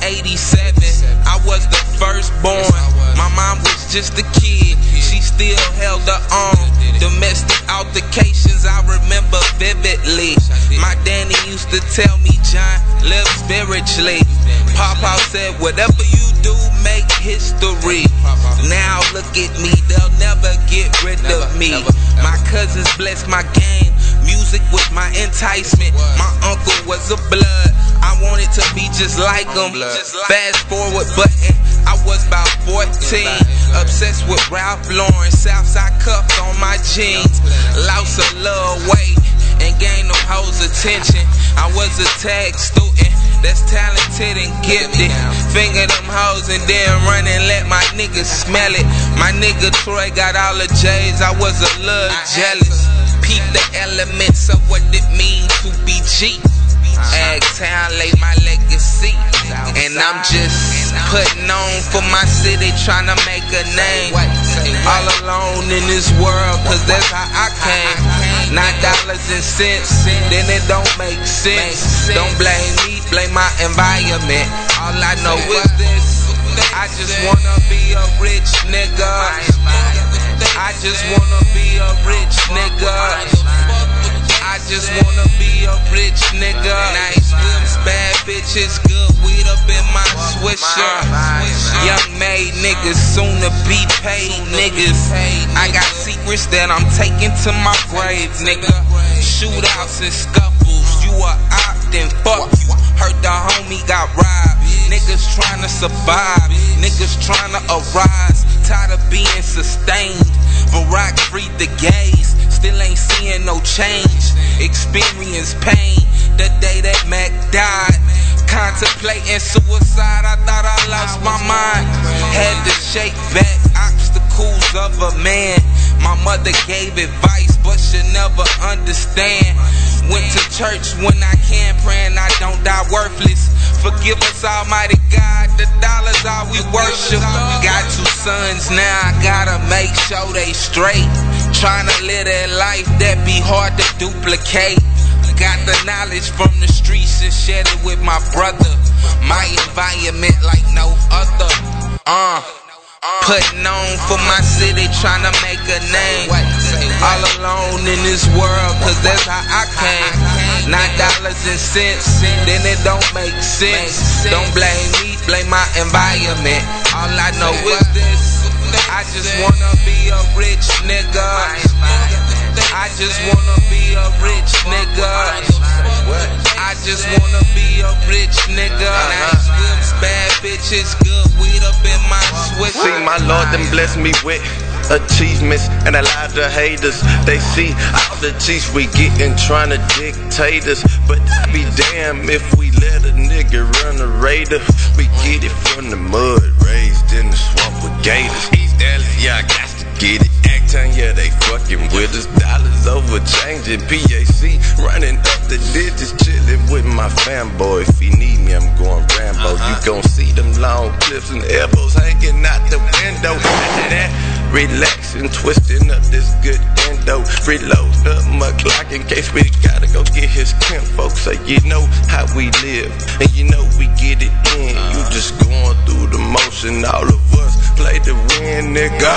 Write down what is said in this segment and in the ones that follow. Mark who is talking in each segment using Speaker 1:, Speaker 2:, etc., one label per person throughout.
Speaker 1: 87. I was the firstborn. My mom was just a kid. She still held her arm. Domestic altercations I remember vividly. My daddy used to tell me, John, live spiritually. Papa said, whatever you do, make history. Now look at me, they'll never get rid of me. My cousins blessed my game. Music was my enticement. My uncle was a blood. I wanted to be just like him. Fast forward button. I was about 14. Obsessed with Ralph Lauren. Southside cuffs on my jeans. Lost a little weight and gained them hoes' attention. I was a tag student. That's talented and gifted. Finger them hoes and then run and let my niggas smell it. My nigga Troy got all the J's. I was a little jealous peep the elements of what it means to be G. Ag town lay my legacy. And I'm just putting on for my city, trying to make a name. All alone in this world, cause that's how I came. Nine dollars and cents, then it don't make sense. Don't blame me, blame my environment. All I know is this. I just wanna be a rich nigga. I just wanna be a rich nigga. I just wanna be a rich nigga. Nice whips, bad bitches, good weed up in my swisher. Young made niggas, soon to be paid niggas. I got secrets that I'm taking to my grave, nigga. Shootouts and scuffles, you are out, then fuck you. Heard the homie got robbed. Niggas trying to survive, niggas trying to arise. Tired of being sustained. Barack freed the gays, still ain't seeing no change. Experience pain the day that Mac died. Contemplating suicide, I thought I lost my mind. Had to shake back obstacles of a man. My mother gave advice, but she never understand. Went to church when I can, praying I don't die worthless. Forgive us, Almighty God, the dollars all we worship. Got two sons now, I gotta make sure they straight. Trying to live that life that be hard to duplicate. Got the knowledge from the streets and shared it with my brother. My environment like no other. Uh. Putting on for my city, trying to make a name. All alone in this world, cause that's how I came. Nine dollars and cents, then it don't make sense. Don't blame me, blame my environment. All I know is this. I just wanna be a rich nigga. I just wanna be a rich nigga. I just wanna be a rich nigga. Nice whips, bad bitches, good weed up in my switch.
Speaker 2: See, my Lord then bless me with achievements and a lot of haters. They see all the cheats we gettin' trying to dictate us. But I be damn if we let a nigga run a raider. We get it from the mud, raised in the swamp with gators. East Dallas, yeah, I got to get it. Acting, yeah, they fucking with us. Dollars over changing. PAC running up the digits, chilling with my fanboy. If he need me, I'm going Rambo. You gon' see them long clips and elbows hanging out the window. After that, relaxing, twisting up this good endo. Reload up my clock in case we gotta go get his Kim, folks. So you know how we live, and you know we get it in. You just going through the motion, all of us play to win, nigga.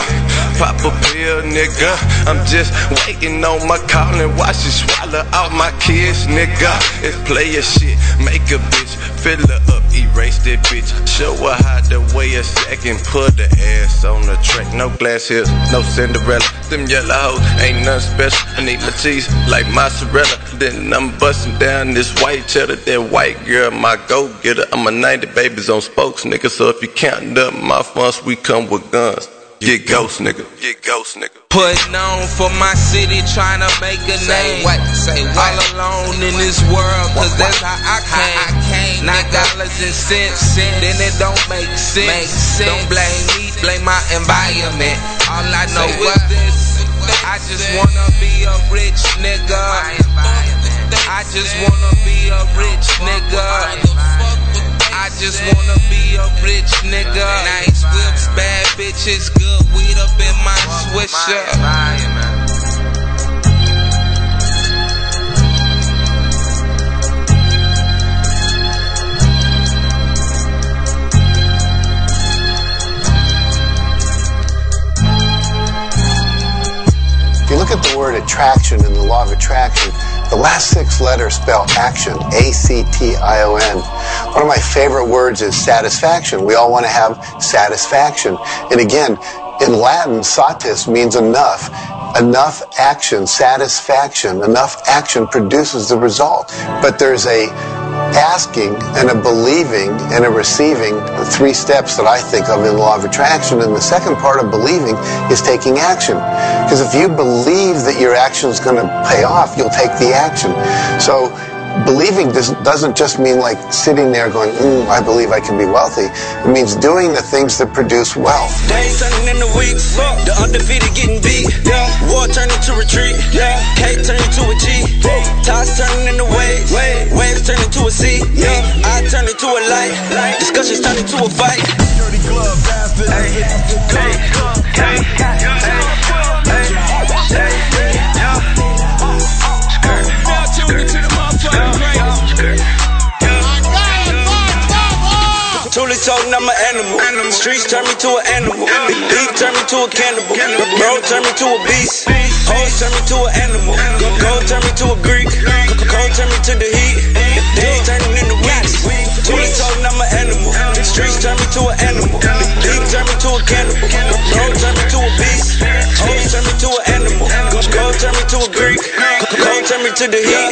Speaker 2: Pop a pill, nigga. I'm just waiting on my calling. Watch you swallow out my kids, nigga. It's player shit. Make a bitch, fill her up, erase that bitch. Show her how to wait a second. Put the ass on the track. No glass hills, no Cinderella. Them yellow hoes ain't nothing special. I need my cheese like mozzarella. Then I'm busting down this white cheddar. That white girl, my go getter. I'm a 90 babies on spokes, nigga. So if you counting up my funds, we come with guns. Get ghost, nigga. Get ghost, nigga.
Speaker 1: Putting on for my city, trying to make a name. All alone in this world, cause that's how I came. Nine dollars and cents, then it don't make sense. Don't blame me, blame my environment. All I know is this. I just wanna be a rich nigga. I just wanna be a rich nigga. I just wanna be a rich nigga. Nice whips, bad bitches, good weed up in my swisher.
Speaker 3: look at the word attraction in the law of attraction, the last six letters spell action, A C T I O N. One of my favorite words is satisfaction. We all want to have satisfaction. And again, in Latin, satis means enough. Enough action, satisfaction, enough action produces the result. But there's a asking and a believing and a receiving the three steps that I think of in the law of attraction. And the second part of believing is taking action. Because if you believe that your action is going to pay off, you'll take the action. So believing does, doesn't just mean like sitting there going, mm, I believe I can be wealthy. It means doing the things that produce wealth.
Speaker 4: Days turning into weeks. The undefeated getting beat. Yeah. War turning to retreat. Yeah. Cake turning to a G. Toss turning into waves. Waves turning to a sea. Yeah. I turn into a light. Discussions turning to a fight. Dirty glove, bad Truly told I'm an animal. Streets turn me to an animal. Beef turn me to a cannibal. Bro turn me to a beast. Hoes turn me to an animal. Gold turn me to a Greek. Cold turn me to the heat. Days turning into weeks. Truly told I'm an animal. Streets turn me to an animal. Beef turn me to a cannibal. Bro turn me to a beast. Hoes turn me to an animal. Gold turn me to a Greek. Cold turn me to the heat.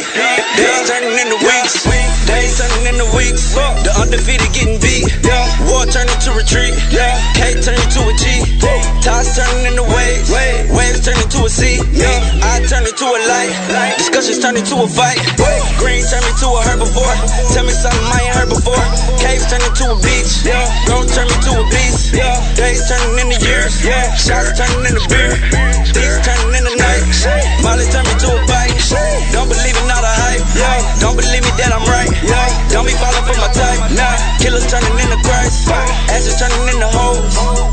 Speaker 4: Days turning into weeks. Days turning into weeks. The undefeated getting beat. War turning to retreat. Cake turning to a G. Toss turning into waves. Waves turning to a sea. I turn into a light. Discussions turning to a fight. Green turning to a herbivore. Tell me something I ain't heard before. Caves turning to a beach. Road turning to a beast. Days turning into years. Shots turning into beer. Thieves turning into nights. Molly turning to a bike. Don't believe in all the hype. Don't believe me that I'm right. Don't be falling for my type. Killers turning into Christ. Ashes turning into hoes.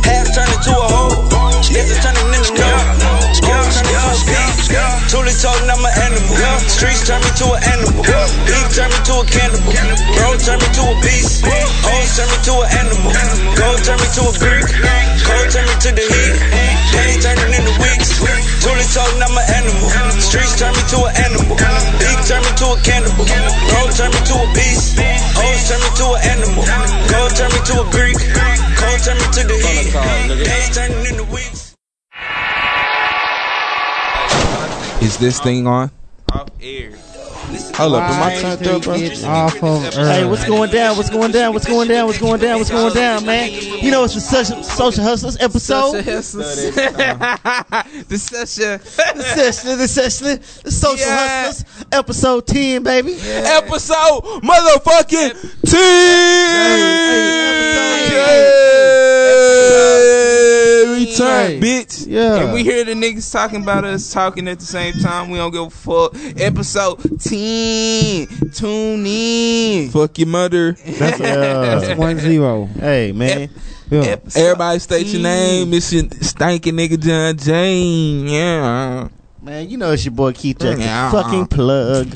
Speaker 4: Half turning to a hoe. Niggas turning into no. Hoes turning to a beast. Truly told I'm an animal. Streets turn me to an animal. Beef turn me to a cannibal. Bro turn me to a beast. Hoes turn me to an animal. Gold turn me to a Greek. Cold turn me to the heat. Days turning into weeks. Truly told I'm an animal. Streets turn me to an animal. Beef turn me to a cannibal. Bro turn me to a beast. Hoes turn me to an animal. Gold turn me to a Greek. Cold turn me to the heat. Days turning into weeks.
Speaker 1: Is this thing on? Hold up, am I turned up, bro?
Speaker 5: off of Earth.
Speaker 6: Hey, what's going down? What's going down? What's going down? What's going down? What's going down, man? You know it's the social social hustlers episode.
Speaker 1: the session
Speaker 6: The session, the session, the social
Speaker 1: Yeah.
Speaker 6: hustlers episode ten, baby.
Speaker 1: episode motherfucking ten. Yeah. Return,
Speaker 5: Hey.
Speaker 1: bitch.
Speaker 6: Yeah.
Speaker 1: And we hear the niggas talking about us talking at the same time. We don't give a fuck. Episode ten. Tune in.
Speaker 7: Fuck your mother.
Speaker 5: That's, uh,
Speaker 6: Yeah.
Speaker 5: that's one zero.
Speaker 6: Hey, man.
Speaker 5: Yeah.
Speaker 1: Episode
Speaker 7: Everybody state your
Speaker 1: 10.
Speaker 7: name. It's your stankin' nigga John Jane. Yeah.
Speaker 6: Man, you know it's your boy Keith Jackson.
Speaker 7: Yeah.
Speaker 5: uh-uh.
Speaker 6: Fucking plug.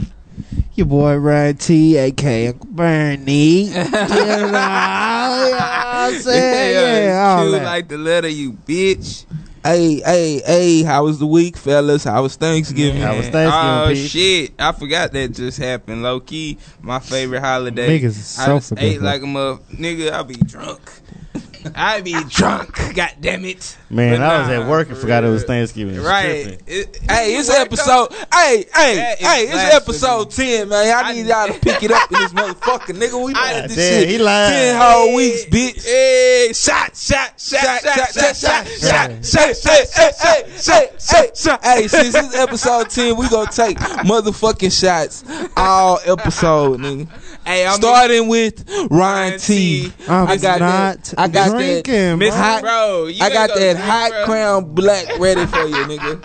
Speaker 5: Your boy Ryan T, aka Uncle Bernie. you know, you know what I'm saying? Yeah, all
Speaker 1: you
Speaker 5: that.
Speaker 1: like the letter, you bitch.
Speaker 7: Hey, hey, hey. How was the week, fellas? How was Thanksgiving?
Speaker 6: How was Thanksgiving,
Speaker 1: Oh
Speaker 6: Pete?
Speaker 1: shit! I forgot that just happened. Low key, my favorite holiday.
Speaker 5: Niggas is
Speaker 1: I
Speaker 5: so
Speaker 1: just ate
Speaker 5: forgetful.
Speaker 1: like a mother. Nigga, I be drunk. I be drunk. God damn it!
Speaker 6: Man,
Speaker 1: But
Speaker 6: I was
Speaker 1: nah,
Speaker 6: at work and
Speaker 1: for
Speaker 6: forgot it was
Speaker 1: real.
Speaker 6: Thanksgiving. It was
Speaker 1: Right.
Speaker 6: tripping.
Speaker 1: It-
Speaker 7: Hey, it's
Speaker 1: you worked
Speaker 7: episode. Hey, hey,
Speaker 1: That is
Speaker 7: hey, it's episode ten, man. I
Speaker 1: I-
Speaker 7: need y'all to pick it up in this motherfucker, nigga. We
Speaker 1: I-
Speaker 7: made this
Speaker 6: Damn,
Speaker 7: shit
Speaker 6: he lying.
Speaker 7: ten
Speaker 1: up-
Speaker 7: whole weeks, bitch.
Speaker 1: Hey, shot, shot, shot, shot, shot, shot, shot, shot, shot, shot, shot, shot, shot, shot.
Speaker 7: Hey, since it's episode 10, we gonna take motherfucking shots all episode, nigga.
Speaker 1: Hey, I'm
Speaker 7: Starting with Ryan T.
Speaker 1: T.
Speaker 5: I'm
Speaker 7: I got
Speaker 5: not
Speaker 7: that. I got that.
Speaker 5: drinking, bro.
Speaker 7: Hot,
Speaker 8: Oh,
Speaker 1: Bro, you
Speaker 7: I
Speaker 1: gotta
Speaker 7: got
Speaker 1: go
Speaker 7: that
Speaker 1: drink,
Speaker 7: hot
Speaker 1: bro.
Speaker 7: crown black ready for you, nigga.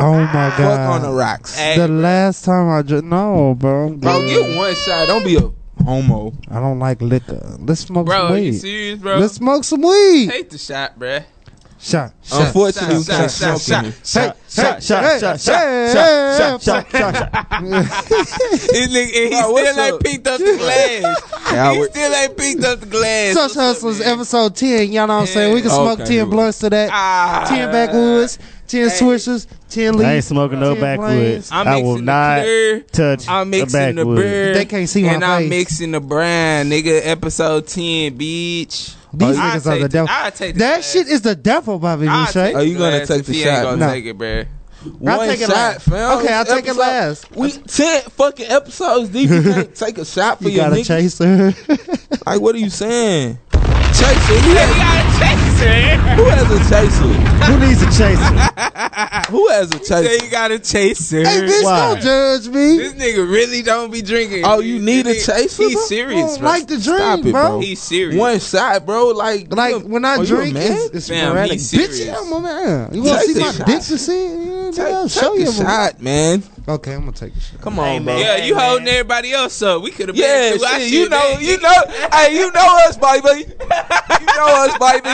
Speaker 5: Oh my god.
Speaker 7: Fuck on the rocks.
Speaker 1: Hey,
Speaker 5: The
Speaker 1: bro.
Speaker 5: last time I drank, no, bro. I'm
Speaker 7: Bro,
Speaker 5: good.
Speaker 7: get one shot. Don't be a homo.
Speaker 5: I don't like liquor. Let's smoke
Speaker 1: Bro,
Speaker 5: some
Speaker 1: you
Speaker 5: weed.
Speaker 1: serious, bro?
Speaker 5: Let's smoke some weed.
Speaker 1: Take the shot, bruh.
Speaker 5: shot, shot.
Speaker 1: Unfortunately, we
Speaker 8: shot,
Speaker 1: can't
Speaker 8: shot,
Speaker 1: smoke in here.
Speaker 6: Shot, shot, shot, shot, shot, shot, shot, shot, shot, shot.
Speaker 8: This nigga, and he
Speaker 1: Bro, what's
Speaker 8: still ain't
Speaker 1: up?
Speaker 8: picked up the glass.
Speaker 1: Yeah, I
Speaker 8: he
Speaker 1: would-
Speaker 8: still ain't picked up the glass.
Speaker 5: Such Hustlers, episode 10. Y'all know what I'm saying? We can smoke
Speaker 1: Okay,
Speaker 5: 10
Speaker 1: we-
Speaker 5: blunts to that.
Speaker 8: Ah.
Speaker 5: 10 backwoods, 10 swishers, 10 leaves.
Speaker 6: I ain't smoking no
Speaker 5: Ten
Speaker 6: backwoods.
Speaker 5: planes.
Speaker 8: I'm
Speaker 6: I
Speaker 8: mixing
Speaker 6: will
Speaker 8: the
Speaker 6: not
Speaker 8: clear.
Speaker 6: touch
Speaker 8: I'm
Speaker 6: the
Speaker 8: mixing the
Speaker 6: backwoods.
Speaker 8: beer.
Speaker 5: They can't see my
Speaker 8: And I'm
Speaker 5: face.
Speaker 8: mixing the brown, nigga. Episode 10, bitch.
Speaker 5: These
Speaker 8: I
Speaker 5: niggas are
Speaker 8: take
Speaker 5: the
Speaker 8: the-
Speaker 5: devil.
Speaker 8: I take the
Speaker 5: that
Speaker 8: glass.
Speaker 5: shit is the devil, Bobby
Speaker 8: I'll
Speaker 5: Boucher.
Speaker 1: Are you gonna
Speaker 8: glass
Speaker 1: take
Speaker 8: if
Speaker 1: the
Speaker 8: he
Speaker 1: shot?
Speaker 8: Ain't gonna
Speaker 5: No.
Speaker 8: take it, bruh.
Speaker 1: One
Speaker 6: take it
Speaker 1: shot,
Speaker 6: last.
Speaker 1: fam.
Speaker 5: Okay, I'll take it
Speaker 1: Episode-
Speaker 5: last.
Speaker 1: We ten fucking episodes deep. You can't take a shot for
Speaker 5: You
Speaker 1: your
Speaker 5: gotta
Speaker 1: nigga.
Speaker 5: chase her.
Speaker 1: Like, what are you saying? Chaser. Who has, who has a chaser?
Speaker 6: Who needs a chaser?
Speaker 1: Who has a
Speaker 8: Say
Speaker 1: chaser?
Speaker 8: you got a chaser.
Speaker 5: hey, bitch,
Speaker 6: Why?
Speaker 5: don't judge me.
Speaker 8: This nigga really don't be drinking.
Speaker 1: Oh, you need a
Speaker 8: He-
Speaker 1: chaser,
Speaker 8: He's
Speaker 1: bro?
Speaker 5: I
Speaker 8: serious,
Speaker 5: don't
Speaker 8: bro.
Speaker 5: like the drink,
Speaker 1: Stop it,
Speaker 5: bro.
Speaker 1: bro.
Speaker 8: he's serious.
Speaker 1: One shot, bro. Like,
Speaker 5: Like,
Speaker 1: you a-
Speaker 5: when I
Speaker 1: are you a
Speaker 5: drink,
Speaker 1: man?
Speaker 5: it's, it's
Speaker 8: Fam,
Speaker 5: sporadic.
Speaker 8: he's
Speaker 5: Bitch,
Speaker 8: serious.
Speaker 5: I'm a man. You wanna
Speaker 1: Take
Speaker 5: see
Speaker 1: the
Speaker 5: my
Speaker 1: shot.
Speaker 5: dick to see? Yeah,
Speaker 1: Take,
Speaker 5: I'll
Speaker 1: take
Speaker 5: show
Speaker 1: a
Speaker 5: you.
Speaker 1: shot, man.
Speaker 5: Okay, I'm gonna take a shot.
Speaker 1: Come on, bro.
Speaker 8: Yeah,
Speaker 6: Hey,
Speaker 8: you
Speaker 6: man.
Speaker 8: holding everybody else up. We could have
Speaker 1: Yeah,
Speaker 8: been through our
Speaker 1: shit, you
Speaker 8: shit,
Speaker 1: know,
Speaker 8: man.
Speaker 1: you know, hey, you know us, baby. You know us, baby.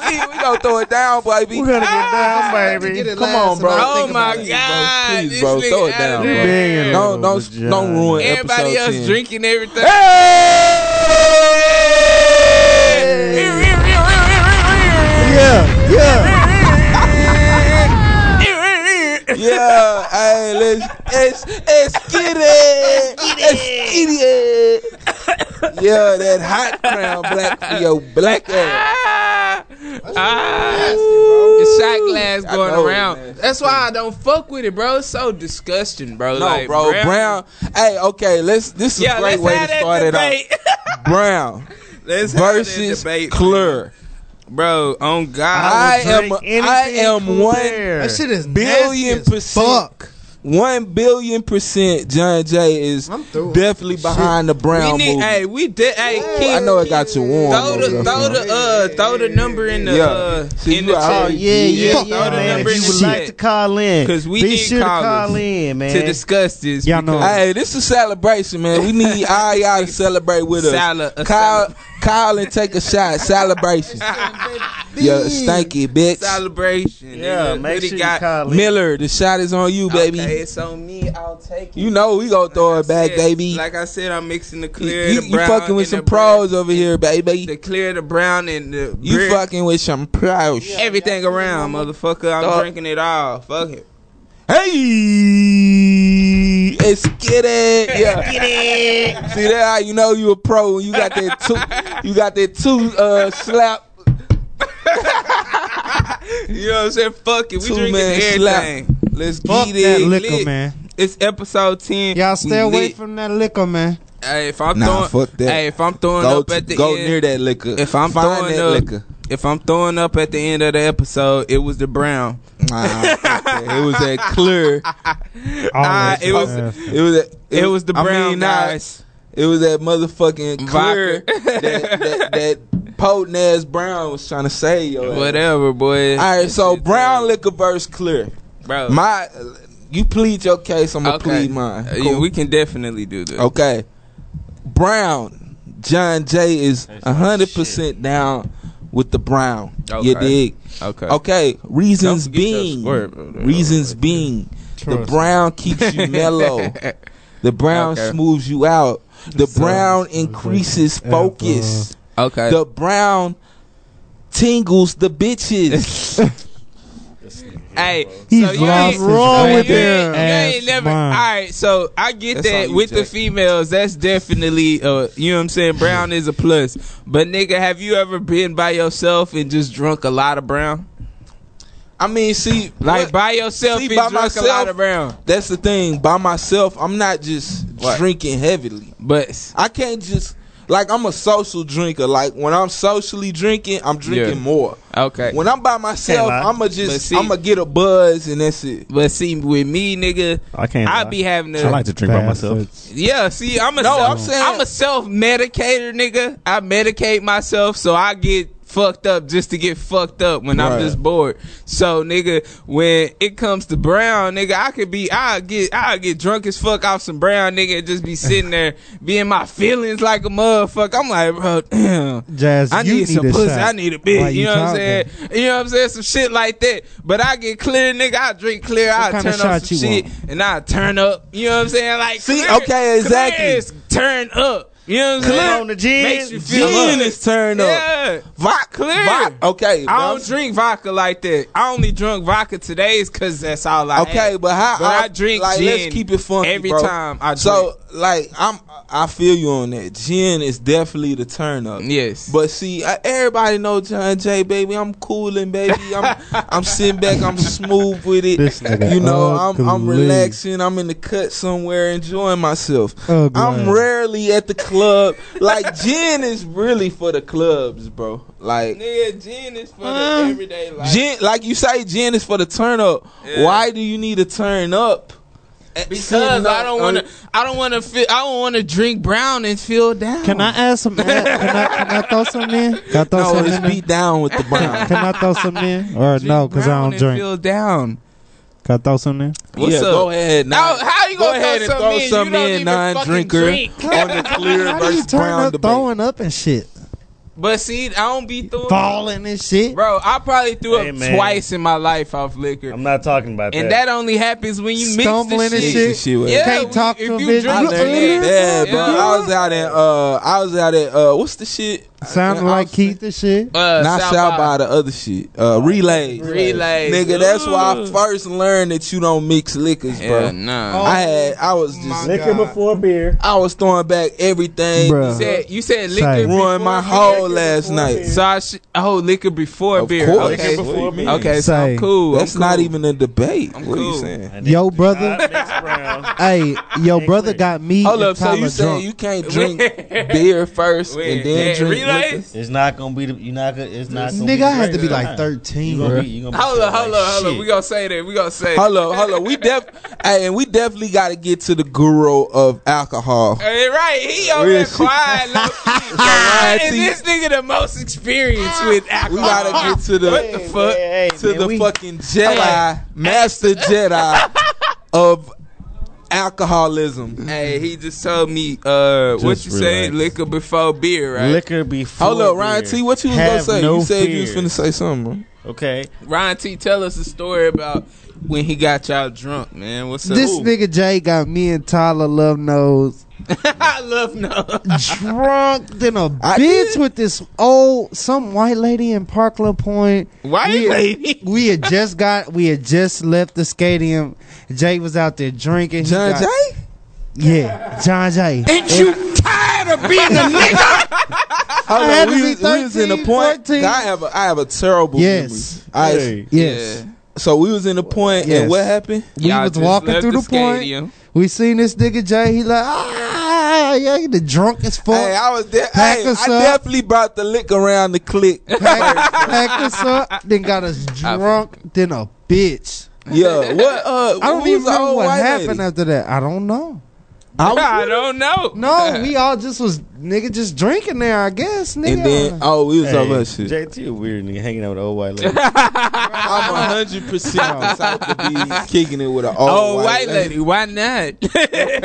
Speaker 1: We, we gonna throw it down, baby. Ah,
Speaker 6: We're gonna get down, baby.
Speaker 1: Come on, bro.
Speaker 8: Oh
Speaker 1: Think
Speaker 8: my
Speaker 1: about it, bro.
Speaker 8: god.
Speaker 1: Please, bro,
Speaker 8: this
Speaker 1: throw
Speaker 8: nigga
Speaker 1: it down,
Speaker 8: outta
Speaker 1: bro.
Speaker 8: there.
Speaker 6: Big
Speaker 1: No,
Speaker 6: Little
Speaker 1: don't,
Speaker 6: vagina.
Speaker 1: don't ruin
Speaker 8: Everybody
Speaker 1: episode
Speaker 8: else
Speaker 1: 10.
Speaker 8: drinking everything.
Speaker 6: Yeah, yeah.
Speaker 1: Yeah, hey, let's, let's, let's get it. Let's get it. Yeah, that hot crown black for your black ass.
Speaker 8: Ah, ah, the shot glass
Speaker 1: I
Speaker 8: going
Speaker 1: know,
Speaker 8: around.
Speaker 1: man.
Speaker 8: That's why I don't fuck with it, bro. It's so disgusting, bro.
Speaker 1: No,
Speaker 8: like,
Speaker 1: bro, brown. Hey, okay, let's. This is
Speaker 8: Yeah,
Speaker 1: a great
Speaker 8: let's
Speaker 1: way
Speaker 8: have
Speaker 1: to
Speaker 8: that
Speaker 1: start it
Speaker 8: debate.
Speaker 1: off. Brown
Speaker 8: Let's have that
Speaker 1: versus
Speaker 8: debate,
Speaker 1: clear.
Speaker 8: bro. On God,
Speaker 1: I
Speaker 6: I
Speaker 1: am. I am one
Speaker 5: That shit is
Speaker 1: billion
Speaker 5: nasty as
Speaker 1: percent.
Speaker 5: Fuck.
Speaker 1: one billion percent. John Jay is
Speaker 5: I'm through.
Speaker 1: definitely behind the
Speaker 8: we
Speaker 1: brown
Speaker 8: need.
Speaker 1: movement.
Speaker 8: Hey, we did. Hey,
Speaker 1: I
Speaker 8: Keith,
Speaker 1: know it got you warm.
Speaker 8: Throw
Speaker 1: over
Speaker 8: the
Speaker 1: there,
Speaker 8: throw
Speaker 1: fam.
Speaker 8: the uh throw the number in the
Speaker 1: Yeah.
Speaker 8: uh,
Speaker 1: See,
Speaker 8: in
Speaker 1: you
Speaker 8: the
Speaker 1: out
Speaker 6: Oh
Speaker 8: chat
Speaker 1: here.
Speaker 6: yeah,
Speaker 1: Yeah,
Speaker 6: yeah,
Speaker 1: throw
Speaker 6: yeah,
Speaker 1: the
Speaker 6: man.
Speaker 8: number
Speaker 6: If
Speaker 8: in
Speaker 6: you
Speaker 8: the
Speaker 6: would
Speaker 8: chat.
Speaker 6: like to call in,
Speaker 8: 'Cause we
Speaker 6: be
Speaker 8: need
Speaker 6: sure to
Speaker 8: callers
Speaker 6: call in, man.
Speaker 8: to discuss this.
Speaker 5: Y'all know.
Speaker 8: because-
Speaker 1: Hey, this is celebration, man. We need all y'all to celebrate with us.
Speaker 8: Sala- a
Speaker 1: Kyle,
Speaker 8: sala-
Speaker 1: Kyle, and take a shot. Celebration. yeah, stanky bitch.
Speaker 8: celebration.
Speaker 6: yeah,
Speaker 8: nigga.
Speaker 6: make
Speaker 8: Really
Speaker 6: sure you
Speaker 8: got-
Speaker 6: call in.
Speaker 1: Miller, the shot is on you, baby.
Speaker 8: Okay, it's on me. I'll take it.
Speaker 1: You know we gonna throw it back,
Speaker 8: said-
Speaker 1: baby.
Speaker 8: Like I said, I'm mixing the
Speaker 1: You-
Speaker 8: clear.
Speaker 1: you,
Speaker 8: the
Speaker 1: you
Speaker 8: brown
Speaker 1: fucking with
Speaker 8: and
Speaker 1: some
Speaker 8: the brown-
Speaker 1: pros over here,
Speaker 8: The
Speaker 1: baby.
Speaker 8: clear, the brown, and the
Speaker 1: You
Speaker 8: brick.
Speaker 1: fucking with some pros.
Speaker 8: everything around, motherfucker. I'm
Speaker 1: Dog.
Speaker 8: drinking it all. Fuck it.
Speaker 1: Hey, let's get it. Yeah. See that? How you know you a pro when you got that two. You got that two uh, slap.
Speaker 8: You know what I'm saying? Fuck it. We
Speaker 1: Two
Speaker 8: drinking
Speaker 1: man
Speaker 8: everything. Let's
Speaker 5: Fuck
Speaker 8: get
Speaker 5: that
Speaker 8: it.
Speaker 5: liquor,
Speaker 8: Lit.
Speaker 5: man.
Speaker 8: It's episode ten.
Speaker 5: Y'all
Speaker 8: We
Speaker 5: stay away
Speaker 8: lit.
Speaker 5: from that liquor, man.
Speaker 8: Hey, if I'm
Speaker 1: Nah,
Speaker 8: throwing,
Speaker 1: fuck that.
Speaker 8: hey, if I'm throwing
Speaker 1: Go,
Speaker 8: up at the
Speaker 1: go
Speaker 8: end,
Speaker 1: near that liquor.
Speaker 8: if I'm
Speaker 1: Find
Speaker 8: throwing
Speaker 1: that
Speaker 8: up,
Speaker 1: liquor.
Speaker 8: if I'm throwing up at the end of the episode, it was the brown.
Speaker 1: Nah, fuck that. it was that clear.
Speaker 8: Ah, it was
Speaker 1: It was. That,
Speaker 8: it was the
Speaker 1: I
Speaker 8: brown
Speaker 1: mean, nah,
Speaker 8: guys.
Speaker 1: It was that motherfucking clear
Speaker 8: Vodka.
Speaker 1: that, that, that potent ass Brown was trying to say, yo.
Speaker 8: Whatever, boy.
Speaker 1: All right, so Brown liquor verse clear.
Speaker 8: bro.
Speaker 1: My, you plead your case, I'm gonna
Speaker 8: okay,
Speaker 1: plead mine.
Speaker 8: Uh, yeah,
Speaker 1: Cool.
Speaker 8: we can definitely do this.
Speaker 1: okay, Brown, John Jay is hundred percent down with the Brown. You
Speaker 8: Okay.
Speaker 1: dig?
Speaker 8: Okay.
Speaker 1: Okay, reasons
Speaker 8: Don't forget your
Speaker 1: being,
Speaker 8: squirt, bro.
Speaker 1: reasons being, the
Speaker 5: Trust
Speaker 1: Brown keeps you mellow. The brown
Speaker 8: Okay.
Speaker 1: smooths you out. The
Speaker 5: uh,
Speaker 1: brown increases focus.
Speaker 8: Okay.
Speaker 1: The brown tingles the bitches.
Speaker 8: hey,
Speaker 5: He's
Speaker 8: so you
Speaker 5: lost
Speaker 8: ain't,
Speaker 5: his Wrong
Speaker 8: you
Speaker 5: with
Speaker 8: ain't,
Speaker 5: that
Speaker 8: you ain't
Speaker 5: ass
Speaker 8: never.
Speaker 5: mind.
Speaker 8: All right, so I get
Speaker 1: That's
Speaker 8: that
Speaker 1: on you,
Speaker 8: with the
Speaker 1: Jack.
Speaker 8: females. That's definitely, uh, you know what I'm saying. Brown is a plus, but nigga, have you ever been by yourself and just drunk a lot of brown?
Speaker 1: I mean, see,
Speaker 8: Like
Speaker 1: what-
Speaker 8: by yourself
Speaker 1: See,
Speaker 8: and
Speaker 1: by
Speaker 8: drunk a lot
Speaker 1: myself-
Speaker 8: of brown,
Speaker 1: that's the thing. By myself, I'm not just drinking heavily.
Speaker 8: but
Speaker 1: I can't just like I'm a social drinker. Like when I'm socially drinking, I'm drinking
Speaker 8: Yeah.
Speaker 1: more.
Speaker 8: okay.
Speaker 1: When I'm by myself,
Speaker 6: lie.
Speaker 1: I'ma
Speaker 8: But
Speaker 1: just
Speaker 8: see-
Speaker 1: I'ma get a buzz and that's it.
Speaker 8: but see, with me, nigga,
Speaker 9: I can't.
Speaker 8: I
Speaker 9: lie.
Speaker 8: be having to.
Speaker 9: I like to drink by myself.
Speaker 8: Yeah, see, I'm a
Speaker 1: No,
Speaker 8: self,
Speaker 1: I'm saying-
Speaker 8: I'm a self medicator, nigga. I medicate myself, so I get
Speaker 10: fucked up just to get fucked up when I'm
Speaker 1: Right.
Speaker 10: just bored. So nigga, when it comes to brown, nigga, I could be I get I get drunk as fuck off some brown nigga and just be sitting there being my feelings like a motherfucker. I'm like, bro, damn.
Speaker 5: Jazz,
Speaker 10: I
Speaker 5: you
Speaker 10: need, some
Speaker 5: a
Speaker 10: pussy.
Speaker 5: shot
Speaker 10: I need a
Speaker 5: while
Speaker 10: bitch. You,
Speaker 5: you
Speaker 10: know what I'm
Speaker 5: talking.
Speaker 10: saying? You know what I'm saying? Some shit like that. But I get clear, nigga. I drink clear. I
Speaker 5: kind
Speaker 10: turn
Speaker 5: of
Speaker 10: up
Speaker 5: shot
Speaker 10: some
Speaker 5: you
Speaker 10: shit and I turn up. You know what I'm saying? Like,
Speaker 1: See,
Speaker 10: clear-
Speaker 1: okay, exactly.
Speaker 10: clear is turn up. You know what I'm
Speaker 5: Clear
Speaker 10: saying?
Speaker 5: on the gin.
Speaker 10: Makes you feel
Speaker 1: Gin
Speaker 10: up.
Speaker 1: is turned up.
Speaker 10: Yeah.
Speaker 1: Vodka.
Speaker 10: Clear.
Speaker 1: Vodka. Okay.
Speaker 10: I
Speaker 1: now-
Speaker 10: don't drink vodka like that. I only drunk vodka today because that's all I
Speaker 1: Okay,
Speaker 10: had.
Speaker 1: but how?
Speaker 10: But I drink
Speaker 1: Like,
Speaker 10: gin
Speaker 1: let's keep it funky
Speaker 10: every
Speaker 1: bro.
Speaker 10: time I
Speaker 1: So, like, I'm. I feel you on that. Gin is definitely the turn up.
Speaker 10: Yes.
Speaker 1: But see, I, everybody know John Jay, baby. I'm cooling, baby. I'm. I'm sitting back. I'm smooth with it.
Speaker 5: This nigga
Speaker 1: you know, I'm. I'm
Speaker 5: ugly.
Speaker 1: relaxing. I'm in the cut somewhere, enjoying myself.
Speaker 5: Ugly.
Speaker 1: I'm rarely at the club. like, gin is really for the clubs, bro. Like,
Speaker 10: Nigga, gin is for the everyday life.
Speaker 1: Gin, Uh, like you say, gin is for the turn up.
Speaker 10: Yeah.
Speaker 1: Why do you need to turn up?
Speaker 10: Because I don't want to. I don't want to feel. I don't want to drink brown and feel down.
Speaker 5: Can I add some? Can I, can I throw some in? Can I throw
Speaker 1: No,
Speaker 5: some
Speaker 1: it's
Speaker 5: in?
Speaker 1: beat down with the brown.
Speaker 5: Can I throw some in? Or no, because I
Speaker 10: Brown
Speaker 5: don't
Speaker 10: and
Speaker 5: drink.
Speaker 10: Feel down.
Speaker 5: Can I throw some in?
Speaker 10: What's
Speaker 1: yeah,
Speaker 10: up?
Speaker 1: go ahead.
Speaker 10: How,
Speaker 1: Nine,
Speaker 10: how you
Speaker 1: go
Speaker 10: gonna
Speaker 1: ahead and
Speaker 10: throw
Speaker 1: throw
Speaker 10: something in?
Speaker 1: some
Speaker 10: You don't
Speaker 1: in,
Speaker 10: even fucking
Speaker 1: non-drinker
Speaker 10: drink.
Speaker 1: on the clear
Speaker 5: How do you
Speaker 1: versus
Speaker 5: turn
Speaker 1: brown
Speaker 5: up
Speaker 1: debate.
Speaker 5: throwing up and shit?
Speaker 10: But see, I don't be throwing.
Speaker 5: Falling and shit?
Speaker 10: Bro, I probably threw
Speaker 5: Hey,
Speaker 10: up
Speaker 5: man.
Speaker 10: twice in my life off liquor,
Speaker 6: I'm not talking about
Speaker 10: and that only happens when you mix
Speaker 5: Stumbling
Speaker 10: the
Speaker 5: and
Speaker 10: shit.
Speaker 5: shit.
Speaker 1: She was-
Speaker 10: Yeah,
Speaker 5: Can't
Speaker 10: we-
Speaker 5: talk
Speaker 10: if
Speaker 5: to a
Speaker 10: you
Speaker 5: bitch.
Speaker 10: drink
Speaker 1: I
Speaker 10: I
Speaker 1: learned that. Yeah, bro.
Speaker 10: Yeah.
Speaker 1: I was out at uh, I was out at uh, what's the shit?
Speaker 5: Sounding
Speaker 1: I- I
Speaker 5: like
Speaker 1: was-
Speaker 5: Keith and shit.
Speaker 10: Uh,
Speaker 1: Not
Speaker 10: South
Speaker 1: shout
Speaker 10: by
Speaker 1: by the other shit. Uh, relays.
Speaker 10: Relays.
Speaker 1: Nigga, that's why I
Speaker 10: Ooh.
Speaker 1: first learned that you don't mix liquors, bro.
Speaker 10: Yeah, nah.
Speaker 1: I had I was
Speaker 10: Oh
Speaker 1: just
Speaker 6: Liquor before beer.
Speaker 1: I was throwing back everything.
Speaker 5: Bruh.
Speaker 10: You said you said
Speaker 5: Say.
Speaker 10: liquor before
Speaker 1: Ruined my
Speaker 10: beer?
Speaker 1: whole last night.
Speaker 10: So I sh- oh liquor before
Speaker 1: Of
Speaker 10: beer.
Speaker 1: course.
Speaker 10: Okay,
Speaker 1: Liquor
Speaker 6: before beer.
Speaker 10: okay, so I'm
Speaker 5: Say.
Speaker 10: cool.
Speaker 1: That's
Speaker 10: I'm
Speaker 1: not
Speaker 10: cool.
Speaker 1: even a debate.
Speaker 10: I'm
Speaker 1: what are you
Speaker 10: cool.
Speaker 1: saying?
Speaker 5: Yo, brother.
Speaker 6: Not mixed brown.
Speaker 5: Hey, your
Speaker 6: Hey,
Speaker 5: brother
Speaker 6: Clear.
Speaker 5: got me
Speaker 1: Hold
Speaker 5: and
Speaker 1: up, so
Speaker 5: Tyler
Speaker 1: you saying
Speaker 5: drunk.
Speaker 1: you can't drink beer first and then
Speaker 10: Yeah,
Speaker 1: drink
Speaker 10: relays?
Speaker 1: liquor?
Speaker 6: It's not gonna be. The, you're not gonna. It's not. Gonna
Speaker 5: Nigga, I had to be
Speaker 10: Right,
Speaker 5: like
Speaker 6: You
Speaker 5: 13,
Speaker 6: gonna
Speaker 5: bro.
Speaker 6: be. You gonna be.
Speaker 10: Hold up,
Speaker 6: feeling
Speaker 10: hold
Speaker 6: like
Speaker 10: up, hold up.
Speaker 6: shit.
Speaker 10: We gonna say that. We gonna say.
Speaker 1: Hold up, hold up. We def hey, and we definitely gotta get to the guru of alcohol.
Speaker 10: Hey, right, he over
Speaker 1: Real
Speaker 10: there
Speaker 1: shit.
Speaker 10: quiet. low
Speaker 1: Variety.
Speaker 10: key. and this nigga the most experienced with
Speaker 1: We
Speaker 10: alcohol.
Speaker 1: gotta get to the
Speaker 10: What the fuck?
Speaker 6: Hey,
Speaker 1: to
Speaker 6: man,
Speaker 1: the
Speaker 6: we-
Speaker 1: fucking Jedi, Master Jedi of alcoholism.
Speaker 10: Hey, he just told me uh, what you say,
Speaker 6: relax.
Speaker 10: liquor before beer, right?
Speaker 6: Liquor before.
Speaker 1: Hold up, Ryan
Speaker 6: beer.
Speaker 1: T, what you was
Speaker 6: Have
Speaker 1: gonna say?
Speaker 6: No
Speaker 1: you said
Speaker 6: fear.
Speaker 1: you was finna say something,
Speaker 6: Okay.
Speaker 10: Ryan T, tell us a story about when he got y'all drunk, man. What's up?
Speaker 5: This nigga Jay got me and Tyler Love Nose
Speaker 10: I love no.
Speaker 5: drunk than a
Speaker 1: I
Speaker 5: bitch
Speaker 1: did.
Speaker 5: with this old some white lady in Parkland Point.
Speaker 10: White
Speaker 5: we,
Speaker 10: lady?
Speaker 5: We had just got we had just left the stadium. Jay was out there drinking.
Speaker 1: bro.
Speaker 5: He got-
Speaker 1: John Jay?
Speaker 5: Yeah, John Jay.
Speaker 10: Ain't you tired of being a nigga?
Speaker 1: Hold
Speaker 5: had
Speaker 1: up,
Speaker 5: to
Speaker 1: we,
Speaker 5: be
Speaker 1: was- we was in
Speaker 5: 13,
Speaker 1: a point.
Speaker 5: 14.
Speaker 1: I have a I have a terrible
Speaker 5: Yes.
Speaker 1: memory. I,
Speaker 6: Hey.
Speaker 5: Yes.
Speaker 1: So we was in a point,
Speaker 5: Yes.
Speaker 1: and what happened?
Speaker 5: We was walking through the, point. We seen this nigga Jay. He like, ah, yeah, he the drunk as fuck.
Speaker 1: Hey, I was there.
Speaker 5: Pack
Speaker 1: Hey,
Speaker 5: us
Speaker 1: I
Speaker 5: up.
Speaker 1: definitely brought the lick around the click.
Speaker 5: packed, packed us up, then got us drunk than a bitch.
Speaker 1: yeah. What? Uh,
Speaker 5: I don't
Speaker 1: who was
Speaker 5: even
Speaker 1: the
Speaker 5: know
Speaker 1: old
Speaker 5: what
Speaker 1: white
Speaker 5: happened
Speaker 1: lady?
Speaker 5: after that. I don't know.
Speaker 1: I was-
Speaker 10: I don't know.
Speaker 5: No, we all just was nigga just drinking there, I guess. Nigga.
Speaker 1: and then oh, we was
Speaker 6: Hey,
Speaker 1: over that shit.
Speaker 6: JT, a weird nigga hanging out with an old white lady.
Speaker 1: I'm hundred percent decided to be kicking it with an old
Speaker 10: Oh, white lady, why not?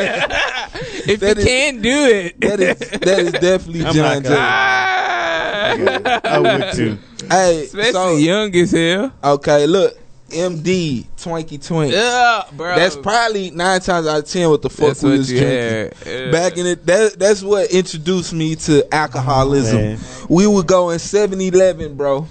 Speaker 10: if
Speaker 1: That
Speaker 10: you
Speaker 1: is-
Speaker 10: can do it.
Speaker 1: That is that is definitely
Speaker 6: I'm not
Speaker 1: John Jay.
Speaker 6: gonna-
Speaker 10: Ah.
Speaker 6: I would too.
Speaker 1: Hey,
Speaker 10: Especially
Speaker 1: so
Speaker 10: young as hell.
Speaker 1: okay, look, MD Twinkie Twink.
Speaker 10: Yeah, bro.
Speaker 1: That's probably nine times out of ten what the fuck
Speaker 10: That's
Speaker 1: we
Speaker 10: what
Speaker 1: was
Speaker 10: you
Speaker 1: drinking.
Speaker 10: had. Yeah.
Speaker 1: Back in it, that, that's what introduced me to alcoholism.
Speaker 6: Oh, Man.
Speaker 1: we would go in 7-Eleven, bro.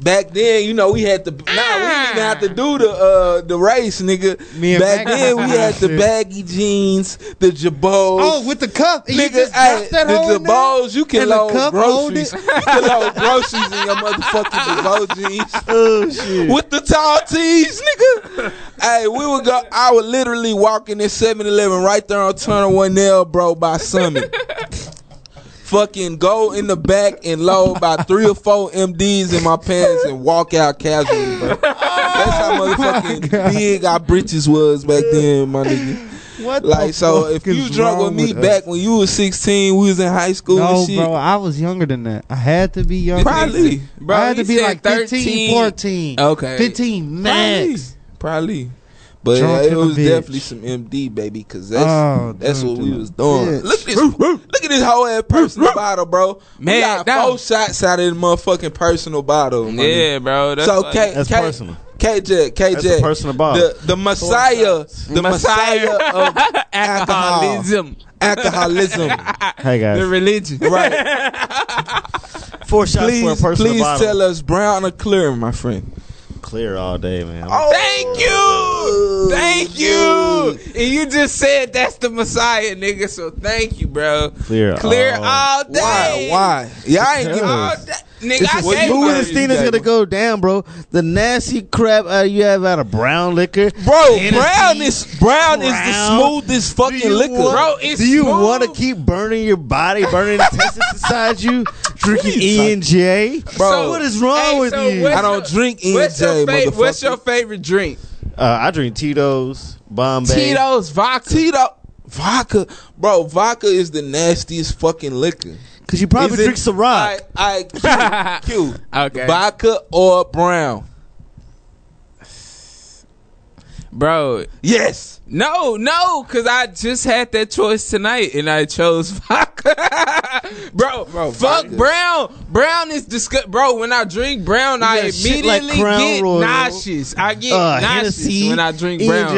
Speaker 1: Back then, you know, we had to. Nah, we didn't even have to do the uh, the race, nigga.
Speaker 5: Me and
Speaker 1: Back
Speaker 5: Mac-
Speaker 1: then, we had the
Speaker 5: Shit.
Speaker 1: baggy jeans, the jabos.
Speaker 5: oh, with the cup, and you
Speaker 1: Nigga,
Speaker 5: just
Speaker 1: hey,
Speaker 5: dropped that
Speaker 1: the
Speaker 5: hole in there?
Speaker 1: Jabos, you can
Speaker 5: And the
Speaker 1: load
Speaker 5: cup hold
Speaker 1: groceries. you can load groceries in your motherfucking Jabos jeans
Speaker 6: Oh shit.
Speaker 1: with the tall tees, nigga. hey, we would go. I would literally walk in this 7 Eleven right there on Turner One L, bro, by Summit. Fucking go in the back and load about three or four MDs in my pants and walk out
Speaker 5: Oh,
Speaker 1: casually, bro. That's how motherfucking big our britches was back then, my nigga.
Speaker 5: What the
Speaker 1: like so,
Speaker 5: fuck
Speaker 1: if
Speaker 5: is
Speaker 1: you drunk with
Speaker 5: wrong us?
Speaker 1: me back when you was sixteen, we was in high school
Speaker 5: No,
Speaker 1: and shit.
Speaker 5: bro, I was younger than that. I had to be younger.
Speaker 1: Probably.
Speaker 10: Bro,
Speaker 5: I had to
Speaker 10: he
Speaker 5: be
Speaker 10: said
Speaker 5: like 13,
Speaker 10: 13.
Speaker 5: 14.
Speaker 1: Okay.
Speaker 5: 15 max.
Speaker 1: Probably. But
Speaker 5: Drunk
Speaker 1: yeah, it
Speaker 5: in a
Speaker 1: was
Speaker 5: bitch.
Speaker 1: definitely some MD baby, because that's
Speaker 5: Oh,
Speaker 1: that's
Speaker 5: drunk
Speaker 1: what we
Speaker 5: in a
Speaker 1: was doing.
Speaker 5: bitch.
Speaker 1: Look at this, look at this whole ass personal bottle, bro. Man,
Speaker 10: Man,
Speaker 1: we got
Speaker 10: that-
Speaker 1: four shots out of this motherfucking personal bottle. man.
Speaker 10: Yeah, bro. That's
Speaker 1: so
Speaker 10: like-
Speaker 1: K,
Speaker 6: That's
Speaker 1: K,
Speaker 6: personal.
Speaker 1: KJ, KJ,
Speaker 6: That's a personal bottle.
Speaker 1: the the Messiah, the Messiah of alcoholism,
Speaker 10: alcoholism.
Speaker 1: alcoholism.
Speaker 6: Hey
Speaker 10: The
Speaker 6: guys,
Speaker 10: religion.
Speaker 1: right?
Speaker 6: four shots for a
Speaker 1: Please,
Speaker 6: personal
Speaker 1: please
Speaker 6: bottle.
Speaker 1: tell us brown or clear, my friend.
Speaker 6: Clear all day, man.
Speaker 10: Thank you. Thank you. And you just said that's the Messiah, nigga. So thank you, bro.
Speaker 6: Clear
Speaker 10: Clear
Speaker 6: all-
Speaker 10: all
Speaker 1: Why?
Speaker 10: day.
Speaker 1: Why? Y'all ain't giving
Speaker 10: All day. Nigga, I
Speaker 1: Well,
Speaker 10: gave
Speaker 6: Who
Speaker 1: you
Speaker 10: my-
Speaker 6: is Tina's
Speaker 1: got
Speaker 6: gonna
Speaker 1: one.
Speaker 6: go down, bro? The nasty crap uh, you have out of brown liquor,
Speaker 1: Bro,
Speaker 6: Tennessee.
Speaker 1: brown is brown, is the
Speaker 6: Brown.
Speaker 1: smoothest
Speaker 6: Do
Speaker 1: fucking
Speaker 6: you
Speaker 1: liquor.
Speaker 6: want-
Speaker 10: Bro, it's
Speaker 6: do you
Speaker 10: smooth.
Speaker 6: want to keep burning your body, burning intestines inside you, drinking E and J?
Speaker 1: Bro.
Speaker 6: what is wrong
Speaker 10: Hey,
Speaker 6: with
Speaker 10: so
Speaker 6: you?
Speaker 10: what's
Speaker 1: I don't
Speaker 10: your-
Speaker 1: drink
Speaker 10: What's your,
Speaker 1: EJ,
Speaker 10: fa-
Speaker 1: motherfucker.
Speaker 10: what's your favorite drink?
Speaker 6: Uh, I drink Tito's, Bombay.
Speaker 10: Tito's vodka.
Speaker 1: Tito vodka, bro? Vodka is the nastiest fucking liquor.
Speaker 6: Cause you probably
Speaker 1: Is it-
Speaker 6: drink Ciroc.
Speaker 1: I, I Q,
Speaker 10: Okay.
Speaker 1: Q vodka or brown?
Speaker 10: Bro,
Speaker 1: Yes.
Speaker 10: no, no, because I just had that choice tonight and I chose vodka. bro,
Speaker 1: Bro,
Speaker 10: fuck
Speaker 1: vodka.
Speaker 10: brown. Brown is disgust. Bro, when I drink brown, I
Speaker 6: got shit
Speaker 10: immediately
Speaker 6: like Crown
Speaker 10: get
Speaker 6: Royal.
Speaker 10: nauseous. I get
Speaker 6: Uh,
Speaker 10: nauseous
Speaker 6: Hennessy,
Speaker 10: when I drink
Speaker 6: EJ.
Speaker 10: brown.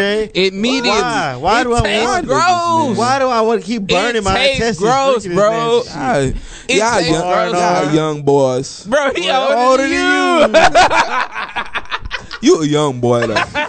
Speaker 10: Immediately.
Speaker 6: E Why? Why
Speaker 10: It
Speaker 6: do I
Speaker 10: tastes
Speaker 6: want this,
Speaker 10: gross.
Speaker 6: man? Why do I want to keep burning my
Speaker 10: tastes
Speaker 6: intestines?
Speaker 10: gross,
Speaker 6: drinking this
Speaker 10: bro.
Speaker 6: nasty shit?
Speaker 1: Y'all,
Speaker 10: It
Speaker 1: y'all
Speaker 10: tastes
Speaker 1: young,
Speaker 10: gross,
Speaker 1: y'all
Speaker 10: bro.
Speaker 1: young boys.
Speaker 10: Bro, he older, than you.
Speaker 1: You a young boy though.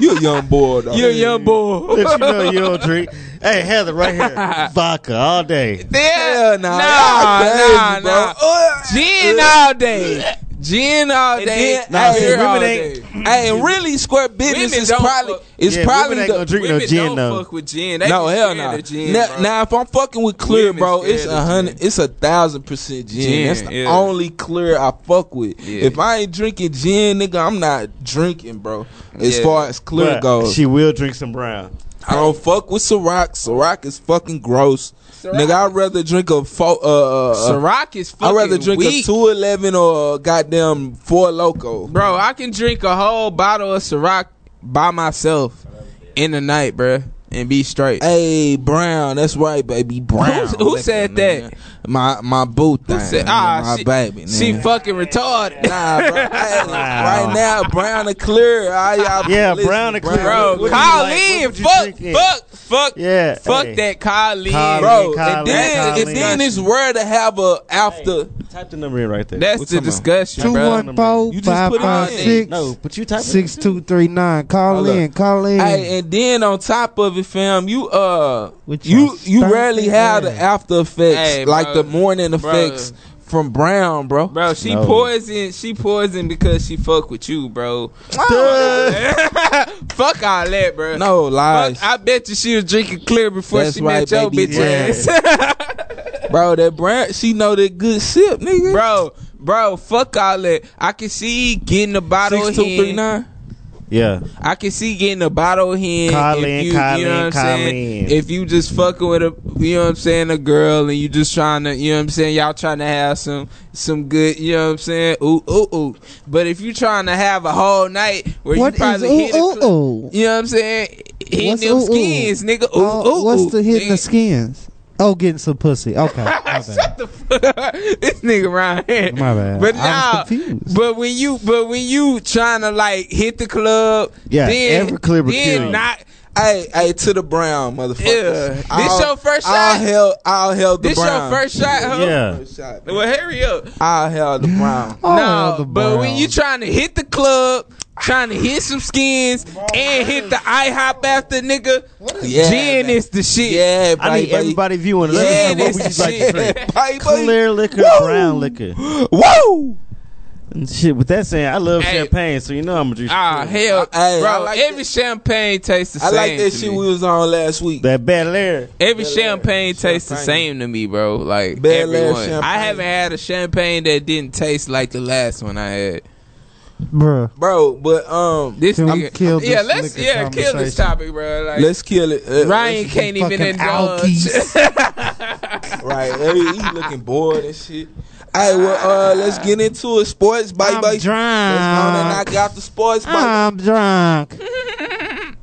Speaker 1: you a young boy though.
Speaker 10: You're a young boy.
Speaker 6: Let you know you don't drink. Hey Heather, right here, vodka all day.
Speaker 10: Yeah,
Speaker 1: Hell
Speaker 10: nah,
Speaker 1: nah.
Speaker 10: nah,
Speaker 1: Y'all crazy,
Speaker 10: nah,
Speaker 1: bro.
Speaker 10: nah.
Speaker 1: Uh,
Speaker 10: Gin
Speaker 1: uh,
Speaker 10: all day. Gin all
Speaker 1: And
Speaker 10: day.
Speaker 1: then- Nah, see,
Speaker 10: beer
Speaker 6: women
Speaker 10: all
Speaker 6: ain't-
Speaker 10: day.
Speaker 1: Hey, and really, square business
Speaker 10: Women
Speaker 1: is
Speaker 10: don't
Speaker 1: probably
Speaker 10: fuck-
Speaker 1: it's
Speaker 6: Yeah,
Speaker 1: probably
Speaker 6: women ain't
Speaker 1: the-
Speaker 6: gonna drink
Speaker 10: Women
Speaker 6: no gin
Speaker 10: don't
Speaker 6: though.
Speaker 10: fuck with gin. They
Speaker 1: no
Speaker 10: be
Speaker 1: hell
Speaker 10: scared
Speaker 1: no.
Speaker 10: of Gin,
Speaker 1: now,
Speaker 10: bro.
Speaker 1: now, if I'm fucking with clear,
Speaker 10: Women
Speaker 1: bro, it's
Speaker 10: scared
Speaker 1: a
Speaker 10: of
Speaker 1: hundred, it's a thousand percent gin.
Speaker 10: Gin,
Speaker 1: That's the
Speaker 10: yeah.
Speaker 1: only clear I fuck with.
Speaker 10: Yeah.
Speaker 1: If I ain't drinking gin, nigga, I'm not drinking, bro. As
Speaker 10: Yeah.
Speaker 1: far as clear
Speaker 6: But
Speaker 1: goes, uh,
Speaker 6: She will drink some brown.
Speaker 1: I don't fuck with Ciroc. Ciroc is fucking gross,
Speaker 10: Ciroc-
Speaker 1: nigga. I'd rather drink a fo- uh, uh, uh,
Speaker 10: Ciroc is fucking
Speaker 1: I'd rather drink
Speaker 10: weak.
Speaker 1: a two eleven or a goddamn four loco,
Speaker 10: Bro, I can drink a whole bottle of Ciroc by myself in the night, bro, and be straight.
Speaker 1: Hey Brown, that's right, baby Brown.
Speaker 10: Who- who said
Speaker 1: Liquor,
Speaker 10: that?
Speaker 1: man. My my boo thing.
Speaker 10: Who said-
Speaker 1: ah,
Speaker 10: ah,
Speaker 1: my
Speaker 10: she,
Speaker 1: baby.
Speaker 10: she
Speaker 1: nigga.
Speaker 10: fucking retarded.
Speaker 1: Nah, bro. Hey, Right now, Brown and clear. All y'all
Speaker 6: Yeah,
Speaker 1: listen,
Speaker 6: Brown and clear.
Speaker 10: Bro,
Speaker 6: What- what do you
Speaker 10: Kyle
Speaker 6: like? What
Speaker 10: Lynn,
Speaker 6: would you
Speaker 10: fuck,
Speaker 6: drink in?
Speaker 10: fuck, fuck,
Speaker 6: Yeah,
Speaker 10: fuck
Speaker 6: hey.
Speaker 10: that Kyle Lynn.
Speaker 6: Kyle
Speaker 10: bro.
Speaker 1: Bro,
Speaker 6: Colleen,
Speaker 1: and then
Speaker 10: Colleen.
Speaker 1: and then it's rare to have a after.
Speaker 6: Type the number in right there.
Speaker 10: That's
Speaker 1: What's
Speaker 10: the
Speaker 1: talking about?
Speaker 10: discussion,
Speaker 5: Two
Speaker 10: bro.
Speaker 5: one four
Speaker 1: You just
Speaker 5: five
Speaker 1: put it
Speaker 5: five
Speaker 1: in.
Speaker 5: six
Speaker 6: no, but you type
Speaker 5: six
Speaker 6: it in.
Speaker 5: two three nine. Call
Speaker 1: Hold up.
Speaker 5: in, call in.
Speaker 1: Hey, and then on top of it, fam, you uh,
Speaker 5: With your
Speaker 1: you you
Speaker 5: stinking
Speaker 1: rarely have the
Speaker 5: ass.
Speaker 1: after effects,
Speaker 10: Hey,
Speaker 1: like
Speaker 10: bro.
Speaker 1: the morning effects from Brown, bro.
Speaker 10: Bro, she
Speaker 6: No.
Speaker 10: poisoned. She poisoned because she fuck with you, bro.
Speaker 6: Duh.
Speaker 10: fuck all that, bro.
Speaker 1: No lies.
Speaker 10: Fuck, I bet you she was drinking clear before
Speaker 1: That's
Speaker 10: she
Speaker 1: right,
Speaker 10: met your
Speaker 1: baby.
Speaker 10: bitch ass.
Speaker 1: Bro, that brand, she know that good sip, nigga.
Speaker 10: bro, bro, fuck all that. I can see getting a bottle
Speaker 1: six
Speaker 10: of
Speaker 1: two
Speaker 10: hen.
Speaker 1: three nine.
Speaker 6: Yeah.
Speaker 10: I can see getting a bottle of hen.
Speaker 6: Colin,
Speaker 10: if you,
Speaker 6: Colin,
Speaker 10: you know what I'm saying?
Speaker 6: Colin.
Speaker 10: If you just fucking with a, you know what I'm saying, a girl, and you just trying to, you know what I'm saying, y'all trying to have some, some good, you know what I'm saying, ooh, ooh, ooh. But if you trying to have a whole night where
Speaker 5: what
Speaker 10: you probably
Speaker 5: is
Speaker 10: hit a
Speaker 5: ooh
Speaker 10: cl-
Speaker 5: ooh ooh?
Speaker 10: you know what I'm saying, hitting
Speaker 5: What's
Speaker 10: them
Speaker 5: ooh, ooh?
Speaker 10: skins, nigga, ooh,
Speaker 5: Oh,
Speaker 10: ooh, ooh.
Speaker 5: what's the hitting the
Speaker 10: Nigga,
Speaker 5: skins? Oh, getting some pussy. Okay, my bad.
Speaker 10: this nigga Ryan.
Speaker 5: My bad.
Speaker 10: But
Speaker 5: I
Speaker 10: now,
Speaker 5: was confused.
Speaker 10: but when you, but when you trying to like hit the club,
Speaker 6: Yeah,
Speaker 10: then,
Speaker 6: every club will
Speaker 10: then
Speaker 6: kill you.
Speaker 10: not.
Speaker 1: Hey, hey, to the brown, motherfucker.
Speaker 10: Yeah. This your first
Speaker 1: I'll
Speaker 10: shot?
Speaker 1: hell, I'll hell the
Speaker 10: This
Speaker 1: brown.
Speaker 10: your first shot, huh?
Speaker 6: Yeah.
Speaker 1: shot. man.
Speaker 10: Well, hurry up.
Speaker 1: I'll hell the brown.
Speaker 5: Oh,
Speaker 10: no,
Speaker 5: the
Speaker 10: but when
Speaker 5: Browns.
Speaker 10: you trying to hit the club, trying to hit some skins and hit the IHOP after nigga,
Speaker 1: Yeah,
Speaker 10: gin
Speaker 1: man.
Speaker 10: is the shit.
Speaker 1: Yeah,
Speaker 6: I need
Speaker 1: baby.
Speaker 6: everybody viewing. Let
Speaker 10: Yeah,
Speaker 6: us know what
Speaker 10: this
Speaker 6: would
Speaker 10: is
Speaker 6: you like to
Speaker 10: shit.
Speaker 6: drink.
Speaker 1: Baby.
Speaker 6: Clear liquor,
Speaker 1: Woo!
Speaker 6: brown liquor.
Speaker 1: Whoa!
Speaker 6: And shit, with that saying, I love
Speaker 10: Hey.
Speaker 6: champagne, so you know I'm gonna drink.
Speaker 10: Ah,
Speaker 6: some.
Speaker 10: hell,
Speaker 1: I- I-
Speaker 10: bro.
Speaker 1: I like
Speaker 10: every champagne tastes the
Speaker 1: I
Speaker 10: same.
Speaker 1: like that
Speaker 10: to
Speaker 1: shit
Speaker 10: me.
Speaker 1: we was on last week.
Speaker 6: that bad air.
Speaker 10: Every champagne tastes the
Speaker 1: Champagne.
Speaker 10: same to me, bro. Like
Speaker 1: Bel Air
Speaker 10: everyone.
Speaker 1: champagne.
Speaker 10: I haven't had a champagne that didn't taste like the last one I had.
Speaker 5: Bruh.
Speaker 1: bro. But um,
Speaker 10: This
Speaker 5: Can we
Speaker 10: nigga.
Speaker 5: kill this
Speaker 10: yeah, let's
Speaker 5: nigga
Speaker 10: yeah kill this
Speaker 5: conversation?
Speaker 10: topic, bro. Like
Speaker 1: let's kill it. Uh,
Speaker 10: Ryan can't even
Speaker 5: fucking
Speaker 10: indulge.
Speaker 1: right? Hey, he looking bored and shit. All right, well, uh, let's get into it. Sports, bye
Speaker 5: I'm
Speaker 1: bye. And I
Speaker 5: drunk.
Speaker 1: got the sports. bite.
Speaker 5: I'm drunk.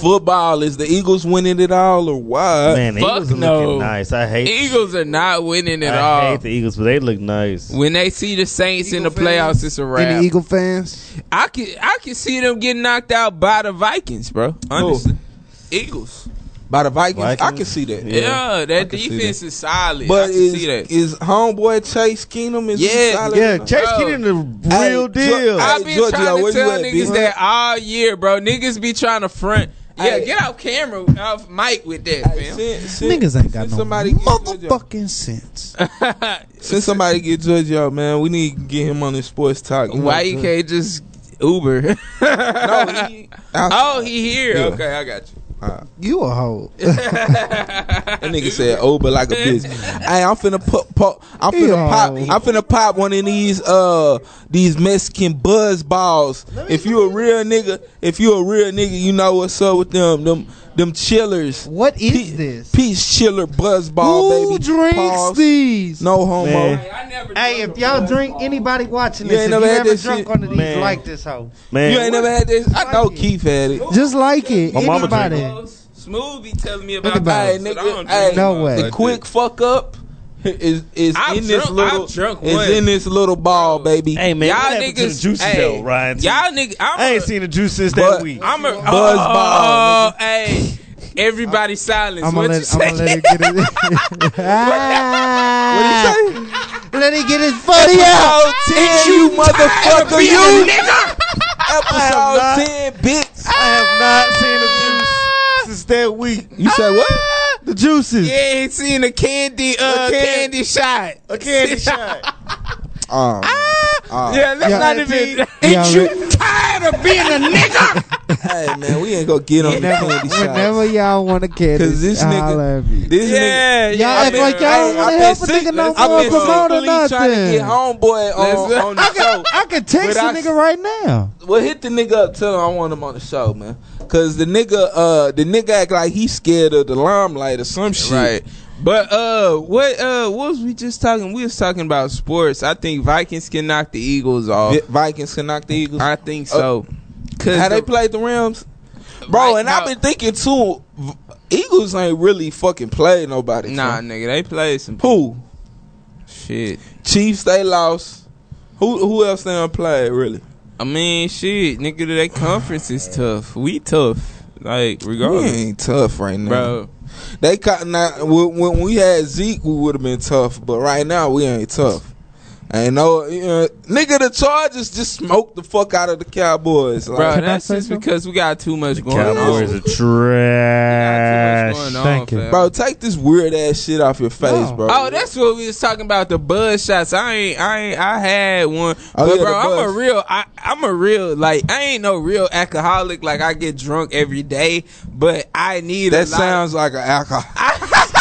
Speaker 1: Football is the Eagles winning it all or what?
Speaker 6: Man, the
Speaker 10: Fuck
Speaker 6: Eagles are
Speaker 10: no.
Speaker 6: looking nice. I hate
Speaker 10: Eagles are not winning at
Speaker 6: I
Speaker 10: all.
Speaker 6: hate the Eagles, but they look nice.
Speaker 10: When they see the Saints in the playoffs, it's a
Speaker 5: Any
Speaker 10: wrap.
Speaker 5: Eagle fans?
Speaker 10: I can I can see them getting knocked out by the Vikings, bro. Honestly, Eagles.
Speaker 1: By the Vikings, I
Speaker 6: Vikings?
Speaker 1: can see that.
Speaker 10: Yeah, that
Speaker 1: can see
Speaker 10: defense is solid. I
Speaker 1: But
Speaker 10: can
Speaker 1: is,
Speaker 10: see that.
Speaker 1: is homeboy Chase Keenum is
Speaker 10: Yeah,
Speaker 1: he solid or
Speaker 6: Yeah,
Speaker 1: not?
Speaker 6: Chase
Speaker 10: Bro.
Speaker 6: Keenan the
Speaker 1: Hey,
Speaker 6: real
Speaker 1: Ge-
Speaker 6: deal.
Speaker 1: I-
Speaker 10: I've been
Speaker 1: Georgia,
Speaker 10: trying to
Speaker 1: where you
Speaker 10: tell
Speaker 1: at,
Speaker 10: niggas
Speaker 1: B?
Speaker 10: that all year, bro. Niggas be trying to front. Yeah,
Speaker 1: Hey.
Speaker 10: get out camera, off mic with that,
Speaker 1: Hey,
Speaker 10: fam.
Speaker 1: since- since-
Speaker 5: Niggas ain't got
Speaker 1: since
Speaker 5: no
Speaker 1: somebody get Georgia-
Speaker 5: motherfucking sense.
Speaker 1: Since somebody get George out, man, we need to get him on the sports talk. You know
Speaker 10: Why
Speaker 1: what
Speaker 10: you
Speaker 1: I'm
Speaker 10: can't just Uber?
Speaker 1: saying? No, he-
Speaker 10: oh, he here.
Speaker 1: Yeah.
Speaker 10: Okay, I got you.
Speaker 5: You a hoe.
Speaker 1: Uh, That nigga said Uber like a bitch. hey, I'm finna pop, pop I'm finna
Speaker 5: Yo.
Speaker 1: pop, I'm finna pop one of these uh these Mexican buzz balls. If you a real nigga, if you a real nigga, you know what's up with them them them chillers.
Speaker 5: What is
Speaker 1: Pe-
Speaker 5: this?
Speaker 1: Peach chiller buzz ball,
Speaker 5: Who
Speaker 1: baby.
Speaker 5: drinks
Speaker 1: Pause.
Speaker 5: these?
Speaker 1: No homo.
Speaker 6: Man.
Speaker 10: I never.
Speaker 11: Hey, if y'all drink, anybody watching
Speaker 1: You
Speaker 11: this,
Speaker 1: ain't
Speaker 11: if
Speaker 1: never
Speaker 11: you
Speaker 1: had
Speaker 11: ever
Speaker 1: that
Speaker 11: drunk
Speaker 1: shit?
Speaker 11: onto these,
Speaker 6: Man.
Speaker 11: like this hoe.
Speaker 6: Man,
Speaker 1: You ain't never had this. I know Keith had it.
Speaker 5: Just like it.
Speaker 6: My mama drink
Speaker 5: Anybody.
Speaker 10: Smooth be telling me about
Speaker 5: Think about
Speaker 10: that.
Speaker 1: Hey,
Speaker 5: it.
Speaker 10: shit. I
Speaker 1: nigga.
Speaker 10: don't
Speaker 1: Hey,
Speaker 10: drink
Speaker 5: No
Speaker 10: about
Speaker 5: way.
Speaker 10: that.
Speaker 1: The quick fuck up is is
Speaker 10: I've
Speaker 1: in this
Speaker 10: drunk- I've
Speaker 1: little
Speaker 10: drunk one.
Speaker 1: is in this little ball, baby.
Speaker 6: hey man,
Speaker 10: y'all
Speaker 6: what happened to
Speaker 10: niggas-
Speaker 6: the juices
Speaker 10: hey,
Speaker 6: though, Ryan?
Speaker 10: Y'all nigga, I'm
Speaker 6: I
Speaker 10: a-
Speaker 6: ain't seen the juices
Speaker 1: But-
Speaker 6: that week.
Speaker 10: I'm a
Speaker 1: Buzz
Speaker 10: oh,
Speaker 1: ball,
Speaker 10: Hey, everybody silence.
Speaker 5: I'm
Speaker 10: what
Speaker 5: gonna
Speaker 10: you
Speaker 5: let,
Speaker 10: say?
Speaker 5: I'm gonna let her get it. ah,
Speaker 1: What he say?
Speaker 5: let her get his funny out.
Speaker 1: Ten, you motherfucker, you
Speaker 6: I
Speaker 1: episode
Speaker 6: am
Speaker 1: ten, bitch.
Speaker 6: I have not seen
Speaker 10: Ah!
Speaker 6: the juice since that week.
Speaker 1: You said what?
Speaker 5: The juices.
Speaker 10: You ain't seen a candy, uh,
Speaker 6: A candy-
Speaker 10: candy shot.
Speaker 6: A candy shot.
Speaker 1: Um, uh,
Speaker 10: Yeah, that's
Speaker 5: Ah. Yeah.
Speaker 10: not even.
Speaker 5: Ain't
Speaker 10: you tired of being a nigga?
Speaker 1: hey man, we ain't gonna get on the
Speaker 5: Whenever,
Speaker 1: candy shots.
Speaker 5: whenever y'all want to catch
Speaker 1: Cause this
Speaker 5: holla
Speaker 1: nigga,
Speaker 5: at me.
Speaker 1: this nigga.
Speaker 10: yeah,
Speaker 5: Y'all
Speaker 10: yeah.
Speaker 5: act
Speaker 10: man.
Speaker 5: like y'all don't
Speaker 1: Hey,
Speaker 5: want
Speaker 1: I've
Speaker 5: to
Speaker 1: been
Speaker 5: help a
Speaker 1: sick-
Speaker 5: nigga no
Speaker 1: I've
Speaker 5: more
Speaker 1: been
Speaker 5: promote or
Speaker 1: secretly trying to
Speaker 5: nothing.
Speaker 1: get homeboy on,
Speaker 10: Listen.
Speaker 1: on the show.
Speaker 5: I can text the
Speaker 1: Without-
Speaker 5: nigga right now.
Speaker 1: Well, hit the nigga up, tell him I want him on the show, man. Cause the nigga, uh, the nigga act like he scared of the limelight or some shit.
Speaker 10: Right. But uh, what uh, what was we just talking? We was talking about sports. I think Vikings can knock the Eagles off.
Speaker 1: Vi- Vikings can knock the Eagles.
Speaker 10: I think
Speaker 5: Oh,
Speaker 10: so. Cause
Speaker 1: How they
Speaker 10: the-
Speaker 1: played the Rams, bro.
Speaker 10: Right
Speaker 1: and
Speaker 10: now-
Speaker 1: I've been thinking too. v- Eagles ain't really fucking played nobody.
Speaker 10: Nah,
Speaker 1: son.
Speaker 10: nigga, they played some
Speaker 1: Who?
Speaker 10: shit.
Speaker 1: Chiefs. They lost. Who? Who else they done played really?
Speaker 10: I mean, shit, nigga, that conference is tough. We tough, like
Speaker 1: We
Speaker 10: regardless,
Speaker 1: ain't tough right now,
Speaker 10: bro.
Speaker 1: They caught now. When when we had Zeke, we would have been tough, but right now we ain't tough. Ain't no you know, nigga. The Chargers just smoked the fuck out of the Cowboys, like,
Speaker 10: Bro,
Speaker 5: Can I
Speaker 10: that's
Speaker 5: say
Speaker 10: just
Speaker 5: something?
Speaker 10: because we got too much going
Speaker 6: Cowboys
Speaker 10: on.
Speaker 6: are trash.
Speaker 10: Got too much going on,
Speaker 5: Thank you.
Speaker 10: fam.
Speaker 1: Bro, take this weird ass shit off your face,
Speaker 5: No.
Speaker 1: bro.
Speaker 10: Oh, that's what we was talking about the buzz shots. I ain't, I ain't, I had one.
Speaker 1: Oh,
Speaker 10: but
Speaker 1: yeah,
Speaker 10: bro,
Speaker 1: the
Speaker 10: I'm a
Speaker 1: buzz.
Speaker 10: real, I, I'm a real, like I ain't no real alcoholic. Like I get drunk every day, but I need
Speaker 1: that
Speaker 10: a lot of-
Speaker 1: sounds like an alcohol.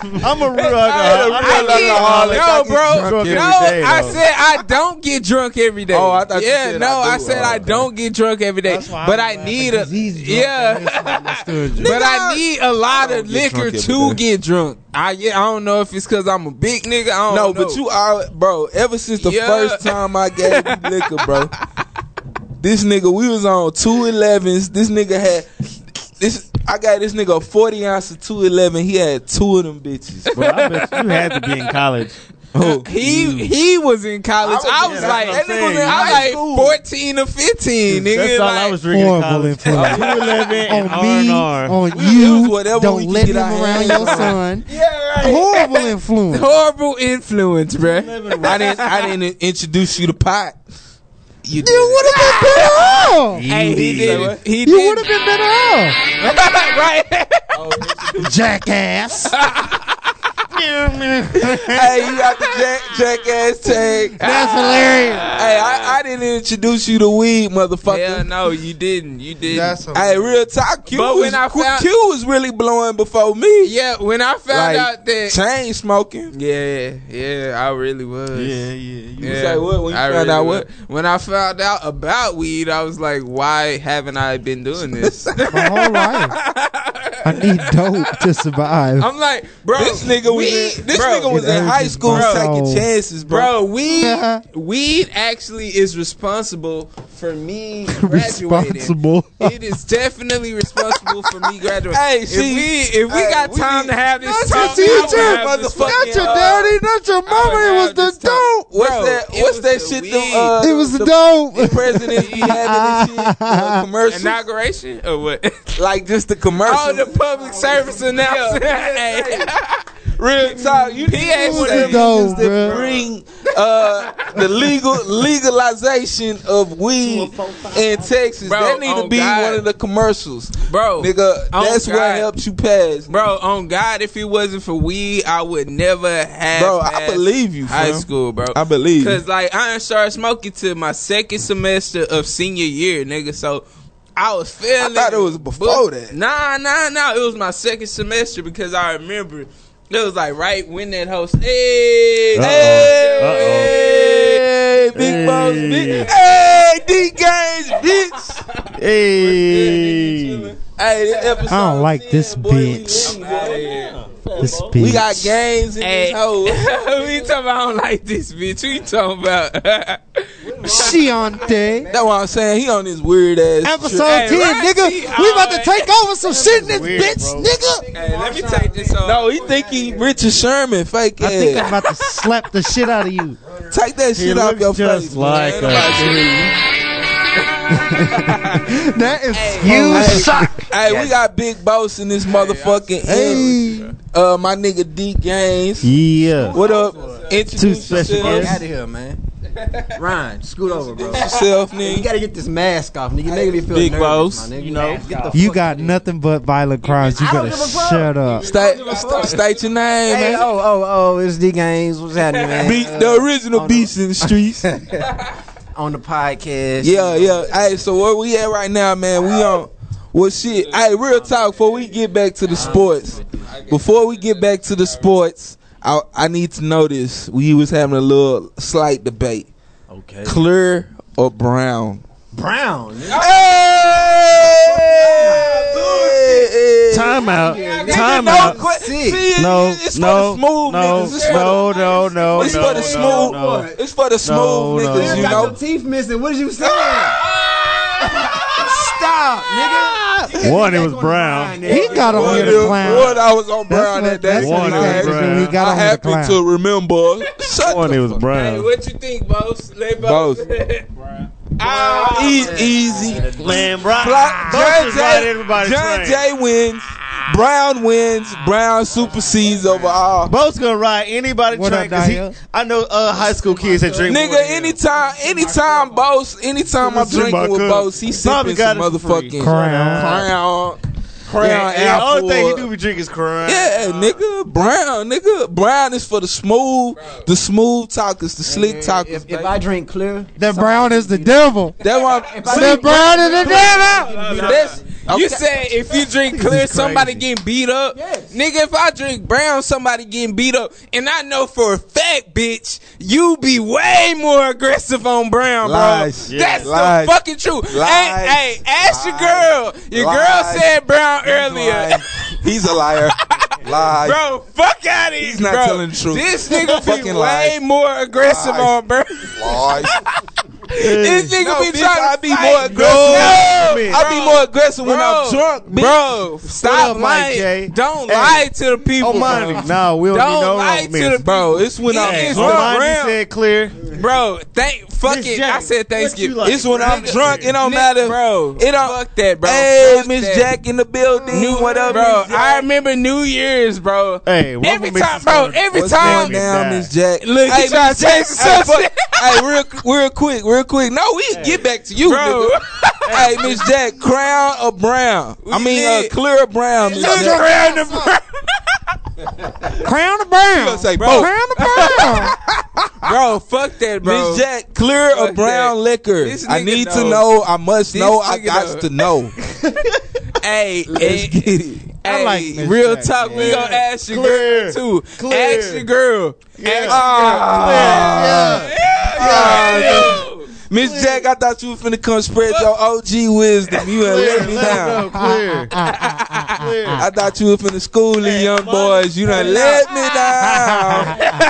Speaker 6: I'm a real
Speaker 1: I'm a real
Speaker 6: alcohol-
Speaker 10: I
Speaker 1: alcoholic.
Speaker 10: get-
Speaker 1: I
Speaker 10: No,
Speaker 1: get
Speaker 10: bro.
Speaker 6: drunk every
Speaker 10: No,
Speaker 6: day,
Speaker 10: I
Speaker 6: though.
Speaker 10: said I don't get drunk every day.
Speaker 1: Oh, I thought you
Speaker 10: yeah,
Speaker 1: said
Speaker 10: no,
Speaker 1: I
Speaker 10: I
Speaker 1: do.
Speaker 10: said
Speaker 1: Oh,
Speaker 10: I
Speaker 1: okay.
Speaker 10: don't get drunk every day,
Speaker 11: That's why
Speaker 10: but
Speaker 11: I'm
Speaker 10: I need a
Speaker 11: laughing, 'cause he's drunk and that's why I
Speaker 10: yeah.
Speaker 11: understood you.
Speaker 10: But I
Speaker 1: Nigga,
Speaker 10: need a lot
Speaker 1: I don't
Speaker 10: of
Speaker 1: get drunk
Speaker 10: liquor
Speaker 1: every
Speaker 10: to
Speaker 1: day.
Speaker 10: get drunk. I yeah, I don't know if it's because I'm a big nigga. I don't
Speaker 1: No,
Speaker 10: know.
Speaker 1: but you are, bro. Ever since the
Speaker 10: Yeah.
Speaker 1: first time I gave you liquor, bro, this nigga, we was on two elevens. This nigga had this. I got this nigga a forty ounce of two eleven. He had two of them bitches. Bro.
Speaker 6: Bro, I bet you had to be in college.
Speaker 10: he he was in college.
Speaker 1: I
Speaker 10: I
Speaker 1: was-
Speaker 10: was,
Speaker 1: yeah,
Speaker 10: like,
Speaker 6: that's what I'm
Speaker 10: that nigga was in- I
Speaker 6: saying. High
Speaker 10: like
Speaker 1: school.
Speaker 10: fourteen or fifteen, nigga.
Speaker 6: That's all
Speaker 10: like,
Speaker 6: I was drinking in
Speaker 5: Horrible
Speaker 6: college.
Speaker 5: influence.
Speaker 6: 211 and
Speaker 5: on me,
Speaker 6: R&R.
Speaker 5: on
Speaker 1: We use
Speaker 5: you.
Speaker 1: whatever we
Speaker 5: Don't
Speaker 1: can
Speaker 5: let
Speaker 1: get
Speaker 5: him
Speaker 1: our
Speaker 5: around
Speaker 1: hands
Speaker 5: your
Speaker 1: on.
Speaker 5: son.
Speaker 10: yeah, right.
Speaker 5: Horrible influence.
Speaker 10: horrible influence, bruh.
Speaker 1: I didn't. I didn't introduce you to pot. You did.
Speaker 5: You would have been better off.
Speaker 10: Hey, he did. He
Speaker 5: You would
Speaker 10: did.
Speaker 5: have been better off.
Speaker 10: right.
Speaker 5: Jackass.
Speaker 1: hey, you got the jack, jackass tag.
Speaker 11: That's hilarious.
Speaker 1: Hey, I, I didn't introduce you to weed, motherfucker.
Speaker 10: Hell no, you didn't. You didn't.
Speaker 5: That's a,
Speaker 1: Hey, real talk. Q,
Speaker 10: But
Speaker 1: was,
Speaker 10: when I
Speaker 1: Q,
Speaker 10: found-
Speaker 1: Q was really blowing before me.
Speaker 10: yeah, when I found
Speaker 1: Like,
Speaker 10: out that.
Speaker 1: chain smoking.
Speaker 10: yeah, yeah, I really was.
Speaker 5: yeah, yeah. You,
Speaker 10: Yeah,
Speaker 1: say what when you
Speaker 10: I
Speaker 1: found out what?
Speaker 10: was. When I found out about weed, I was like, why haven't I been doing this?
Speaker 5: my whole life. I need dope to survive.
Speaker 10: I'm like, bro,
Speaker 1: This nigga was
Speaker 10: weed-
Speaker 1: in, this
Speaker 10: bro,
Speaker 1: nigga was
Speaker 5: It
Speaker 1: in high
Speaker 5: urges
Speaker 1: school
Speaker 5: my soul.
Speaker 1: taking chances, bro.
Speaker 10: Bro, weed, weed actually is responsible for me graduating.
Speaker 5: Responsible.
Speaker 10: It is definitely responsible for me graduating.
Speaker 1: Hey,
Speaker 10: if
Speaker 1: see,
Speaker 10: we if we
Speaker 1: hey,
Speaker 10: got
Speaker 1: we
Speaker 10: time
Speaker 1: need-
Speaker 10: to have this
Speaker 1: Not
Speaker 10: talk,
Speaker 1: your
Speaker 10: I would
Speaker 1: teacher,
Speaker 10: have this
Speaker 1: motherfucker.
Speaker 5: not
Speaker 10: fucking,
Speaker 5: your
Speaker 10: uh,
Speaker 5: daddy, not your
Speaker 10: I would
Speaker 5: mama. It was
Speaker 10: have this
Speaker 5: the
Speaker 10: talk.
Speaker 5: dope.
Speaker 1: What's
Speaker 10: Bro,
Speaker 1: that?
Speaker 10: it
Speaker 1: What's
Speaker 10: was
Speaker 1: that
Speaker 10: the
Speaker 1: shit?
Speaker 10: weed.
Speaker 1: Them, uh,
Speaker 5: It was the
Speaker 1: the,
Speaker 5: dope.
Speaker 1: president be having this shit uh, commercials,
Speaker 10: inauguration or what?
Speaker 1: like just the commercials.
Speaker 10: All the public service announcements.
Speaker 1: real talk. You
Speaker 10: PA
Speaker 1: do
Speaker 10: was
Speaker 1: that
Speaker 5: dope,
Speaker 1: just to
Speaker 5: bro.
Speaker 1: bring uh, the legal legalization of weed in Texas.
Speaker 10: Bro,
Speaker 1: that need to
Speaker 10: on
Speaker 1: be
Speaker 10: God.
Speaker 1: one of the commercials,
Speaker 10: bro,
Speaker 1: nigga.
Speaker 10: on
Speaker 1: That's what
Speaker 10: God.
Speaker 1: helped you pass,
Speaker 10: Bro, on God, if it wasn't for weed, I would never have.
Speaker 1: Bro, I
Speaker 10: passed
Speaker 1: believe you,
Speaker 10: High
Speaker 1: fam.
Speaker 10: school, bro.
Speaker 1: I believe.
Speaker 10: Cause like I didn't start smoking till my second semester of senior year, nigga. So I was feeling.
Speaker 1: thought it was before that.
Speaker 10: Nah, nah, nah. It was my second semester because I remember it was like right when that host. Hey,
Speaker 1: Hey, big
Speaker 5: Hey.
Speaker 1: boss, big, hey, D games, bitch.
Speaker 5: Hey,
Speaker 1: hey, this episode.
Speaker 5: I don't like
Speaker 1: 10,
Speaker 5: this
Speaker 1: boy, we
Speaker 5: bitch.
Speaker 1: lit, boy.
Speaker 5: this bitch.
Speaker 1: We got games in
Speaker 10: Hey,
Speaker 1: this hole.
Speaker 10: what you talking about? I don't like this bitch. What you talking about?
Speaker 5: Shiante.
Speaker 1: That's what I'm saying. He on this weird ass.
Speaker 5: Episode
Speaker 1: trip.
Speaker 10: Hey,
Speaker 5: 10,
Speaker 10: right, see,
Speaker 5: nigga. We about to
Speaker 10: alright.
Speaker 5: take over some shit in this
Speaker 6: weird,
Speaker 5: bitch,
Speaker 6: bro.
Speaker 5: nigga.
Speaker 10: hey, let me take this uh, off.
Speaker 1: No, he think he Richard Sherman, fake
Speaker 5: I think I'm
Speaker 1: ass.
Speaker 5: about to slap the shit out of you.
Speaker 1: Take that
Speaker 6: He
Speaker 1: shit off
Speaker 6: looks
Speaker 1: your
Speaker 6: just
Speaker 1: face.
Speaker 6: like
Speaker 5: uh,
Speaker 1: man. Ain't
Speaker 6: us.
Speaker 1: nobody-
Speaker 5: That is
Speaker 6: You suck.
Speaker 1: Oh, Hey, we got big boss in this motherfucking. Hey,
Speaker 5: Hey.
Speaker 1: uh, my nigga D Gaines.
Speaker 6: Yeah.
Speaker 1: What up? Introduce
Speaker 6: special
Speaker 1: yourself,
Speaker 6: guests.
Speaker 12: out of here, man. Ryan, scoot over, bro.
Speaker 1: yourself,
Speaker 12: You
Speaker 1: nigga.
Speaker 12: gotta get this mask off, nigga. You making me feel
Speaker 1: Big
Speaker 12: nervous,
Speaker 1: boss,
Speaker 12: my nigga. You know, get the
Speaker 5: You
Speaker 12: fuck
Speaker 5: got
Speaker 12: out of
Speaker 5: nothing but violent crimes. You
Speaker 12: I don't
Speaker 5: gotta
Speaker 12: give a fuck.
Speaker 5: shut up.
Speaker 1: State, st- state your name,
Speaker 12: here. Hey,
Speaker 1: man.
Speaker 12: oh, oh, oh, it's D Games. What's happening, man?
Speaker 1: Beat
Speaker 12: Uh,
Speaker 1: the original
Speaker 12: on the-
Speaker 1: beast in the streets.
Speaker 12: on the podcast.
Speaker 1: Yeah, yeah. Hey, so where we at right now, man? We on. Well, shit. Hey, real talk. Before we get back to the sports, before we get back to the sports, I I need to know this. We was having a little slight debate:
Speaker 12: Okay.
Speaker 1: clear or brown.
Speaker 12: Brown. nigga.
Speaker 1: Hey!
Speaker 6: Time out.
Speaker 1: Nigga,
Speaker 6: Time
Speaker 1: no
Speaker 6: out.
Speaker 1: que-
Speaker 12: Sick.
Speaker 1: See,
Speaker 6: No,
Speaker 1: it's for
Speaker 6: no,
Speaker 1: the smooth
Speaker 6: no,
Speaker 1: niggas. It's for
Speaker 6: no, no, no,
Speaker 1: the, it's
Speaker 6: no,
Speaker 1: for the smooth.
Speaker 6: no, no.
Speaker 1: It's for the smooth
Speaker 6: No, no.
Speaker 1: niggas.
Speaker 12: You
Speaker 1: You
Speaker 12: got
Speaker 1: know. Ah!
Speaker 12: your teeth missing. What did you say? Stop, nigga. You
Speaker 6: One, it
Speaker 12: back
Speaker 6: was
Speaker 12: on the
Speaker 6: brown.
Speaker 12: line, nigga.
Speaker 5: He got on
Speaker 1: One,
Speaker 5: here
Speaker 1: it-
Speaker 5: to clown.
Speaker 1: one, I was on brown
Speaker 5: what-
Speaker 1: at that
Speaker 5: that's
Speaker 6: what
Speaker 1: time.
Speaker 6: he said.
Speaker 5: He got
Speaker 1: I
Speaker 5: on here to
Speaker 1: happen
Speaker 5: clown.
Speaker 1: to remember. Shut
Speaker 6: One,
Speaker 1: the
Speaker 6: it was
Speaker 1: fuck-
Speaker 10: Hey,
Speaker 6: brown.
Speaker 10: what you think, boss? Let
Speaker 1: Boss.
Speaker 10: boss.
Speaker 1: Ah, e- easy.
Speaker 6: Man, right.
Speaker 1: Black-
Speaker 6: Don't
Speaker 1: John
Speaker 6: just ride
Speaker 1: Jay,
Speaker 6: everybody's
Speaker 1: John
Speaker 6: train.
Speaker 1: Jay wins. Brown wins. Brown supersedes overall.
Speaker 6: Bo's gonna ride anybody's
Speaker 5: What
Speaker 6: train
Speaker 5: up, Daya?
Speaker 6: because I know uh, high school kids that drink. more
Speaker 1: Nigga,
Speaker 6: than him.
Speaker 1: anytime, anytime, boss, anytime I'm
Speaker 6: This is my
Speaker 1: drinking with
Speaker 6: cup.
Speaker 1: boss, he
Speaker 6: Bobby
Speaker 1: sipping
Speaker 6: got
Speaker 1: some
Speaker 6: it for free.
Speaker 1: motherfucking
Speaker 5: Crown.
Speaker 1: crown, crown
Speaker 6: Yeah, yeah, the
Speaker 1: apple.
Speaker 6: only thing he do be drink is crime.
Speaker 1: Yeah, nigga, brown, nigga, brown is for the smooth, the smooth talkers, the slick talkers.
Speaker 12: If, if
Speaker 1: baby.
Speaker 12: I drink clear,
Speaker 5: That brown is the devil.
Speaker 1: That one,
Speaker 12: I
Speaker 5: That brown is the devil.
Speaker 1: that's,
Speaker 10: You said if you drink clear, somebody getting beat up. Nigga, if I drink brown, somebody getting beat up. And I know for a fact, bitch, you be way more aggressive on brown, bro.
Speaker 1: Lies. Yeah.
Speaker 10: That's
Speaker 1: Lies.
Speaker 10: the fucking truth.
Speaker 1: Lies.
Speaker 10: Hey, hey, ask your girl. Your
Speaker 1: Lies.
Speaker 10: girl said brown
Speaker 1: Lying.
Speaker 10: earlier.
Speaker 1: He's a liar. Lies.
Speaker 10: Bro, fuck out of here.
Speaker 1: He's not
Speaker 10: bro.
Speaker 1: telling the truth.
Speaker 10: This nigga be way
Speaker 1: Fucking lies.
Speaker 10: more aggressive
Speaker 1: Lies.
Speaker 10: on brown.
Speaker 1: Lies.
Speaker 10: This nigga
Speaker 1: No,
Speaker 10: be
Speaker 1: bitch,
Speaker 10: trying
Speaker 1: I
Speaker 10: to
Speaker 1: be
Speaker 10: fight.
Speaker 1: more aggressive.
Speaker 10: No,
Speaker 1: I be more aggressive when
Speaker 10: Bro.
Speaker 1: I'm drunk, bitch.
Speaker 10: Bro, stop
Speaker 6: up, Mike J?
Speaker 10: lying. Don't
Speaker 6: Hey.
Speaker 10: lie to the people.
Speaker 6: Oh, mine. No, we don't,
Speaker 10: Don't
Speaker 6: need no
Speaker 10: lie
Speaker 6: wrong
Speaker 10: to
Speaker 6: men.
Speaker 10: the
Speaker 1: Bro, it's when I'm
Speaker 10: Yeah.
Speaker 6: Hey,
Speaker 10: It's
Speaker 6: oh,
Speaker 10: the
Speaker 1: drunk.
Speaker 6: mine,
Speaker 10: round.
Speaker 6: he said clear.
Speaker 10: Bro, thank fucking.
Speaker 6: Jack,
Speaker 10: I said Thanksgiving.
Speaker 6: what you like?
Speaker 1: It's when I'm
Speaker 10: Nigga,
Speaker 1: drunk. It don't
Speaker 10: Nick,
Speaker 1: matter.
Speaker 10: bro.
Speaker 1: It don't.
Speaker 10: Fuck that, bro.
Speaker 1: Hey,
Speaker 10: Fuck
Speaker 1: Miss
Speaker 10: that.
Speaker 1: Jack in the building.
Speaker 10: New
Speaker 1: what up,
Speaker 10: bro?
Speaker 1: Miss Jack?
Speaker 10: I remember New Year's, bro.
Speaker 6: Hey, welcome,
Speaker 10: every
Speaker 6: Mrs.
Speaker 10: time, bro.
Speaker 6: Gordon.
Speaker 10: Every
Speaker 1: What's
Speaker 10: time.
Speaker 1: going down,
Speaker 6: Nah.
Speaker 1: Miss Jack?
Speaker 10: Look,
Speaker 1: hey,
Speaker 10: he trying
Speaker 1: Miss
Speaker 10: to change the
Speaker 1: Jack, hey,
Speaker 10: subject.
Speaker 1: fuck- hey, real, real quick, real quick. No, we get back to you,
Speaker 10: Bro.
Speaker 1: nigga. hey, Miss Jack, crown or brown? I
Speaker 10: We
Speaker 1: mean, uh,
Speaker 10: lit.
Speaker 1: clear or brown? Miss
Speaker 10: Look
Speaker 1: Jack?
Speaker 10: around the
Speaker 4: Crown the brown. You
Speaker 1: gonna say
Speaker 4: Crown
Speaker 1: both.
Speaker 4: the brown.
Speaker 1: bro, fuck that,
Speaker 8: bro.
Speaker 1: Miss Jack, clear a
Speaker 8: Fuck
Speaker 1: brown
Speaker 8: that.
Speaker 1: liquor.
Speaker 8: This
Speaker 1: I
Speaker 8: nigga
Speaker 1: need to
Speaker 8: know.
Speaker 1: know. I must
Speaker 8: This
Speaker 1: know. I
Speaker 8: nigga
Speaker 1: got
Speaker 8: know.
Speaker 1: to know.
Speaker 8: Hey,
Speaker 1: Let's
Speaker 8: hey,
Speaker 1: get it.
Speaker 8: hey,
Speaker 1: like Miss
Speaker 8: real
Speaker 1: Jack,
Speaker 8: talk. We
Speaker 1: man.
Speaker 8: gonna ask your
Speaker 6: Clear.
Speaker 8: girl too.
Speaker 6: Clear.
Speaker 8: Ask your girl. Ask
Speaker 6: Yeah.
Speaker 1: Miss Jack, I thought you was finna come spread your OG wisdom. You ain't let me down.
Speaker 6: Clear.
Speaker 1: I thought you was finna school these young boys. You done let me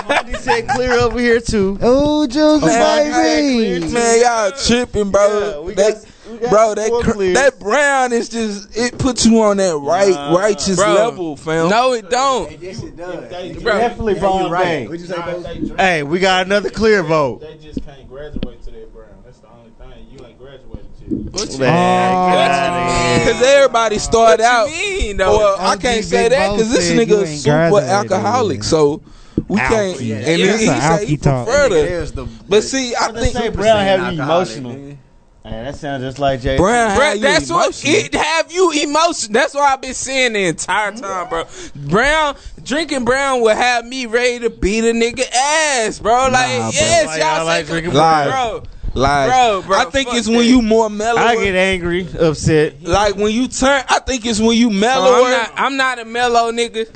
Speaker 1: down.
Speaker 6: He said clear over here too.
Speaker 5: Oh, Juice
Speaker 1: Man,
Speaker 5: baby.
Speaker 1: Man, y'all tripping, bro.
Speaker 6: we
Speaker 1: That-
Speaker 6: got- we got
Speaker 1: bro, that
Speaker 6: four
Speaker 1: cr-
Speaker 6: clears.
Speaker 1: that brown is just it puts you on that right righteous
Speaker 8: Bro.
Speaker 1: level, fam.
Speaker 8: No, it don't.
Speaker 7: Yes, it does.
Speaker 8: Bro.
Speaker 7: Definitely wrong
Speaker 6: right.
Speaker 7: What'd you say, bro?
Speaker 6: Hey, we got another clear vote.
Speaker 9: They just can't graduate to that brown. That's the only thing. You ain't graduated to.
Speaker 8: What you,
Speaker 6: Man, get outta here.
Speaker 1: Cause everybody
Speaker 8: what
Speaker 1: started out.
Speaker 8: you mean though?
Speaker 1: Well, I
Speaker 5: OG
Speaker 1: can't say
Speaker 5: Big
Speaker 1: that
Speaker 5: Bo
Speaker 1: because this
Speaker 5: said you
Speaker 1: nigga
Speaker 5: ain't
Speaker 1: super
Speaker 5: graduated.
Speaker 1: alcoholic, so we
Speaker 5: Alky.
Speaker 1: can't.
Speaker 5: Yeah,
Speaker 1: And
Speaker 8: that's
Speaker 1: he,
Speaker 5: an
Speaker 1: he say he
Speaker 5: alky talk.
Speaker 1: prefer
Speaker 9: There's the.
Speaker 1: But see, I
Speaker 9: I think say
Speaker 1: think
Speaker 9: brown have you
Speaker 7: Alcoholic,
Speaker 9: emotional.
Speaker 7: man.
Speaker 9: Man, that sounds just like Jay.
Speaker 1: Brown,
Speaker 8: Bro,
Speaker 1: had you
Speaker 8: that's what
Speaker 1: emotional.
Speaker 8: it have you emotion. That's what I've been saying the entire time, bro. Brown drinking brown will have me ready to beat a nigga ass, bro. Like yes,
Speaker 6: Why
Speaker 8: y'all
Speaker 6: like
Speaker 8: say,
Speaker 6: drinking
Speaker 1: Lies.
Speaker 8: bro.
Speaker 1: Like,
Speaker 8: Bro, bro,
Speaker 1: I think
Speaker 8: fuck
Speaker 1: it's when
Speaker 8: that.
Speaker 1: you more mellow.
Speaker 6: I get angry, upset.
Speaker 1: Like when you turn, I think it's when you mellow.
Speaker 8: Oh, I'm, not, I'm not a mellow nigga.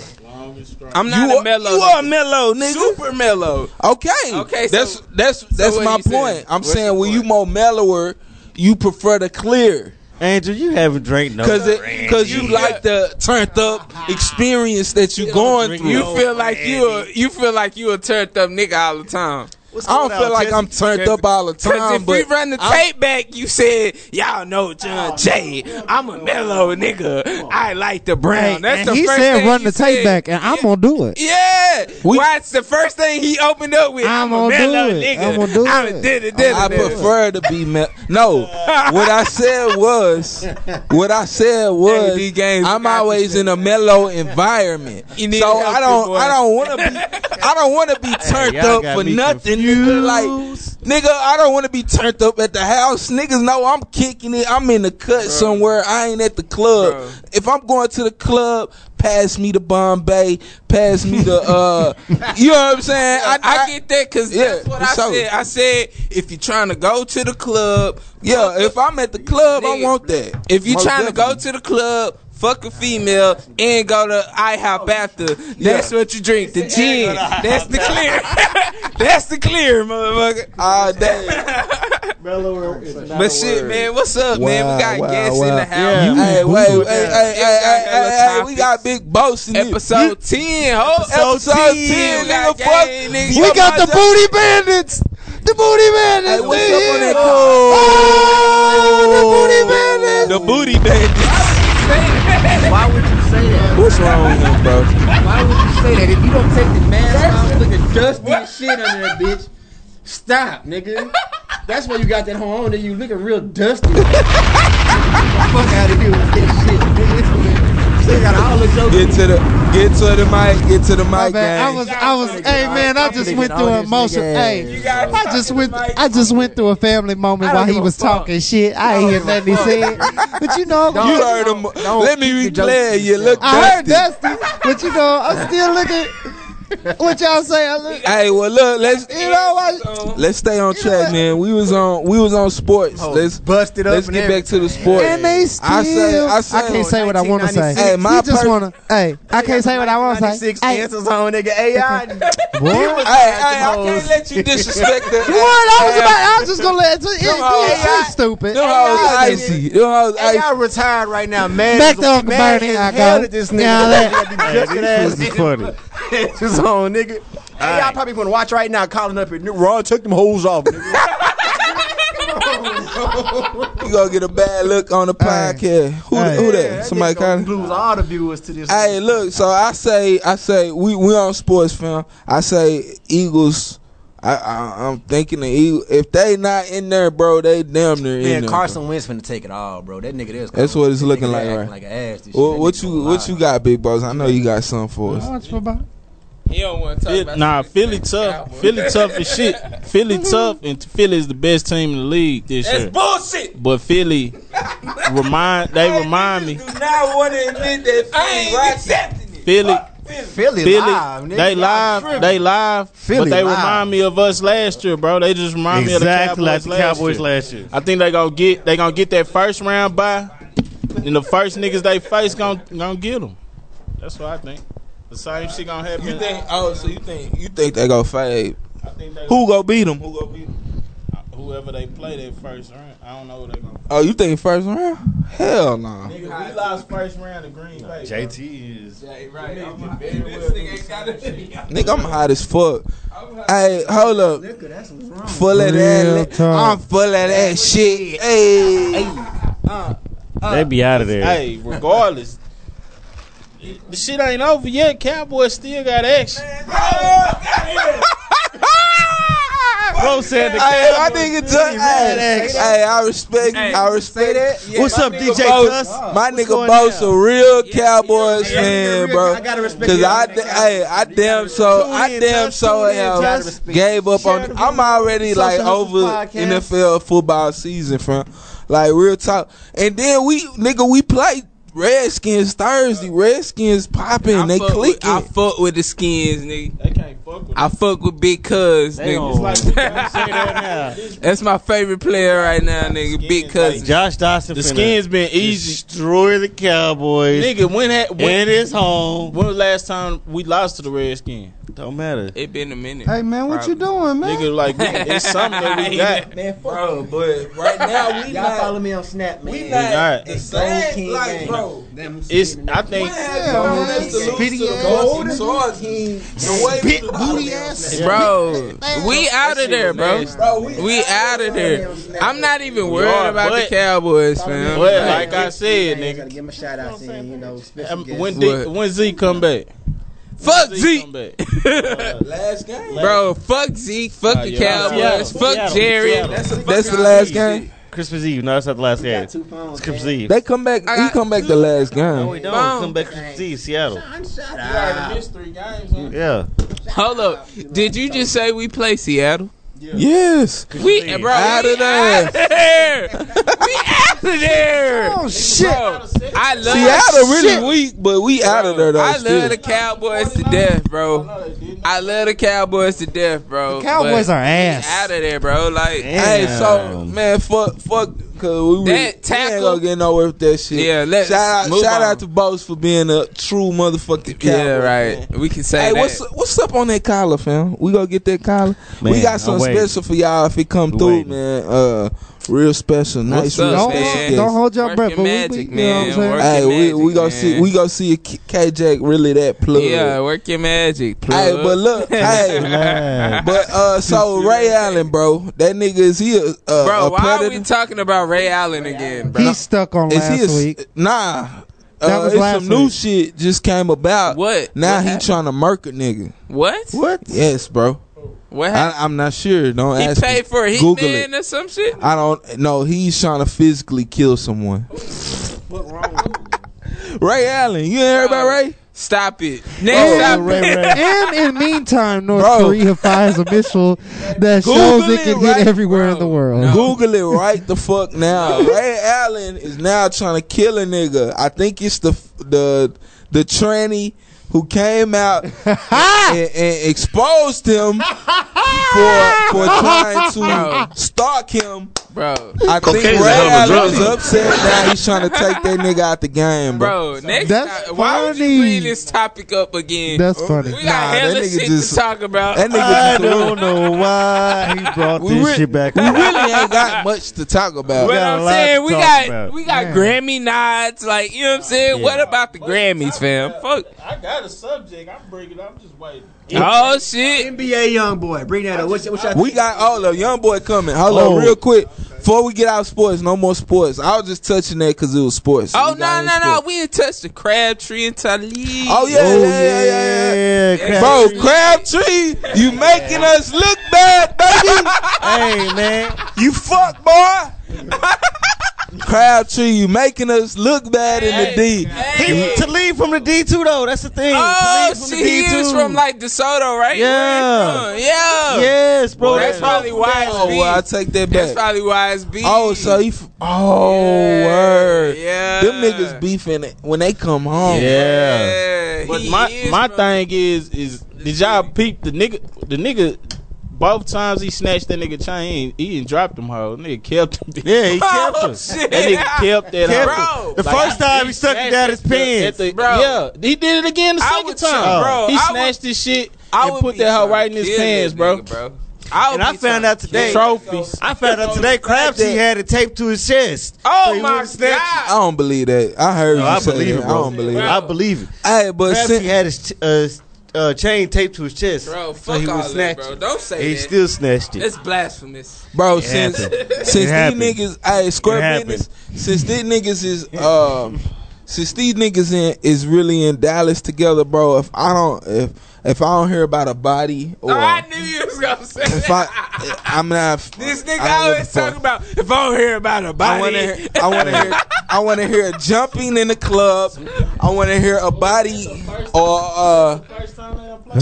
Speaker 8: I'm not
Speaker 1: you
Speaker 8: a mellow.
Speaker 1: You
Speaker 8: nigga.
Speaker 1: are mellow, nigga.
Speaker 8: super mellow.
Speaker 1: Okay.
Speaker 8: Okay, so-
Speaker 1: That's that's that's
Speaker 8: what
Speaker 1: my
Speaker 8: you
Speaker 1: point.
Speaker 8: saying?
Speaker 1: I'm
Speaker 8: What's
Speaker 1: saying
Speaker 8: your
Speaker 1: when you
Speaker 8: point?
Speaker 1: more mellower, you prefer the clear
Speaker 6: Andrew, you haven't drank no.
Speaker 1: because
Speaker 6: brandy.
Speaker 1: because you like the turned up experience that you going
Speaker 6: drink
Speaker 1: through.
Speaker 8: You
Speaker 6: No,
Speaker 8: feel like you a,
Speaker 6: Andy.
Speaker 8: you feel like you a turned up nigga all the time.
Speaker 6: What's
Speaker 1: I
Speaker 6: going
Speaker 1: don't feel
Speaker 6: on,
Speaker 1: like
Speaker 6: Jesse?
Speaker 1: I'm turned
Speaker 8: Cause-
Speaker 1: up all the
Speaker 8: Cause
Speaker 1: time,
Speaker 8: if we
Speaker 1: but
Speaker 8: run the tape back, you said y'all know
Speaker 1: Oh,
Speaker 8: John Jay. I'm a mellow nigga. I like the brown. That's
Speaker 5: and
Speaker 8: the
Speaker 5: he
Speaker 8: first
Speaker 5: said
Speaker 8: thing
Speaker 5: run
Speaker 8: you
Speaker 5: the tape
Speaker 8: said.
Speaker 5: back, and I'm gonna do it.
Speaker 8: Yeah,
Speaker 1: We-
Speaker 8: watch the first thing he opened up with.
Speaker 5: I'm
Speaker 8: I'm, a
Speaker 5: gonna do
Speaker 8: mellow
Speaker 5: it.
Speaker 8: nigga.
Speaker 5: I'm gonna do
Speaker 8: I'm a
Speaker 5: it.
Speaker 8: diddy diddy
Speaker 1: I
Speaker 8: diddy.
Speaker 1: prefer to be me- no. What I said was, what I said was,
Speaker 8: Hey, D Games,
Speaker 1: I'm
Speaker 8: you got
Speaker 1: always
Speaker 8: this,
Speaker 1: in a mellow environment,
Speaker 8: You need
Speaker 1: so
Speaker 8: help,
Speaker 1: I
Speaker 8: good
Speaker 1: don't,
Speaker 8: boy.
Speaker 1: I don't want to be, I don't want to be turned
Speaker 6: y'all
Speaker 1: up
Speaker 6: got
Speaker 1: for
Speaker 6: me
Speaker 1: nothing, nigga. Like, nigga, I don't want to be turned up at the house. Niggas know I'm kicking it. I'm in the cut somewhere. I ain't at the club.
Speaker 8: Bro.
Speaker 1: If I'm going to the club, pass me to Bombay, pass me to, uh, you know what I'm saying?
Speaker 8: I, I get that because
Speaker 1: Yeah,
Speaker 8: that's what
Speaker 1: for
Speaker 8: I
Speaker 1: sure.
Speaker 8: said. I said if you're trying to go to the club,
Speaker 1: Yeah, if I'm at the club, I
Speaker 8: Nigga,
Speaker 1: want that.
Speaker 8: If you
Speaker 1: Most
Speaker 8: trying to go to
Speaker 1: definitely.
Speaker 8: the club, fuck a female, and go to IHOP after, that's what you drink. Oh, The gin. That's the clear. that's the clear, motherfucker.
Speaker 1: all day.
Speaker 8: But shit, man, what's up, man?
Speaker 1: Wow,
Speaker 8: We got
Speaker 1: wow,
Speaker 8: guests in
Speaker 1: wow.
Speaker 8: the house.
Speaker 1: Oh, Yeah. Hey, wait, hey, hey, hey,
Speaker 8: Yeah.
Speaker 1: hey,
Speaker 8: Got hella
Speaker 1: hey, hey, we
Speaker 8: topics.
Speaker 1: got big boss in this.
Speaker 8: Episode 10, ho.
Speaker 1: Episode 10, nigga, fuck.
Speaker 8: We
Speaker 5: We got the booty bandits. The booty
Speaker 1: Hey,
Speaker 5: bandits. they
Speaker 1: what's up on
Speaker 5: here. Oh,
Speaker 1: that The booty bandits.
Speaker 7: Why would you say that?
Speaker 1: What's wrong with him, bro?
Speaker 7: Why would you say that? If you don't take the mask off, looking dusty and shit under that bitch, stop, nigga. That's why you got that home on and you looking real dusty. Get the fuck out of here with this shit, nigga. Still got all of your
Speaker 1: Get to the, get to the mic, get to the
Speaker 5: My
Speaker 1: mic,
Speaker 5: bad. I
Speaker 1: gang.
Speaker 5: was, I was, hey man, I just went through an emotion. Hey,
Speaker 8: got
Speaker 5: I just went, I just went through a family moment while he was talking shit. I ain't hear nothing he said, but you know,
Speaker 1: You heard him.
Speaker 7: don't
Speaker 1: Let me
Speaker 7: keep your jokes
Speaker 1: replay.
Speaker 7: to
Speaker 1: it. You look
Speaker 5: I heard
Speaker 1: dusty.
Speaker 5: Dusty, but you know, I'm still looking. What y'all say? I look,
Speaker 1: Hey, well, look, let's
Speaker 5: you know, I,
Speaker 1: let's stay on track, man. We was on, we was on sports. Let's
Speaker 7: Oh, busted up.
Speaker 1: let's
Speaker 7: and
Speaker 1: get back to the
Speaker 5: and they
Speaker 1: sports.
Speaker 5: still.
Speaker 1: I say, I say,
Speaker 5: I can't say what I want to say.
Speaker 7: 1996.
Speaker 1: Hey, my
Speaker 5: you just
Speaker 1: per-
Speaker 5: wanna. Hey, I can't say what I want to say.
Speaker 7: Six
Speaker 5: Hey,
Speaker 7: answers on nigga AI.
Speaker 5: what?
Speaker 1: Hey, hey, I can't let you disrespect the.
Speaker 5: You what? I was about. I was just gonna let it. It,
Speaker 1: Them hoes-
Speaker 5: it, it's stupid.
Speaker 1: Them hoes icy. Them hoes
Speaker 7: AI
Speaker 1: icy.
Speaker 7: retired right now, man.
Speaker 5: Back to Uncle Bernie. I
Speaker 7: hell
Speaker 5: go.
Speaker 7: at this
Speaker 5: Now
Speaker 7: nigga.
Speaker 5: that-
Speaker 7: He got these
Speaker 6: This
Speaker 7: busted
Speaker 6: is
Speaker 7: ass
Speaker 6: funny.
Speaker 7: answers on nigga. AI
Speaker 6: right.
Speaker 7: probably gonna watch right now, calling up here. Ron, take them hoes off. Nigga.
Speaker 1: You gonna get a bad look on the
Speaker 5: Hey.
Speaker 1: podcast. Who,
Speaker 5: Hey.
Speaker 1: who that?
Speaker 7: That
Speaker 1: Somebody
Speaker 7: nigga gonna
Speaker 1: kind of.
Speaker 7: lose all the viewers to this.
Speaker 1: Hey, look. So I say, I say, we we on sports film. I say Eagles. I, I I'm thinking the Eagles. If they not in there, bro, they damn near in
Speaker 9: Man,
Speaker 1: there.
Speaker 9: Carson Wentz finna take it all, bro. That nigga there's.
Speaker 1: That's what it's looking like, right?
Speaker 9: Like an ass. This
Speaker 1: What,
Speaker 9: shit.
Speaker 1: what you what you got, big boss? I know you got something for us.
Speaker 8: He don't want to talk about
Speaker 9: Nah,
Speaker 8: shit.
Speaker 9: Philly tough. Philly tough as shit. Philly
Speaker 1: Mm-hmm.
Speaker 9: tough, and Philly is the best team in the league this
Speaker 8: That's
Speaker 9: year.
Speaker 8: bullshit.
Speaker 9: But Philly remind they remind me
Speaker 8: Do not want to admit that Philly I ain't accepting it.
Speaker 9: Philly Philly,
Speaker 12: live, nigga.
Speaker 9: They
Speaker 12: Y'all
Speaker 9: live.
Speaker 12: tripping.
Speaker 9: They live.
Speaker 12: Philly
Speaker 9: but they
Speaker 12: live.
Speaker 9: remind me of us last year, bro. They just remind
Speaker 6: Exactly
Speaker 9: me
Speaker 6: like
Speaker 9: of the Cowboys,
Speaker 6: the
Speaker 9: last,
Speaker 6: Cowboys
Speaker 9: year.
Speaker 6: last year.
Speaker 9: I think they gonna get. They gonna get that first round bye, and the first niggas they face gonna gonna get them. That's what I think. The same shit gonna happen.
Speaker 1: You think? Oh, so you think? You think they gonna fade?
Speaker 9: I think they
Speaker 1: Who gonna beat 'em?
Speaker 9: Who gonna beat 'em? Uh, Whoever they play that first round. I don't know what they gonna.
Speaker 1: Oh, you think first round? Hell no.
Speaker 9: Nigga, we lost first round to Green Bay.
Speaker 6: JT is.
Speaker 9: right.
Speaker 1: Nigga, I'm hot as fuck. Hey, hold up. Full of
Speaker 5: Real
Speaker 1: that.
Speaker 5: talk.
Speaker 1: I'm full of that shit. Hey.
Speaker 6: They be out of there.
Speaker 9: uh, Hey, regardless. The shit ain't over yet. Cowboys still got action.
Speaker 6: Bro said the
Speaker 1: Hey, my nigga Tuck. Hey, hey, I respect. I respect that.
Speaker 6: What's up, DJ Tuss?
Speaker 1: My
Speaker 6: What's
Speaker 1: nigga
Speaker 6: going
Speaker 1: Bo's
Speaker 6: down?
Speaker 1: a real Cowboys
Speaker 12: yeah, yeah,
Speaker 1: fan,
Speaker 12: yeah,
Speaker 1: bro.
Speaker 12: I gotta respect
Speaker 1: Cause
Speaker 12: you.
Speaker 1: I, da- hey, I damn so,
Speaker 6: Tune
Speaker 1: I
Speaker 6: in,
Speaker 1: damn
Speaker 6: Tuss.
Speaker 1: so
Speaker 6: Tune in,
Speaker 1: have
Speaker 6: Tuss.
Speaker 1: gave up
Speaker 6: Share
Speaker 1: on.
Speaker 6: the
Speaker 1: I'm already
Speaker 6: Social
Speaker 1: like
Speaker 6: Hustlers
Speaker 1: over
Speaker 6: Podcast.
Speaker 1: NFL football season, fam. Like real talk. And then we, nigga, we play Redskins Thursday. Redskins popping. They
Speaker 10: fuck with-
Speaker 1: clicking.
Speaker 10: I fuck with the skins, nigga.
Speaker 9: They can't fuck with
Speaker 10: I fuck with Big Cuz, nigga. That's my favorite player right now, nigga. Big Cuz.
Speaker 6: Josh Dawson.
Speaker 9: The skin's been easy.
Speaker 6: Destroy the Cowboys.
Speaker 9: Nigga, when had
Speaker 6: When
Speaker 9: when,
Speaker 6: it's home.
Speaker 9: when was the last time we lost to the Redskins?
Speaker 6: Don't matter.
Speaker 10: It been a minute.
Speaker 5: Hey man, what you doing, man?
Speaker 9: Nigga, like we- it's something that we got.
Speaker 12: Man, fuck
Speaker 1: Bro, but right now we
Speaker 12: Y'all
Speaker 1: not.
Speaker 12: follow me on Snap, man.
Speaker 1: We
Speaker 9: not.
Speaker 1: not
Speaker 12: It's
Speaker 1: the
Speaker 12: Gold
Speaker 1: same.
Speaker 12: King
Speaker 1: Like,
Speaker 12: gang.
Speaker 1: bro.
Speaker 12: Them
Speaker 9: It's
Speaker 12: skinny
Speaker 9: I think
Speaker 1: Yeah,
Speaker 5: man.
Speaker 1: man, that's the
Speaker 5: Spitty
Speaker 1: loser,
Speaker 5: ass.
Speaker 1: golden
Speaker 5: Golden
Speaker 1: swords. The way we
Speaker 5: Bit
Speaker 1: lost.
Speaker 5: booty ass.
Speaker 10: Bro, we out of there, bro.
Speaker 1: Bro, we,
Speaker 10: We out of there. I'm not even worried
Speaker 9: are,
Speaker 10: about the
Speaker 9: but-
Speaker 10: Cowboys,
Speaker 12: Follow
Speaker 10: fam.
Speaker 12: me on
Speaker 9: Well,
Speaker 12: Snap.
Speaker 9: like I
Speaker 12: Gang,
Speaker 9: said, nigga.
Speaker 12: Gotta give him a shout out, saying you know, special
Speaker 9: um,
Speaker 12: guest.
Speaker 9: when D,
Speaker 10: What?
Speaker 9: when Z come back.
Speaker 10: Fuck
Speaker 9: When come
Speaker 10: Zeke,
Speaker 9: back.
Speaker 1: last game.
Speaker 10: bro. Fuck Zeke. Fuck the
Speaker 9: yeah. Seattle.
Speaker 10: Cowboys. Fuck
Speaker 6: Uh, Seattle.
Speaker 10: Jerry.
Speaker 6: Seattle.
Speaker 10: I
Speaker 1: That's the last game.
Speaker 6: Christmas Eve. No, that's not the last game.
Speaker 12: got two phones.
Speaker 6: It's Christmas
Speaker 12: man.
Speaker 6: Eve.
Speaker 1: They come back.
Speaker 10: I
Speaker 1: He
Speaker 10: got
Speaker 1: come back the last
Speaker 6: No,
Speaker 1: game.
Speaker 6: we don't.
Speaker 10: Boom.
Speaker 6: Come back Christmas Eve, Seattle.
Speaker 12: Son, shut up.
Speaker 9: missed three games. Huh?
Speaker 6: Yeah.
Speaker 10: Hold up. Did you just say we play Seattle?
Speaker 1: Yes.
Speaker 10: We
Speaker 6: Christmas Eve.
Speaker 10: bro,
Speaker 1: Outta
Speaker 10: we
Speaker 1: there.
Speaker 10: outta there. we out of there.
Speaker 5: Oh shit.
Speaker 10: Bro, I love
Speaker 1: Seattle really weak, but we out of there though.
Speaker 10: I
Speaker 1: still.
Speaker 10: love the Cowboys to death, bro. I love the Cowboys to death, bro.
Speaker 5: The Cowboys
Speaker 10: but
Speaker 5: are ass.
Speaker 10: we out of there, bro. Like
Speaker 1: Hey, so
Speaker 6: Damn.
Speaker 1: man, fuck, fuck, cause we,
Speaker 10: That
Speaker 1: really, we ain't
Speaker 10: tackle-
Speaker 1: gonna get nowhere with that shit.
Speaker 10: Yeah, let's
Speaker 1: shout out,
Speaker 10: move
Speaker 1: shout
Speaker 10: on.
Speaker 1: out to Boss for being a true motherfucking Cowboy.
Speaker 10: yeah, right.
Speaker 1: man.
Speaker 10: We can say
Speaker 1: Hey,
Speaker 10: that.
Speaker 1: what's what's up on that collar, fam? We gonna get that collar. we
Speaker 6: Man,
Speaker 1: got something
Speaker 6: I'm waiting.
Speaker 1: special for y'all if it come
Speaker 6: We
Speaker 1: through,
Speaker 6: waiting.
Speaker 1: man. Uh, real special, nice,
Speaker 10: What's
Speaker 1: real
Speaker 10: up,
Speaker 5: Don't,
Speaker 1: special.
Speaker 10: man?
Speaker 1: guest.
Speaker 5: don't hold your
Speaker 10: Working
Speaker 5: breath, but
Speaker 10: magic,
Speaker 5: we, we,
Speaker 10: man.
Speaker 5: You know what I'm
Speaker 10: Work-
Speaker 5: saying?
Speaker 1: Hey, we, we
Speaker 10: magic,
Speaker 1: gonna
Speaker 10: man.
Speaker 1: see we gonna see K Jack really that plug.
Speaker 10: yeah, work your magic, plug.
Speaker 1: Hey, but look, hey,
Speaker 6: Relax.
Speaker 1: but uh, so Ray Allen, bro, that nigga is he a, a,
Speaker 10: bro,
Speaker 1: a
Speaker 10: why are
Speaker 1: predator?
Speaker 10: we talking about Ray Allen again, bro?
Speaker 5: He's stuck on
Speaker 1: Is
Speaker 5: last
Speaker 1: he a s-
Speaker 5: week.
Speaker 1: Nah.
Speaker 5: That
Speaker 1: uh,
Speaker 5: was
Speaker 1: it's
Speaker 5: last
Speaker 1: some new
Speaker 5: week.
Speaker 1: shit just came about.
Speaker 10: What?
Speaker 1: Now
Speaker 10: What
Speaker 1: he
Speaker 10: happened?
Speaker 1: trying to murk a nigga.
Speaker 10: what?
Speaker 1: What? Yes, bro.
Speaker 10: What happened?
Speaker 1: I, I'm not sure. Don't
Speaker 10: he
Speaker 1: ask me.
Speaker 10: paid for a
Speaker 1: Google it.
Speaker 10: hitman or some shit.
Speaker 1: I don't know. He's trying to physically kill someone.
Speaker 12: What wrong with you?
Speaker 1: Ray Allen, you ain't heard about Ray? Oh,
Speaker 10: Stop it. Next stop
Speaker 5: Ray,
Speaker 10: it.
Speaker 5: Ray. and in the meantime, North
Speaker 1: Bro.
Speaker 5: Korea fires a missile that
Speaker 1: Google
Speaker 5: shows it
Speaker 1: it,
Speaker 5: can
Speaker 1: right?
Speaker 5: hit everywhere in
Speaker 10: Bro,
Speaker 5: the world.
Speaker 10: no.
Speaker 1: Google it right the fuck now. Ray Allen is now trying to kill a nigga. I think it's the the the tranny who came out and, and exposed him for for trying
Speaker 10: Bro.
Speaker 1: to stalk him
Speaker 10: Bro,
Speaker 1: I think Ray
Speaker 2: Cocaine's a hell of a
Speaker 1: Allen
Speaker 2: drug.
Speaker 1: is upset now. He's trying to take that nigga out the game, bro.
Speaker 10: bro, next
Speaker 5: That's
Speaker 10: time, why would you
Speaker 5: funny.
Speaker 10: bring this topic up again?
Speaker 5: That's funny.
Speaker 10: We got
Speaker 1: Nah, that
Speaker 10: hella
Speaker 1: nigga
Speaker 10: shit
Speaker 1: just-
Speaker 10: to talk about.
Speaker 1: That
Speaker 6: I
Speaker 1: nigga just a little-
Speaker 6: don't know why he brought
Speaker 1: We
Speaker 6: this
Speaker 1: re-
Speaker 6: shit back.
Speaker 1: We
Speaker 6: up.
Speaker 1: really ain't got much to talk about.
Speaker 10: But
Speaker 6: got a
Speaker 10: I'm
Speaker 6: lot
Speaker 10: saying
Speaker 6: to
Speaker 10: we
Speaker 6: talk
Speaker 10: got
Speaker 6: about.
Speaker 10: we got
Speaker 5: Yeah.
Speaker 10: Grammy nods, like you know what I'm saying.
Speaker 6: Yeah.
Speaker 10: What about the Grammys, fam? Fuck.
Speaker 9: I got a subject. I'm bringing. I'm just waiting.
Speaker 10: Oh shit.
Speaker 12: NBA young boy, bring that up. What, what y'all
Speaker 1: We got all of young boy coming. Hold
Speaker 6: Oh.
Speaker 1: on, real quick. Before we get out of sports, no more sports. I was just touching that because it was sports.
Speaker 10: Oh
Speaker 1: We got
Speaker 10: no
Speaker 1: in
Speaker 10: no no.
Speaker 1: sports.
Speaker 10: We had touched the Crabtree and Talib.
Speaker 1: Oh yeah,
Speaker 6: Oh,
Speaker 1: yeah, yeah, yeah, yeah.
Speaker 6: yeah.
Speaker 1: Bro, Crabtree, you making us look bad, baby.
Speaker 6: hey man,
Speaker 1: You fuck, boy. Crabtree, you making us look bad in the D.
Speaker 6: he, to leave from the D two though. That's the thing.
Speaker 10: Oh
Speaker 6: Talib from
Speaker 10: shit, he
Speaker 6: the D2.
Speaker 10: is from like DeSoto, right?
Speaker 6: Yeah.
Speaker 10: Where he from? yeah.
Speaker 6: Yes, bro.
Speaker 10: That's probably why it's
Speaker 1: Oh,
Speaker 10: beef.
Speaker 1: well, I take that
Speaker 10: That's
Speaker 1: back.
Speaker 10: probably why it's beef.
Speaker 1: Oh, so he. F- oh,
Speaker 10: Yeah,
Speaker 1: word.
Speaker 10: yeah.
Speaker 1: Them niggas beefing it when they come home.
Speaker 6: Yeah.
Speaker 10: Yeah, But,
Speaker 9: Oh, But
Speaker 10: he
Speaker 9: my
Speaker 10: is
Speaker 9: my
Speaker 10: from-
Speaker 9: thing is is did y'all peep the nigga the nigga both times he snatched that nigga chain he ain't- he didn't drop them hoe nigga kept them yeah
Speaker 6: he kept Oh, them. shit.
Speaker 9: that nigga kept that
Speaker 6: Kept
Speaker 9: hoe.
Speaker 6: them. The first time he stuck it down his pants. Bro.
Speaker 9: bro yeah he did it again the
Speaker 6: I
Speaker 9: second
Speaker 6: would-
Speaker 9: time
Speaker 6: bro,
Speaker 9: he
Speaker 6: I
Speaker 9: snatched this shit
Speaker 6: I
Speaker 9: and
Speaker 6: would
Speaker 9: put
Speaker 6: be
Speaker 9: that hoe
Speaker 6: trying
Speaker 9: right in
Speaker 6: to
Speaker 9: his
Speaker 6: kill
Speaker 9: pants
Speaker 6: this
Speaker 9: bro
Speaker 10: bro
Speaker 6: and I found out today.
Speaker 9: Trophies.
Speaker 6: I found out today. Crabtree had it taped to his chest.
Speaker 10: Oh
Speaker 6: he
Speaker 10: my
Speaker 6: wouldn't snatch it.
Speaker 1: I don't believe that. I heard
Speaker 6: No,
Speaker 1: you
Speaker 6: I
Speaker 1: say
Speaker 6: believe
Speaker 1: that.
Speaker 6: it,
Speaker 1: I
Speaker 6: bro.
Speaker 1: don't believe it.
Speaker 6: I believe it.
Speaker 1: Hey, but
Speaker 6: Crabtree had his t- uh, uh, chain taped to his chest,
Speaker 10: Bro,
Speaker 6: so he
Speaker 10: fuck all
Speaker 6: would
Speaker 10: that,
Speaker 6: snatch
Speaker 10: bro.
Speaker 6: it.
Speaker 10: Don't say
Speaker 6: And He
Speaker 10: that.
Speaker 6: still snatched it.
Speaker 10: It's blasphemous.
Speaker 1: Bro,
Speaker 6: It
Speaker 1: since
Speaker 6: happened. It
Speaker 1: since
Speaker 6: happened.
Speaker 1: these niggas, hey,
Speaker 6: It
Speaker 1: square
Speaker 6: happened.
Speaker 1: business. Since these niggas is um, since these niggas in is really in Dallas together, bro. If I don't if if I don't hear about a body or
Speaker 10: I knew you was gonna say
Speaker 1: Oh, if
Speaker 10: that.
Speaker 1: I I'm not
Speaker 10: This nigga
Speaker 1: I don't give a
Speaker 10: always
Speaker 1: fuck.
Speaker 10: talking about if I don't hear about a
Speaker 1: I
Speaker 10: body.
Speaker 1: want to hear. I want to hear. I want to hear jumping in the club. I want to hear a body or. Uh, yeah,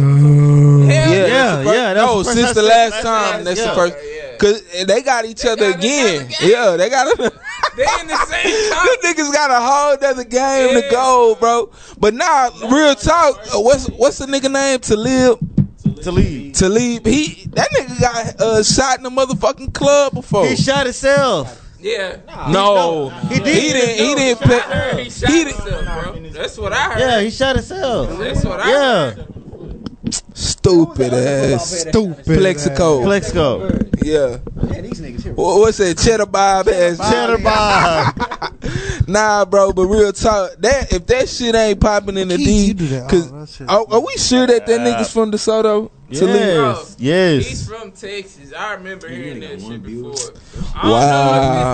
Speaker 6: yeah,
Speaker 1: that's the
Speaker 6: yeah,
Speaker 1: first-
Speaker 6: that
Speaker 10: Oh,
Speaker 1: No,
Speaker 6: was the first
Speaker 1: since the
Speaker 6: time-
Speaker 1: last
Speaker 6: last
Speaker 1: time,
Speaker 6: time,
Speaker 1: that's the
Speaker 6: yeah.
Speaker 1: first. Cause they got each other again. Yeah, they got. Them
Speaker 10: they in the same.
Speaker 1: niggas got a whole other game to go, bro. But now, real talk. uh, What's what's the nigga name? Talib.
Speaker 6: Talib.
Speaker 1: Talib. He that nigga got uh, shot in the motherfucking club before.
Speaker 6: He shot himself.
Speaker 10: Yeah.
Speaker 1: No, he
Speaker 6: did.
Speaker 1: He didn't. He didn't.
Speaker 10: I
Speaker 1: Pay,
Speaker 10: heard he shot himself, bro. That's what I heard.
Speaker 6: Yeah, he shot himself.
Speaker 10: That's what I
Speaker 6: Yeah.
Speaker 1: Stupid ass. Stupid. Plexico.
Speaker 6: Plexico.
Speaker 12: Yeah,
Speaker 1: Yeah.
Speaker 12: these niggas here.
Speaker 1: Wha- What's that? Cheddar Bob ass.
Speaker 6: Cheddar Bob.
Speaker 1: Nah, bro. But real talk. That if that shit ain't popping in the
Speaker 5: Keith,
Speaker 1: D,
Speaker 5: you do that all that
Speaker 1: cause
Speaker 5: shit.
Speaker 1: are, are we sure that that
Speaker 6: Yeah.
Speaker 1: niggas from DeSoto?
Speaker 6: Yes.
Speaker 1: Talib?
Speaker 6: Yes.
Speaker 10: He's from Texas. I remember hearing that shit before. I don't know
Speaker 1: Wow.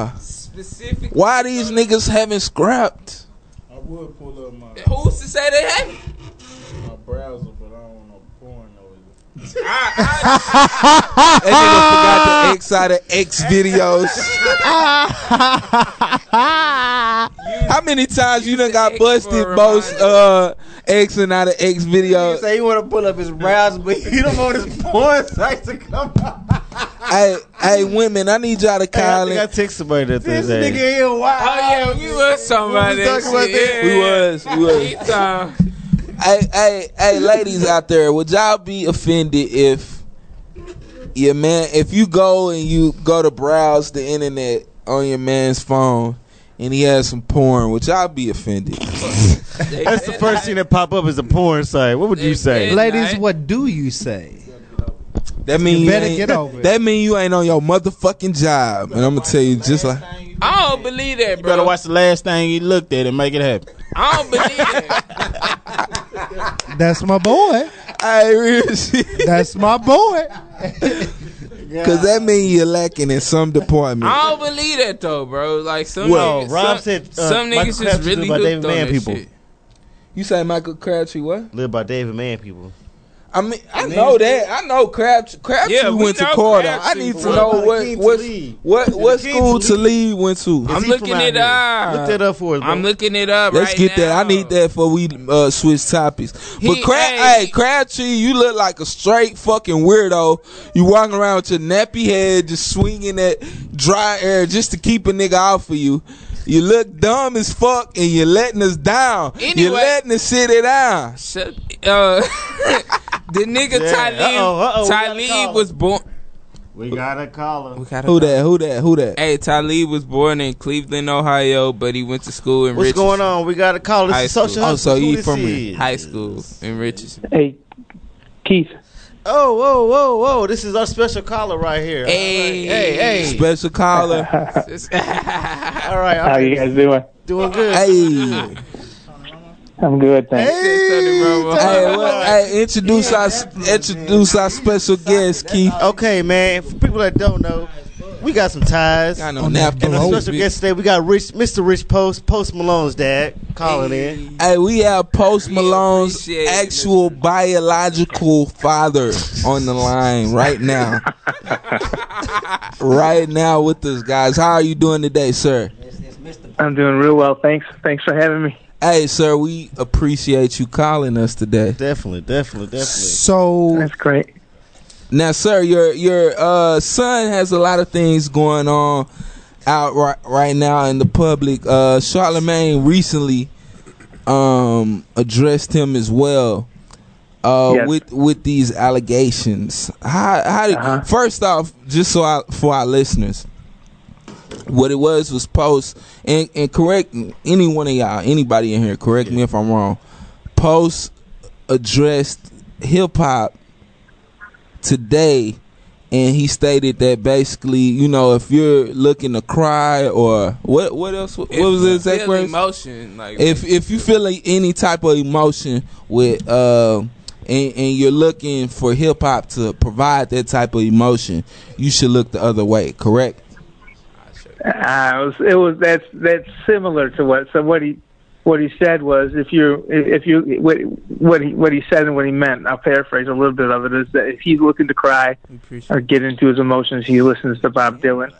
Speaker 10: if it's specific.
Speaker 1: Why these niggas haven't scrapped?
Speaker 9: I would pull up my,
Speaker 10: Who's to say they haven't?
Speaker 9: my browser but I don't know porn
Speaker 1: That nigga forgot to X out of X videos. How many times you done got busted both uh X and out of X
Speaker 12: You
Speaker 1: videos?
Speaker 12: say you want to pull up his browser, but you don't want his porn sites to come up.
Speaker 1: hey, hey, women, I need y'all to
Speaker 6: I
Speaker 1: call
Speaker 6: think I
Speaker 1: in.
Speaker 6: text somebody that
Speaker 12: This
Speaker 6: today.
Speaker 12: nigga here, wow.
Speaker 10: Oh yeah, we was talking
Speaker 6: We
Speaker 10: about
Speaker 6: was
Speaker 10: that.
Speaker 6: talking about
Speaker 10: shit.
Speaker 1: We was, we was.
Speaker 10: Keith, uh,
Speaker 1: hey, hey, hey, ladies out there, would y'all be offended if your man, if you go and you go to browse the internet on your man's phone and he has some porn, would y'all be offended?
Speaker 6: That's the first thing that pop up is a porn site. What would you say?
Speaker 10: Hey,
Speaker 5: Ladies,
Speaker 10: night.
Speaker 5: what do you say?
Speaker 1: That mean you,
Speaker 5: better
Speaker 1: ain't-
Speaker 5: get over it.
Speaker 1: That mean you ain't on your motherfucking job, and I'm gonna tell you just like
Speaker 10: I don't believe that,
Speaker 9: You better
Speaker 10: bro.
Speaker 9: watch the last thing he looked at and make it happen.
Speaker 10: I don't believe that.
Speaker 5: That's my boy.
Speaker 1: I real shit,
Speaker 5: That's my boy.
Speaker 1: cause that mean you're lacking in some department.
Speaker 10: I don't believe that though, bro. Like some
Speaker 6: Well,
Speaker 10: niggas,
Speaker 6: Rob
Speaker 10: some,
Speaker 6: said, uh,
Speaker 10: some
Speaker 6: Michael
Speaker 10: niggas just
Speaker 6: Crabtree
Speaker 10: really
Speaker 6: about
Speaker 10: hooked
Speaker 6: David
Speaker 10: on
Speaker 6: Mann
Speaker 10: that
Speaker 6: people.
Speaker 10: shit.
Speaker 1: You say Michael Crabtree what?
Speaker 6: Live by David Mann, people.
Speaker 1: I mean, I know that. I know Crabtree. Crabtree
Speaker 10: Yeah, we
Speaker 1: went to
Speaker 10: know
Speaker 1: Carter. I
Speaker 10: Crabtree,
Speaker 1: need to
Speaker 10: but
Speaker 1: know
Speaker 6: what about
Speaker 1: what
Speaker 6: Akeem
Speaker 1: what
Speaker 6: Tlaib?
Speaker 1: what, what
Speaker 6: Akeem
Speaker 1: school
Speaker 6: Tlaib?
Speaker 1: Talib went to.
Speaker 6: Is
Speaker 10: I'm
Speaker 6: he
Speaker 10: looking
Speaker 6: from out
Speaker 10: it
Speaker 6: here?
Speaker 10: up.
Speaker 6: Look that up for us, bro.
Speaker 10: I'm looking it up.
Speaker 1: Let's
Speaker 10: right
Speaker 1: get that. I
Speaker 10: now.
Speaker 1: need that before we uh, switch topics. but
Speaker 10: He-
Speaker 1: Crab,
Speaker 10: hey.
Speaker 1: hey, Crabtree, you look like a straight fucking weirdo. You walking around with your nappy head, just swinging that dry air just to keep a nigga off of you. You look dumb as fuck, and you're letting us down.
Speaker 10: Anyway.
Speaker 1: You're letting us sit it down.
Speaker 10: So, uh, the nigga
Speaker 6: Yeah,
Speaker 10: Talib,
Speaker 6: uh-oh, uh-oh, we gotta
Speaker 10: Talib
Speaker 6: call.
Speaker 10: was born.
Speaker 6: We got a caller.
Speaker 1: Who that? Who that? Who that?
Speaker 10: Hey, Talib was born in Cleveland, Ohio, but he went to school in
Speaker 6: What's
Speaker 10: Richardson
Speaker 6: going on? We got a caller. This
Speaker 10: High
Speaker 6: is social
Speaker 10: school.
Speaker 1: Oh, so
Speaker 6: Hustle. Who
Speaker 1: you
Speaker 6: this
Speaker 1: from
Speaker 6: is?
Speaker 10: High school in Richardson.
Speaker 13: Hey, Keith.
Speaker 6: Oh, whoa, whoa, whoa! This is our special caller right here. All right.
Speaker 10: Hey.
Speaker 6: hey, hey!
Speaker 1: Special caller.
Speaker 6: all right, all
Speaker 13: How you
Speaker 6: right.
Speaker 13: guys doing?
Speaker 6: Doing good.
Speaker 1: hey.
Speaker 13: I'm good, thanks.
Speaker 1: Hey, well, hey, introduce our introduce our special guest, Keith.
Speaker 6: Okay, man. For people that don't know, we got some ties.
Speaker 1: Got
Speaker 6: And
Speaker 1: no napkin.
Speaker 6: our special guest today, we got Rich, Mr. Rich Post, Post Malone's dad, calling in.
Speaker 1: Hey, we have Post Malone's
Speaker 10: appreciate it,
Speaker 1: actual biological father on the line right now. right now with us, guys. How are you doing today, sir?
Speaker 13: I'm doing real well, thanks. Thanks for having me.
Speaker 1: Hey, sir, we appreciate you calling us today.
Speaker 6: Definitely, definitely, definitely.
Speaker 5: So
Speaker 13: That's great.
Speaker 1: Now, sir, your your uh, son has a lot of things going on out right, right now in the public. Uh, Charlemagne recently um addressed him as well uh
Speaker 4: Yes.
Speaker 1: with with these allegations. How how did
Speaker 13: Uh-huh.
Speaker 1: first off, just so I, for our listeners, what it was was post and and correct any one of y'all, anybody in here, correct me if I'm wrong. Post addressed hip hop today and he stated that basically, you know, if you're looking to cry or what what else what was the exact words?
Speaker 10: Emotion, like
Speaker 1: if if you feel like any type of emotion with uh, and, and you're looking for hip hop to provide that type of emotion, you should look the other way. Correct?
Speaker 13: Uh, it was it was that's that's similar to what so what he what he said was if you if you what what he what he said and what he meant I'll paraphrase a little bit of it is that if he's looking to cry or get into his emotions he listens to Bob Dylan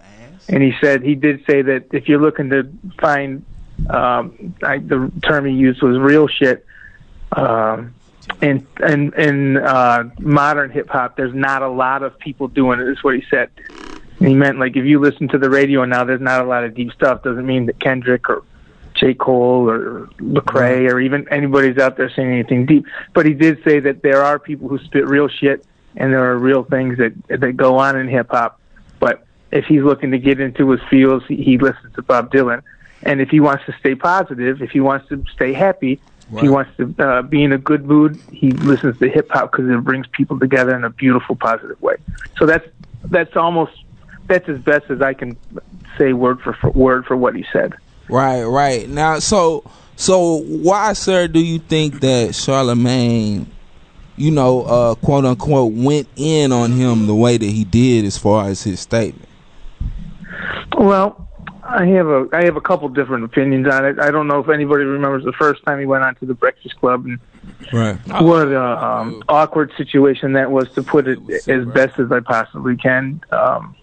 Speaker 13: and he said he did say that if you're looking to find um I, the term he used was real shit um in in in uh modern hip hop there's not a lot of people doing it is what he said and he meant like if you listen to the radio now, there's not a lot of deep stuff. Doesn't mean that Kendrick or J. Cole or Lecrae or even anybody's out there saying anything deep. But he did say that there are people who spit real shit, and there are real things that that go on in hip hop. But if he's looking to get into his fields, he, he listens to Bob Dylan. And if he wants to stay positive, if he wants to stay happy, if he wants to uh, be in a good mood, he listens to hip hop because it brings people together in a beautiful, positive way. So that's that's almost that's as best as I can say word for, for word for what he said.
Speaker 1: Right, right. Now, so so why, sir, do you think that Charlemagne, you know, uh, quote unquote, went in on him the way that he did as far as his statement?
Speaker 13: Well, I have a I have a couple different opinions on it. I don't know if anybody remembers the first time he went on to the Breakfast Club and
Speaker 1: Right.
Speaker 13: what
Speaker 1: oh.
Speaker 13: a um, awkward situation that was. To put it as best as I possibly can. Um,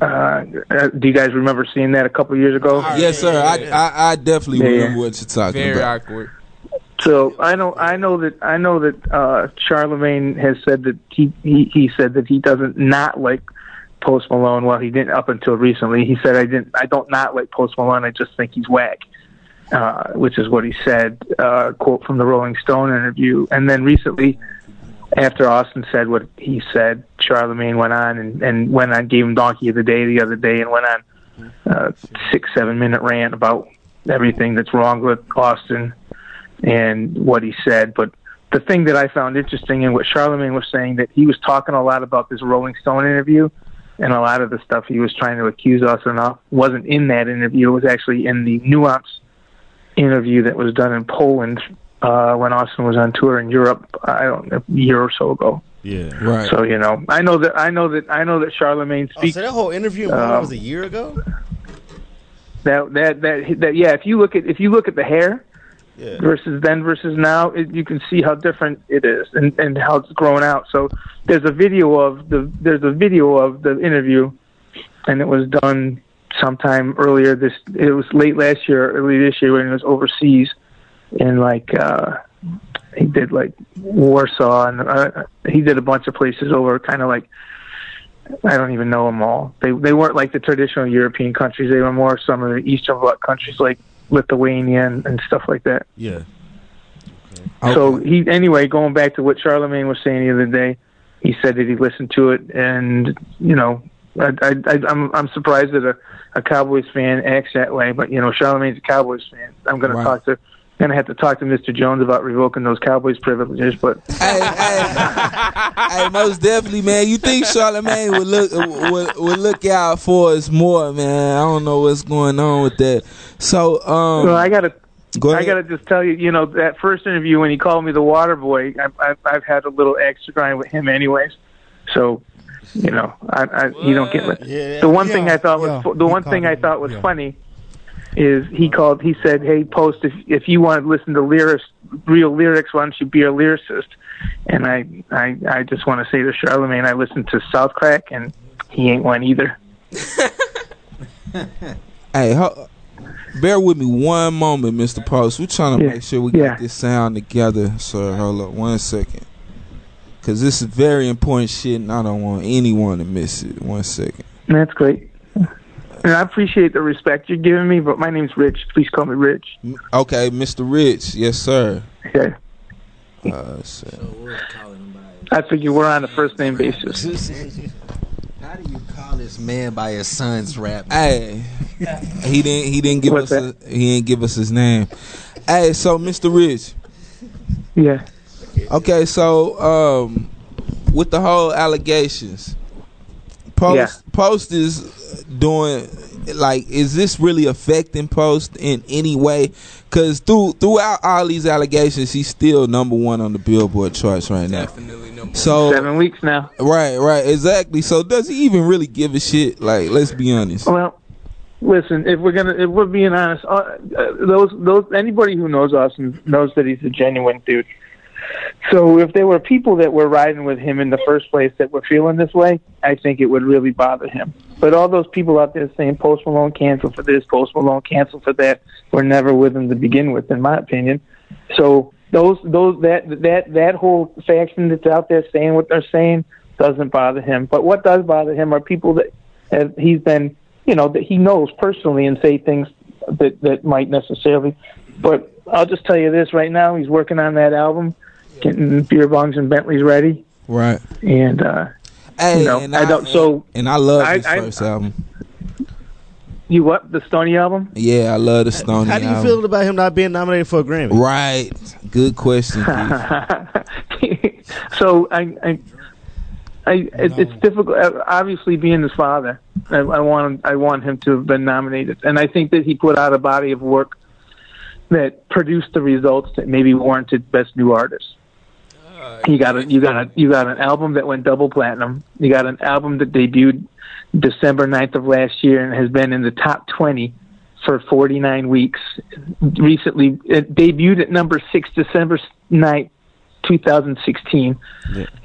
Speaker 13: uh, uh, do you guys remember seeing that a couple years ago?
Speaker 1: Yes, sir. I I, I definitely
Speaker 13: Yeah.
Speaker 1: remember what you're talking
Speaker 13: Very
Speaker 1: about.
Speaker 10: awkward.
Speaker 13: So I know I know that I know that uh, Charlemagne has said that he, he he said that he doesn't not like Post Malone. Well, he didn't up until recently. He said I didn't I don't not like Post Malone. I just think he's whack, uh, which is what he said. Uh, quote from the Rolling Stone interview. And then recently, after Austin said what he said, Charlemagne went on and and went on gave him Donkey of the Day the other day and went on uh, six seven minute rant about everything that's wrong with Austin and what he said. But the thing that I found interesting and what Charlemagne was saying that he was talking a lot about this Rolling Stone interview and a lot of the stuff he was trying to accuse us of wasn't in that interview. It was actually in the nuance interview that was done in Poland uh, when Austin was on tour in Europe. I don't know, a year or so ago.
Speaker 6: Yeah.
Speaker 1: Right.
Speaker 13: So you know, I know that I know that I know that Charlemagne
Speaker 6: Oh,
Speaker 13: speaks.
Speaker 6: so that whole interview
Speaker 13: um,
Speaker 6: was a year ago.
Speaker 13: that that that that yeah. If you look at if you look at the hair,
Speaker 6: Yeah.
Speaker 13: versus then versus now, it, you can see how different it is and, and how it's grown out. So there's a video of the there's a video of the interview, and it was done sometime earlier this. It was late last year, early this year when it was overseas, and like uh, he did like Warsaw and uh, he did a bunch of places over, kind of like. I don't even know them all. They they weren't like the traditional European countries. They were more some of the Eastern Bloc countries like Lithuania and, and stuff like that.
Speaker 6: Yeah.
Speaker 13: So he anyway, going back to what Charlemagne was saying the other day, he said that he listened to it, and you know, I, I, I, I'm I'm surprised that a, a Cowboys fan acts that way, but you know, Charlemagne's a Cowboys fan. I'm going to talk to. Gonna have to talk to Mr. Jones about revoking those Cowboys privileges, but
Speaker 1: hey, most definitely, man. You think Charlemagne would look would, would Uh, look out for us more, man? I don't know what's going on with that. So, um,
Speaker 13: Well, I gotta,
Speaker 1: Go
Speaker 13: I gotta just tell you, you know, that first interview when he called me the water boy, I've I've, I've had a little extra grind with him, anyways. So, you know, I, I you don't get
Speaker 6: Yeah.
Speaker 13: the one
Speaker 6: Yeah.
Speaker 13: thing I thought was
Speaker 6: Yeah.
Speaker 13: the
Speaker 6: He
Speaker 13: one
Speaker 6: called
Speaker 13: thing I
Speaker 6: him,
Speaker 13: thought was
Speaker 6: yeah.
Speaker 13: funny is he called he said, hey, post if if you want to listen to lyrics, real lyrics, why don't you be a lyricist? And I I I just want to say to Charlemagne, I listened to South Crack and he ain't one either.
Speaker 1: hey, ho- bear with me one moment, Mister Post. We're trying to
Speaker 13: Yeah.
Speaker 1: make sure we
Speaker 13: Yeah.
Speaker 1: get this sound together, sir. Hold up, one second, because this is very important shit, and I don't want anyone to miss it. One second.
Speaker 13: That's great. And I appreciate the respect you're giving me, but my name's Rich. Please call me Rich.
Speaker 1: Okay, Mr. Rich. Yes, sir.
Speaker 13: Okay.
Speaker 1: Uh, so.
Speaker 13: I figure we're on a first name basis.
Speaker 7: How do you call this man by his son's rap?
Speaker 1: Hey, he didn't. He didn't give us. A, he didn't give us his name. Hey, so Mr. Rich.
Speaker 13: Yeah.
Speaker 1: Okay, so um, with the whole allegations, post
Speaker 13: Yeah.
Speaker 1: post is doing like is this really affecting post in any way? Because through throughout all these allegations, he's still number one on the Billboard charts right now. Definitely number so
Speaker 13: seven weeks now.
Speaker 1: Right, right, exactly. So does he even really give a shit? Like, let's be honest.
Speaker 13: Well, listen, if we're gonna, if we're being honest, uh, uh, those, those, anybody who knows Austin knows that he's a genuine dude. So if there were people that were riding with him in the first place that were feeling this way, I think it would really bother him. But all those people out there saying Post Malone cancel for this, Post Malone cancel for that, were never with him to begin with, in my opinion. So those, those, that, that, that whole faction that's out there saying what they're saying doesn't bother him. But what does bother him are people that have, he's been, you know, that he knows personally and say things that that might necessarily. But I'll just tell you this right now: he's working on that album, getting beer bongs and Bentleys ready.
Speaker 1: Right.
Speaker 13: And uh
Speaker 1: Hey,
Speaker 13: you know,
Speaker 1: and
Speaker 13: I
Speaker 1: I-
Speaker 13: don't. So
Speaker 1: And I love
Speaker 13: I-
Speaker 1: his
Speaker 13: I-
Speaker 1: first album.
Speaker 13: you what the Stony album?
Speaker 1: Yeah, I love the Stone.
Speaker 6: How do you feel about him not being nominated for a Grammy?
Speaker 1: Right. Good question.
Speaker 13: so I, I, I it, it's difficult. uh, Obviously, being his father, I, I want him, I want him to have been nominated, and I think that he put out a body of work that produced the results that maybe warranted Best New Artist. You got a, you got a, you got an album that went double platinum. You got an album that debuted December 9th of last year and has been in the top twenty for 49 weeks. Recently, it debuted at number six December 9th, 2016.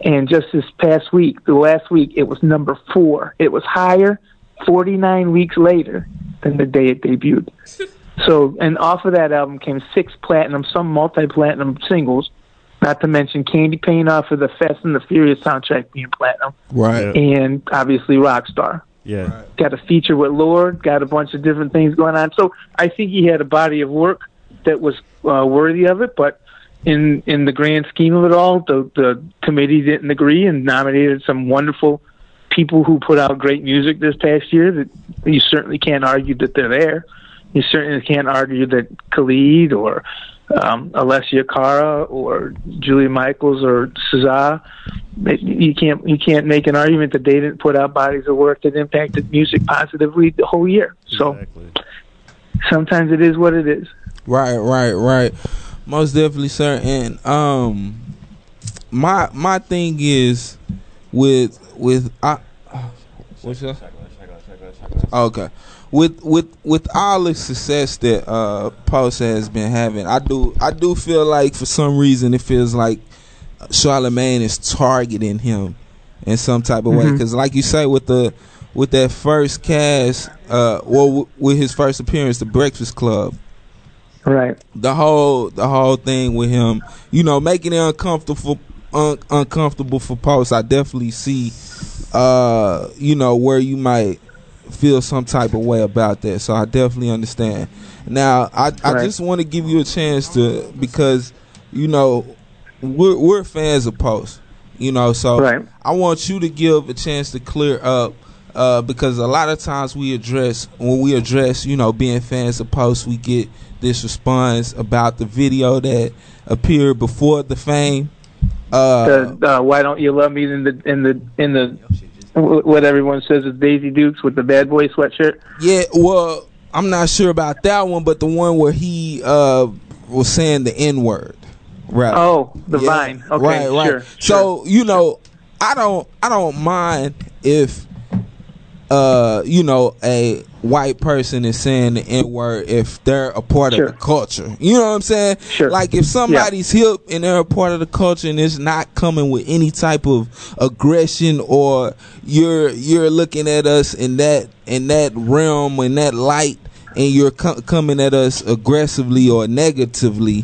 Speaker 13: And just this past week, the last week, it was number four. It was higher 49 weeks later than the day it debuted. So, and off of that album came six platinum, some multi platinum singles, not to mention Candy Paint off of the Fast and the Furious soundtrack being platinum,
Speaker 1: Right.
Speaker 13: and obviously Rockstar
Speaker 6: Yeah.
Speaker 13: got a feature with Lord, got a bunch of different things going on. So I think he had a body of work that was uh, worthy of it, but in in the grand scheme of it all, the the committee didn't agree and nominated some wonderful people who put out great music this past year. That you certainly can't argue that they're there. You certainly can't argue that Khalid or um, Alessia Cara or Julia Michaels or Cesar it- you can't you can't make an argument that they didn't put out bodies of work that impacted music positively the whole year. So sometimes it is what it is.
Speaker 1: Right, right, right. Most definitely, sir. And um, my my thing is with with I. What's up? Oh,
Speaker 9: Oh,
Speaker 1: Okay. With with with all the success that uh Pulse has been having, I do I do feel like for some reason it feels like Charlemagne is targeting him in some type of way. 'Cause way
Speaker 10: Mhm.
Speaker 1: because like you say with the with that first cast uh well w- with his first appearance the Breakfast Club
Speaker 13: Right.
Speaker 1: the whole the whole thing with him, you know, making it uncomfortable un- uncomfortable for post. I definitely see uh, you know, where you might feel some type of way about that. So I definitely understand. Now, I I
Speaker 10: Right.
Speaker 1: just want to give you a chance to because you know, we're we're fans of post. You know, so
Speaker 10: Right.
Speaker 1: I want you to give a chance to clear up uh, because a lot of times we address when we address you know being fans of posts we get this response about the video that appeared before the fame. Uh,
Speaker 13: the, uh, why don't you love me in the in the in the wh- what everyone says is Daisy Dukes with the bad boy sweatshirt.
Speaker 1: yeah, well, I'm not sure about that one, but the one where he uh, was saying the N word, right?
Speaker 13: Oh, the
Speaker 1: Yeah,
Speaker 13: Vine. Okay,
Speaker 1: right, right.
Speaker 13: sure.
Speaker 1: So you know, I don't, I don't mind if, uh, you know, a white person is saying the N word if they're a part
Speaker 10: Sure.
Speaker 1: of the culture. You know what I'm saying?
Speaker 10: Sure.
Speaker 1: Like if somebody's hip and they're a part of the culture and it's not coming with any type of aggression or you're you're looking at us in that in that realm in that light and you're co- coming at us aggressively or negatively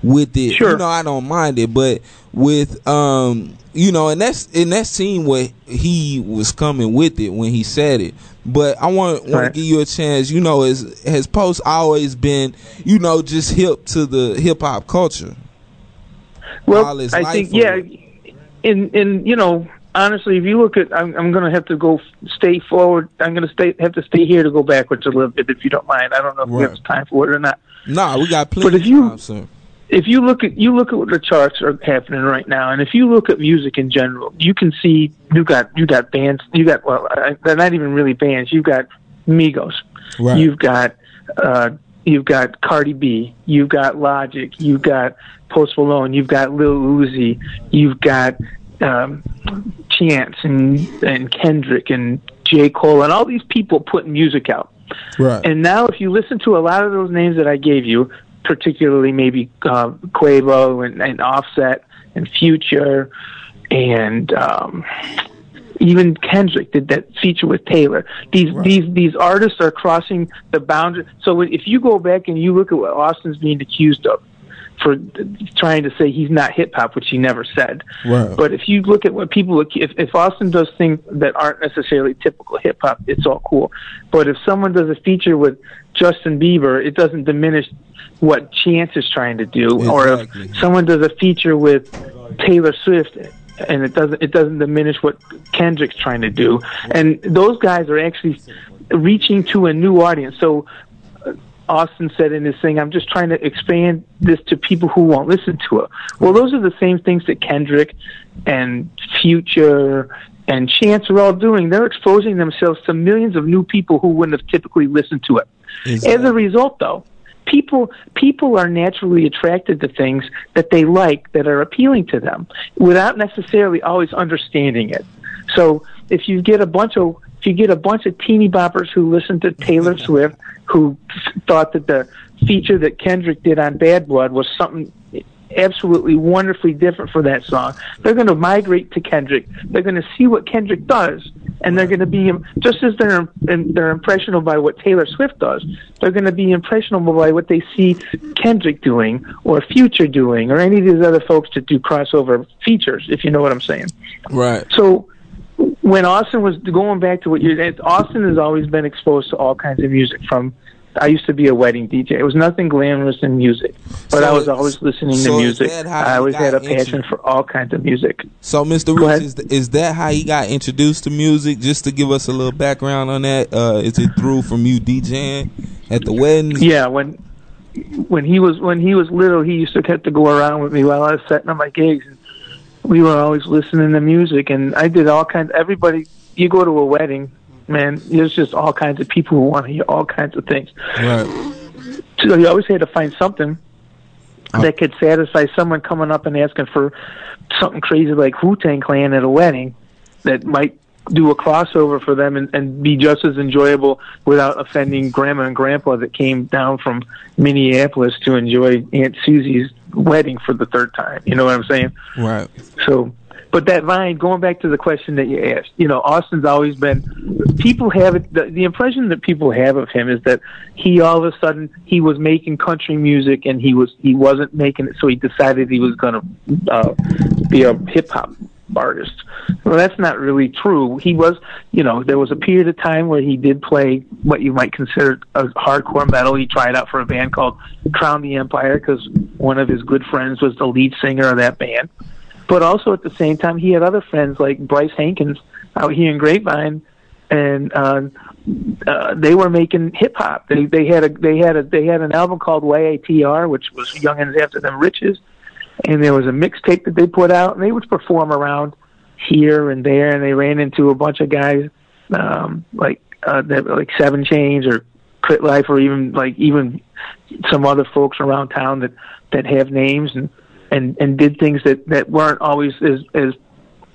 Speaker 1: with it.
Speaker 13: Sure.
Speaker 1: You know, I don't mind it, but with um, you know, and that's and that scene where he was coming with it when he said it. But I want want
Speaker 13: Right.
Speaker 1: to give you a chance. You know, is has Post always been, you know, just hip to the hip hop culture? all
Speaker 13: Well,
Speaker 1: his
Speaker 13: I
Speaker 1: life
Speaker 13: think
Speaker 1: or-
Speaker 13: yeah, and and you know honestly, if you look at, I'm I'm going to have to go f- stay forward. I'm going to stay have to stay here to go backwards a little bit if you don't mind. I don't know if we have
Speaker 1: Right.
Speaker 13: time for it or not.
Speaker 1: Nah, we got plenty.
Speaker 13: But if you
Speaker 1: of time, sir.
Speaker 13: if you look at you look at what the charts are happening right now, and if you look at music in general, you can see you got you got bands, you got well, I, they're not even really bands. You've got Migos,
Speaker 8: Right.
Speaker 13: you've got uh, you've got Cardi B, you've got Logic, you've got Post Malone, you've got Lil Uzi, you've got um, Chance and and Kendrick and J Cole, and all these people putting music out.
Speaker 1: Right.
Speaker 13: And now, if you listen to a lot of those names that I gave you, particularly maybe uh, Quavo and, and Offset and Future and um, even Kendrick did that feature with Taylor. These these these artists are crossing the boundary. So if you go back and you look at what Austin's being accused of for trying to say he's not hip hop, which he never said.
Speaker 1: Right.
Speaker 13: But if you look at what people, if, if Austin does things that aren't necessarily typical hip hop, it's all cool. But if someone does a feature with Justin Bieber, it doesn't diminish what Chance is trying to do. Or if someone does a feature with Taylor Swift, and it doesn't it doesn't diminish what Kendrick's trying to do. And those guys are actually reaching to a new audience. So Austin said in his thing, I'm just trying to expand this to people who won't listen to it. Well, those are the same things that Kendrick and Future and Chance are all doing. They're exposing themselves to millions of new people who wouldn't have typically listened to it. As a result, though, people people are naturally attracted to things that they like that are appealing to them without necessarily always understanding it. So if you get a bunch of if you get a bunch of teeny boppers who listen to Taylor Swift who thought that the feature that Kendrick did on Bad Blood was something absolutely wonderfully different for that song. They're going to migrate to Kendrick. They're going to see what Kendrick does, and they're going to be just as they're and they're impressionable by what Taylor Swift does. They're going to be impressionable by what they see Kendrick doing, or Future doing, or any of these other folks that do crossover features. If you know what I'm saying.
Speaker 1: Right.
Speaker 13: So when Austin was going back to what you Austin has always been exposed to all kinds of music from I used to be a wedding DJ. It was nothing glamorous in music, but
Speaker 1: So
Speaker 13: I was
Speaker 1: it's-
Speaker 13: always listening
Speaker 1: so
Speaker 13: to
Speaker 1: is
Speaker 13: music.
Speaker 1: that how
Speaker 13: I
Speaker 1: you
Speaker 13: always
Speaker 1: got
Speaker 13: had a
Speaker 1: into-
Speaker 13: passion for all kinds of music.
Speaker 1: So, Mr. Rich, is, th- is that how he got introduced to music? Just to give us a little background on that, uh, is it through from you DJing at the wedding?
Speaker 13: Yeah, when when he was when he was little, he used to have to go around with me while I was setting up my gigs. And we were always listening to music, and I did all kinds. Everybody, you go to a wedding, man. There's just all kinds of people who want to hear all kinds of things.
Speaker 1: Right.
Speaker 13: So you always had to find something that could satisfy someone coming up and asking for something crazy like Wu Tang Clan at a wedding that might do a crossover for them and, and be just as enjoyable without offending grandma and grandpa that came down from Minneapolis to enjoy Aunt Susie's wedding for the third time. You know what I'm saying?
Speaker 1: Right.
Speaker 13: So, but that Vine, going back to the question that you asked, you know, Austin's always been, people have it, the, the impression that people have of him is that he all of a sudden, he was making country music and he was, he wasn't making it, so he decided he was going to uh, be a hip hop artist. Well, that's not really true. He was, you know, there was a period of time where he did play what you might consider a hardcore metal. He tried out for a band called Crown the Empire because one of his good friends was the lead singer of that band. But also at the same time, he had other friends like Bryce Hankins out here in Grapevine, and uh, uh, they were making hip hop. They they had a they had a they had an album called YATR, which was Youngins After Them Riches, and there was a mixtape that they put out, and they would perform around here and there, and they ran into a bunch of guys um, like uh, that, like Seven Chains or Crit Life, or even like even some other folks around town that that have names and and and did things that that weren't always as as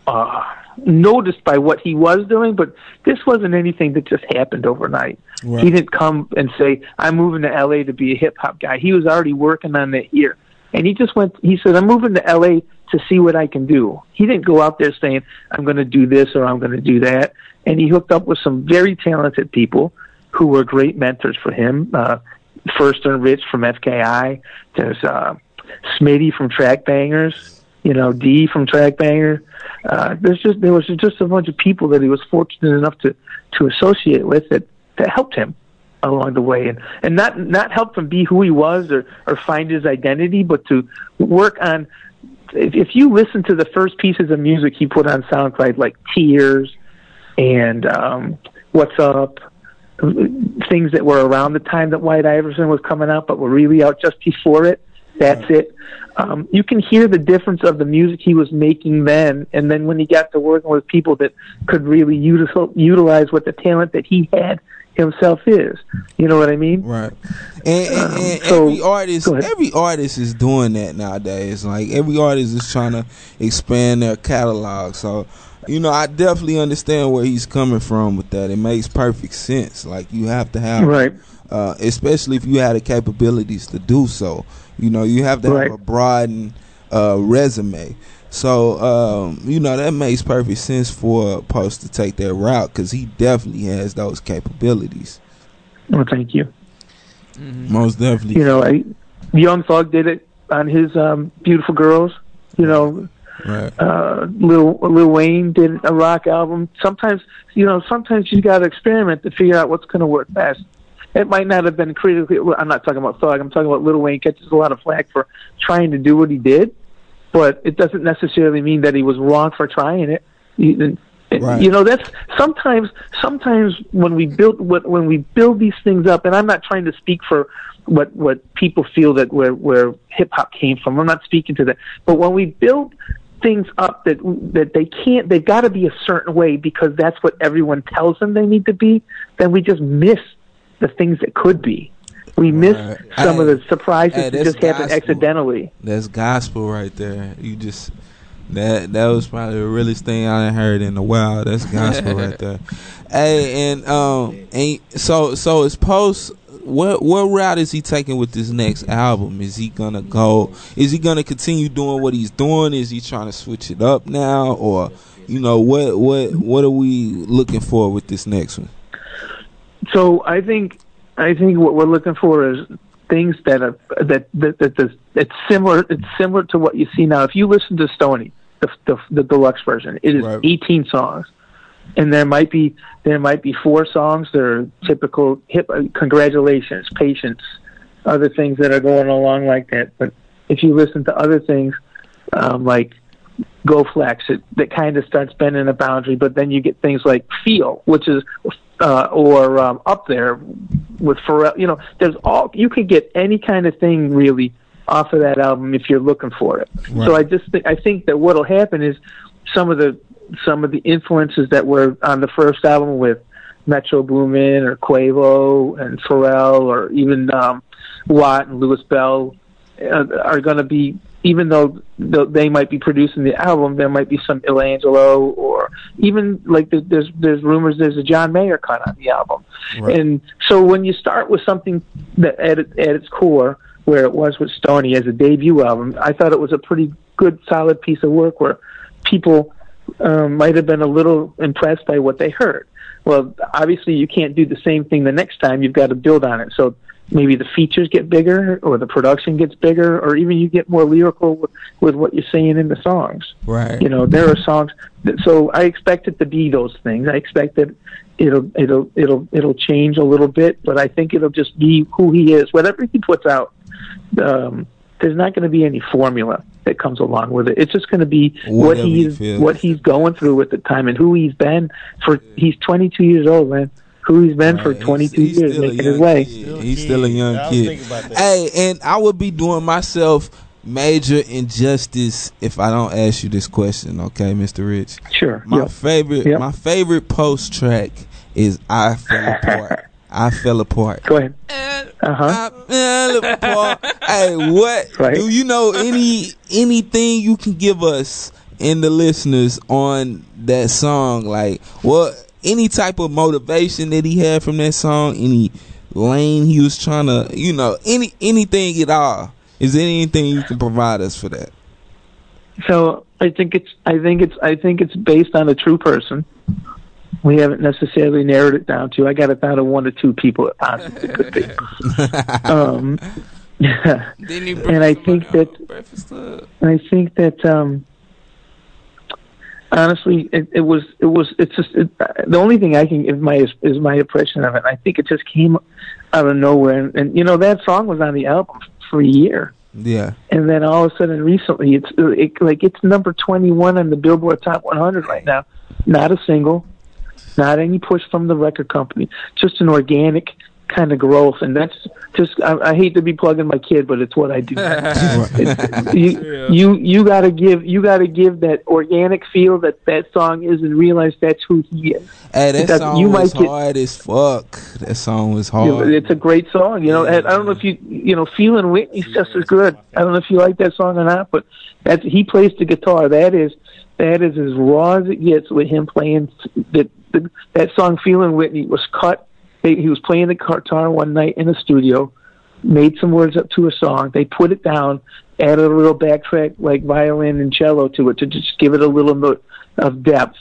Speaker 13: uh, noticed by what he was doing. But this wasn't anything that just happened overnight.
Speaker 8: Right.
Speaker 13: He didn't come and say, "I'm moving to L.A. to be a hip hop guy." He was already working on that here, and he just went. He said, "I'm moving to L.A. to see what I can do." He didn't go out there saying, "I'm going to do this" or "I'm going to do that." And he hooked up with some very talented people who were great mentors for him. Uh, First and Rich from FKI. There's uh, Smitty from Track Bangers, you know, D from Track Banger. Uh, there's just there was just a bunch of people that he was fortunate enough to to associate with that that helped him along the way and and not not help him be who he was or or find his identity, but to work on. If, if you listen to the first pieces of music he put on SoundCloud, like Tears and um, What's Up, things that were around the time that White Iverson was coming out, but were really out just before it. That's it. Um, you can hear the difference of the music he was making then, and then when he got to working with people that could really util- utilize what the talent that he had himself is. You know what I mean?
Speaker 1: Right. And, and,
Speaker 13: Um,
Speaker 1: and every artist, every artist is doing that nowadays. Like every artist is trying to expand their catalog. So, you know, I definitely understand where he's coming from with that. It makes perfect sense. Like you have to have,
Speaker 13: Right.
Speaker 1: Uh, especially if you had the capabilities to do so. You know, you have to
Speaker 13: Right.
Speaker 1: have a broadened uh, resume. So, um, you know, that makes perfect sense for Post to take that route because he definitely has those capabilities.
Speaker 13: Well, thank you.
Speaker 1: Most definitely.
Speaker 13: You know, I, Young Thug did it on his um, "Beautiful Girls." You know,
Speaker 1: Right.
Speaker 13: uh, Lil Lil Wayne did a rock album. Sometimes, you know, sometimes you got to experiment to figure out what's going to work best. It might not have been critically. well, I'm not talking about Thug. I'm talking about Lil Wayne catches a lot of flack for trying to do what he did, but it doesn't necessarily mean that he was wrong for trying it. You- and- You know, that's sometimes. Sometimes when we build when when we build these things up, and I'm not trying to speak for what what people feel that where where hip hop came from. I'm not speaking to that. But when we build things up that that they can't, they've got to be a certain way because that's what everyone tells them they need to be. Then we just miss the things that could be. We miss some of the surprises
Speaker 1: Hey,
Speaker 13: that
Speaker 1: that's
Speaker 13: just happen
Speaker 1: gospel.
Speaker 13: accidentally.
Speaker 1: That's gospel right there. You just that that was probably the realest thing I done heard in a while. That's gospel right there. Hey, and um, and so so is post. What what route is he taking with this next album? Is he gonna go? Is he gonna continue doing what he's doing? Is he trying to switch it up now, or you know what what what are we looking for with this next one?
Speaker 13: So I think I think what we're looking for is things that are that that, that, that it's similar. It's similar to what you see now. If you listen to Stony, the the, the deluxe version, it is 18 songs, and there might be there might be four songs that are typical hip. uh, Congratulations, patience, other things that are going along like that. But if you listen to other things, um, like go flex it that kind of starts bending the boundary but then you get things like feel which is uh, or um, up there with Pharrell you know there's all you can get any kind of thing really off of that album if you're looking for it
Speaker 8: Right.
Speaker 13: so I just think I think that what'll happen is some of the some of the influences that were on the first album with Metro Boomin or Quavo and Pharrell or even um, Watt and Lewis Bell uh, are going to be, even though th- they might be producing the album, there might be some Ilangelo or even like th- there's there's rumors there's a John Mayer cut on the album, and so when you start with something that at it- at its core where it was with Stony as a debut album, I thought it was a pretty good solid piece of work where people um, might have been a little impressed by what they heard. Well, obviously, you can't do the same thing the next time. You've got to build on it. So maybe the features get bigger, or the production gets bigger, or even you get more lyrical with, with what you're saying in the songs.
Speaker 1: Right.
Speaker 13: You know, there are songs. That, so I expect it to be those things. I expect that it'll it'll it'll it'll change a little bit, but I think it'll just be who he is. Whatever he puts out, um, there's not going to be any formula that comes along with it. It's just going to be what
Speaker 1: Whatever he
Speaker 13: he's
Speaker 1: feels.
Speaker 13: what he's going through at the time and who he's been for. He's 22 years old, man. Who he's been for 22 years, making his way.
Speaker 1: He's still a young
Speaker 9: I was
Speaker 1: kid.
Speaker 9: thinking about that.
Speaker 1: Hey, and I would be doing myself major injustice if I don't ask you this question, okay, Mr. Rich?
Speaker 13: Sure.
Speaker 1: My
Speaker 9: Yep.
Speaker 1: favorite my favorite post track is I Fell Apart. I fell apart.
Speaker 13: Go ahead. Uh-huh.
Speaker 1: hey, what do you know any anything you can give us and the listeners on that song? Like what any type of motivation that he had from that song, any lane he was trying to you know, any anything at all. Is there anything you can provide us for that?
Speaker 13: So I think it's I think it's I think it's based on a true person. We haven't necessarily narrowed it down to. I got it down to one to two people it possibly could be. um,
Speaker 10: Didn't you
Speaker 13: and I think that
Speaker 10: Breakfast Club?
Speaker 13: I think that um, honestly, it, it was it was it's just it, the only thing I can give my is, is my impression of it. I think it just came out of nowhere, and, and you know that song was on the album for a year,
Speaker 1: Yeah.
Speaker 13: and then all of a sudden recently, it's it, like it's number twenty one on the Billboard Top one hundred right now. Not a single, not any push from the record company, just an organic kind of growth, and that's just I, I hate to be plugging my kid, but it's what I do. you you you got to give you got to give that organic feel that that song is and realize that's who he is.
Speaker 1: Hey, that
Speaker 13: Because
Speaker 1: song
Speaker 13: you
Speaker 1: was
Speaker 13: might get-
Speaker 1: hard as fuck. That song was
Speaker 13: you know,
Speaker 1: hard.
Speaker 13: it's a great song, you know. And I don't know if you you know feeling Whitney's just as good. I don't know if you like that song or not, but that he plays the guitar. That is that is as raw as it gets with him playing that that- that song. Feeling Whitney was cut. They, he was playing the guitar one night in the studio, made some words up to a song. They put it down, added a little backtrack like violin and cello to it to just give it a little note of depth.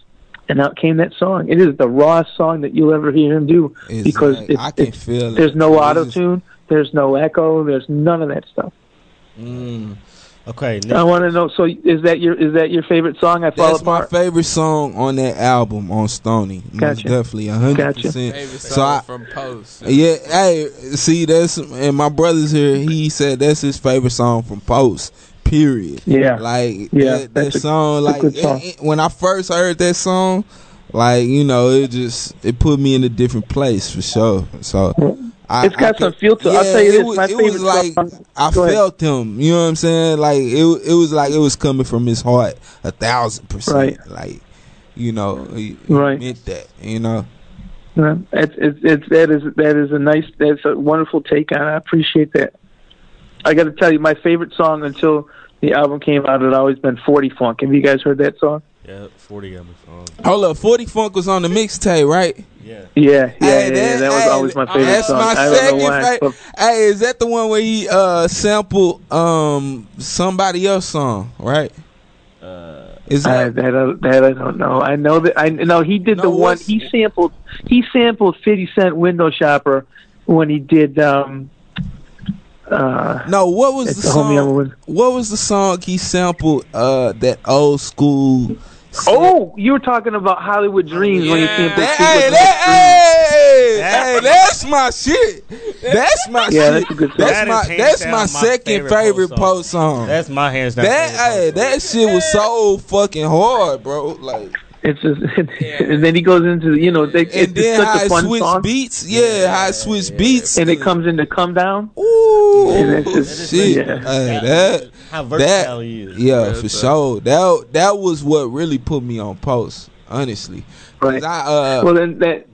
Speaker 13: And out came that song. It is the rawest song that you'll ever hear him do
Speaker 1: It's
Speaker 13: because
Speaker 1: like,
Speaker 13: it,
Speaker 1: I can
Speaker 13: it's-
Speaker 1: feel it.
Speaker 13: there's no
Speaker 1: It's
Speaker 13: auto tune, there's no echo, there's none of that stuff.
Speaker 1: Mm.
Speaker 6: Okay.
Speaker 13: I want to know. So is that your is that your favorite song? I fall
Speaker 1: That's
Speaker 13: apart.
Speaker 1: my favorite song on that album on Stony. Most
Speaker 13: Gotcha.
Speaker 1: definitely, hundred percent.
Speaker 10: Favorite
Speaker 1: So
Speaker 10: song
Speaker 1: I,
Speaker 10: from Post.
Speaker 1: yeah, hey, see, that's and my brother's here. He said that's his favorite song from Post. Period.
Speaker 13: Yeah.
Speaker 1: like
Speaker 13: Yeah,
Speaker 1: that, that
Speaker 13: that's a-
Speaker 1: song.
Speaker 13: that's a
Speaker 1: Like
Speaker 13: good song.
Speaker 1: it- it- when I first heard that song, like you know, it just it put me in a different place for sure. So. I,
Speaker 13: it's got
Speaker 1: I
Speaker 13: some
Speaker 1: could-
Speaker 13: feel to it. I'll
Speaker 1: yeah,
Speaker 13: tell you
Speaker 1: it
Speaker 13: this.
Speaker 1: was-
Speaker 13: my
Speaker 1: it
Speaker 13: favorite
Speaker 1: was like
Speaker 13: song.
Speaker 1: I
Speaker 13: Go ahead.
Speaker 1: felt him. You know what I'm saying? Like it, it was like it was coming from his heart, a thousand percent.
Speaker 13: Right.
Speaker 1: Like, you know, he, he
Speaker 13: Right.
Speaker 1: meant that. You know,
Speaker 13: Yeah, It's, it's, it's, that is that is a nice that's a wonderful take on. it. I appreciate that. I got to tell you, my favorite song until the album came out had always been Forty Funk. Have you guys heard that song?
Speaker 6: Yeah, 40 got me on.
Speaker 1: hold up, Forty Funk was on the mixtape, right?
Speaker 6: Yeah.
Speaker 13: Yeah, yeah,
Speaker 1: Hey,
Speaker 13: yeah, yeah. That was
Speaker 1: hey,
Speaker 13: always my favorite
Speaker 1: that's
Speaker 13: song.
Speaker 1: my
Speaker 13: I don't
Speaker 1: second
Speaker 13: know why.
Speaker 1: fa- Hey, is that the one where he uh sampled um somebody else song, right? Uh, is
Speaker 13: I,
Speaker 1: that
Speaker 13: that, I, that I don't know. I know that I know he did the
Speaker 1: No,
Speaker 13: one
Speaker 1: what's-
Speaker 13: he sampled. He sampled Fifty Cent Window Shopper when he did. um uh
Speaker 1: No, what was
Speaker 13: It's
Speaker 1: the
Speaker 13: the homie
Speaker 1: song?
Speaker 13: I'm with.
Speaker 1: What was the song he sampled? Uh, that old school.
Speaker 13: Oh, you were talking about Hollywood Dreams when he sampled.
Speaker 1: Hey,
Speaker 13: Fleetwood
Speaker 1: that, hey, hey, that's my shit. That's
Speaker 13: Yeah,
Speaker 1: my shit.
Speaker 13: that's a good song.
Speaker 1: That's
Speaker 13: That is
Speaker 1: my
Speaker 13: hands
Speaker 1: that's
Speaker 13: down
Speaker 1: my
Speaker 13: my
Speaker 1: second
Speaker 13: favorite
Speaker 1: favorite
Speaker 13: Post song.
Speaker 1: post song.
Speaker 6: That's my hands down
Speaker 1: That
Speaker 6: favorite
Speaker 1: hey, that shit was so fucking hard, bro. Like
Speaker 13: It's just, and then he goes into the, you know they, it's
Speaker 1: and then
Speaker 13: it's such
Speaker 1: how
Speaker 13: a
Speaker 1: it
Speaker 13: fun
Speaker 1: switched
Speaker 13: song,
Speaker 1: beats. Yeah, how it switched beats.
Speaker 13: and it comes into come down.
Speaker 1: Ooh,
Speaker 13: and it's just,
Speaker 1: shit.
Speaker 13: yeah.
Speaker 1: Hey, that
Speaker 6: How
Speaker 1: that
Speaker 6: versatile he is.
Speaker 1: yeah,
Speaker 6: That's
Speaker 1: for sure. That that was what really put me on post, honestly. 'Cause I, uh,
Speaker 13: well, then that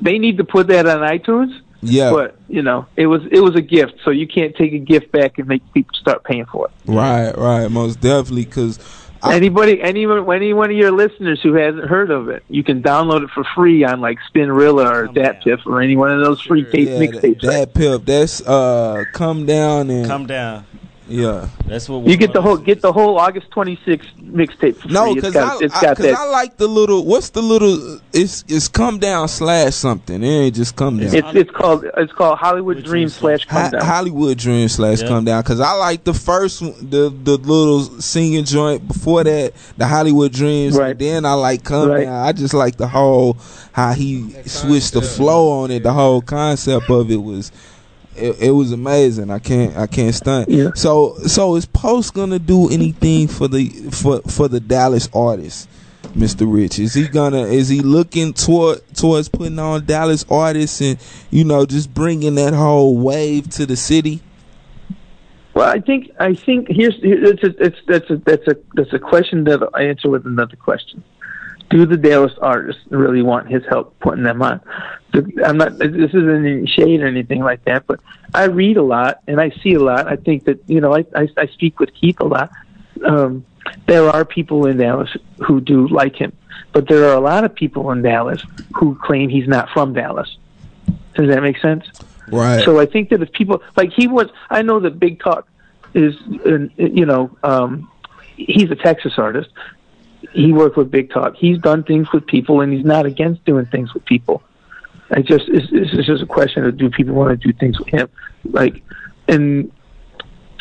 Speaker 13: they need to put that on iTunes.
Speaker 1: Yeah.
Speaker 13: But you know, it was it was a gift, so you can't take a gift back and make people start paying for it.
Speaker 1: Right, right, most definitely. Cause
Speaker 13: Anybody, anyone, any one of your listeners who hasn't heard of it, you can download it for free on like Spinrilla or DatPiff or any one of those free tape
Speaker 1: yeah, that,
Speaker 13: mixtapes.
Speaker 1: that pimp, that's uh, come down and
Speaker 6: Come down.
Speaker 1: yeah.
Speaker 6: That's what
Speaker 13: You get the whole get the whole August 26th mixtape for
Speaker 1: No,
Speaker 13: free. It's
Speaker 1: cause
Speaker 13: got,
Speaker 1: I,
Speaker 13: it's
Speaker 1: I-
Speaker 13: got
Speaker 1: 'cause
Speaker 13: that.
Speaker 1: I like the little. What's the little? It's it's come down slash something. It ain't just come down.
Speaker 13: it's it's called it's called Hollywood Dream slash
Speaker 1: Ho-
Speaker 13: Come Down.
Speaker 1: Hollywood Dream slash Come Down because I like the first one, the the little singing joint before that, the Hollywood Dreams. And then I like Come
Speaker 13: Right.
Speaker 1: Down. I just like the whole how he switched the flow on it. The whole concept of it was. It, it was amazing. I can't. I can't stunt. So, so is Post gonna do anything for the for for the Dallas artists, Mr. Rich? Is he gonna? Is he looking toward towards putting on Dallas artists and you know just bringing that whole wave to the city?
Speaker 13: Well, I think I think here's here- it's a, it's that's a that's a that's a question that I answer with another question. Do the Dallas artists really want his help putting them on? The- I'm not. This isn't any shade or anything like that, but I read a lot and I see a lot. I think that you know I I, I speak with Keith a lot. Um, there are people in Dallas who do like him, but there are a lot of people in Dallas who claim he's not from Dallas. Does that make sense?
Speaker 1: Right.
Speaker 13: So I think that if people like he was, I know that Big Talk is, uh, you know, um, he's a Texas artist. He worked with Big Talk. He's done things with people, and he's not against doing things with people. I just it's, it's just a question of do people want to do things with him? Like and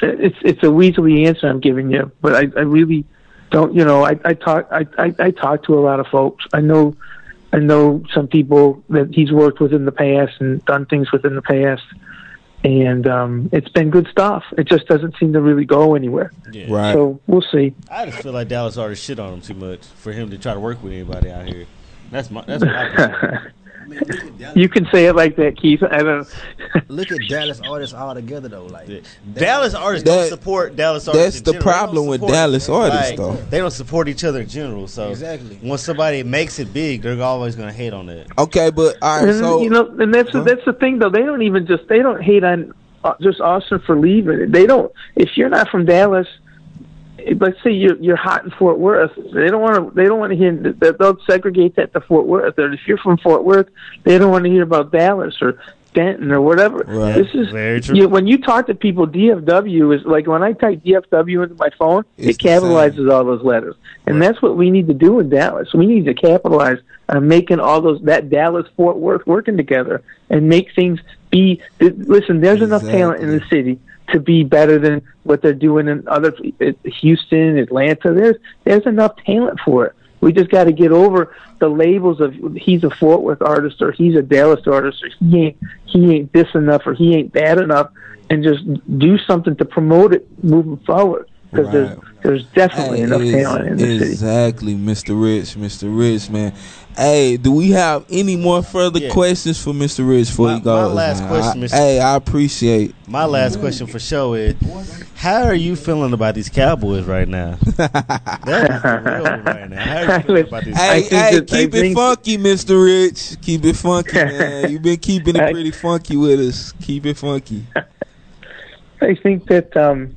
Speaker 13: it's it's a weaselly answer I'm giving you, but I, I really don't. You know, I I talk I, I I talk to a lot of folks. I know I know some people that he's worked with in the past and done things with in the past, and um, it's been good stuff. It just doesn't seem to really go anywhere.
Speaker 6: Yeah.
Speaker 1: Right.
Speaker 13: So we'll see.
Speaker 6: I just feel like Dallas already shit on him too much for him to try to work with anybody out here. That's my that's my opinion.
Speaker 13: You can say it like that, Keith. I don't.
Speaker 7: Look at Dallas artists all together though. Like
Speaker 6: Dallas artists
Speaker 7: That-
Speaker 6: don't support Dallas artists.
Speaker 7: that's
Speaker 6: in
Speaker 7: the
Speaker 6: general. They don't
Speaker 7: problem with
Speaker 6: support-
Speaker 7: Dallas artists,
Speaker 6: like,
Speaker 7: though.
Speaker 6: They don't support each other in general. So
Speaker 7: Exactly.
Speaker 6: when somebody makes it big, they're always going to hate on it.
Speaker 1: Okay, but all right,
Speaker 13: and,
Speaker 1: so
Speaker 13: you know, and that's the, that's the thing though. They don't even just they don't hate on uh, just Austin for leaving. They don't. If you're not from Dallas, eh, let's say you're you're hot in Fort Worth, they don't want to they don't want to hear that they'll segregate that to Fort Worth. Or if you're from Fort Worth, they don't want to hear about Dallas or Denton or whatever.
Speaker 6: Right.
Speaker 13: This is
Speaker 6: Very true.
Speaker 13: You, when you talk to people, DFW is like when I type DFW into my phone,
Speaker 1: It's
Speaker 13: it
Speaker 1: the same.
Speaker 13: capitalizes all those letters, and that's what we need to do in Dallas. We need to capitalize on making all those that Dallas Fort Worth working together and make things be. th- Listen, there's enough talent in the city to be better than what they're doing in other eh, Houston, Atlanta. There's there's enough talent for it. We just got to get over the labels of he's a Fort Worth artist or he's a Dallas artist or he ain't he ain't this enough or he ain't that enough, and just do something to promote it moving forward because there's there's definitely enough
Speaker 1: Ex-
Speaker 13: talent in the city.
Speaker 1: Exactly, Mr. Rich, Mr. Rich, man. Hey, do we have any more further
Speaker 6: Yeah.
Speaker 1: questions for Mr. Rich before he goes?
Speaker 6: last
Speaker 1: man?
Speaker 6: question,
Speaker 1: I-
Speaker 6: Mr.
Speaker 1: Oh, Hey, I appreciate.
Speaker 6: My last question for show is, how are you feeling about these Cowboys right now? that is the real one right now. How are you feeling about these?
Speaker 1: Hey, hey, keep it funky, Mr. Rich. Keep it funky, man. You've been keeping it pretty funky with us. Keep it funky.
Speaker 13: I think that um,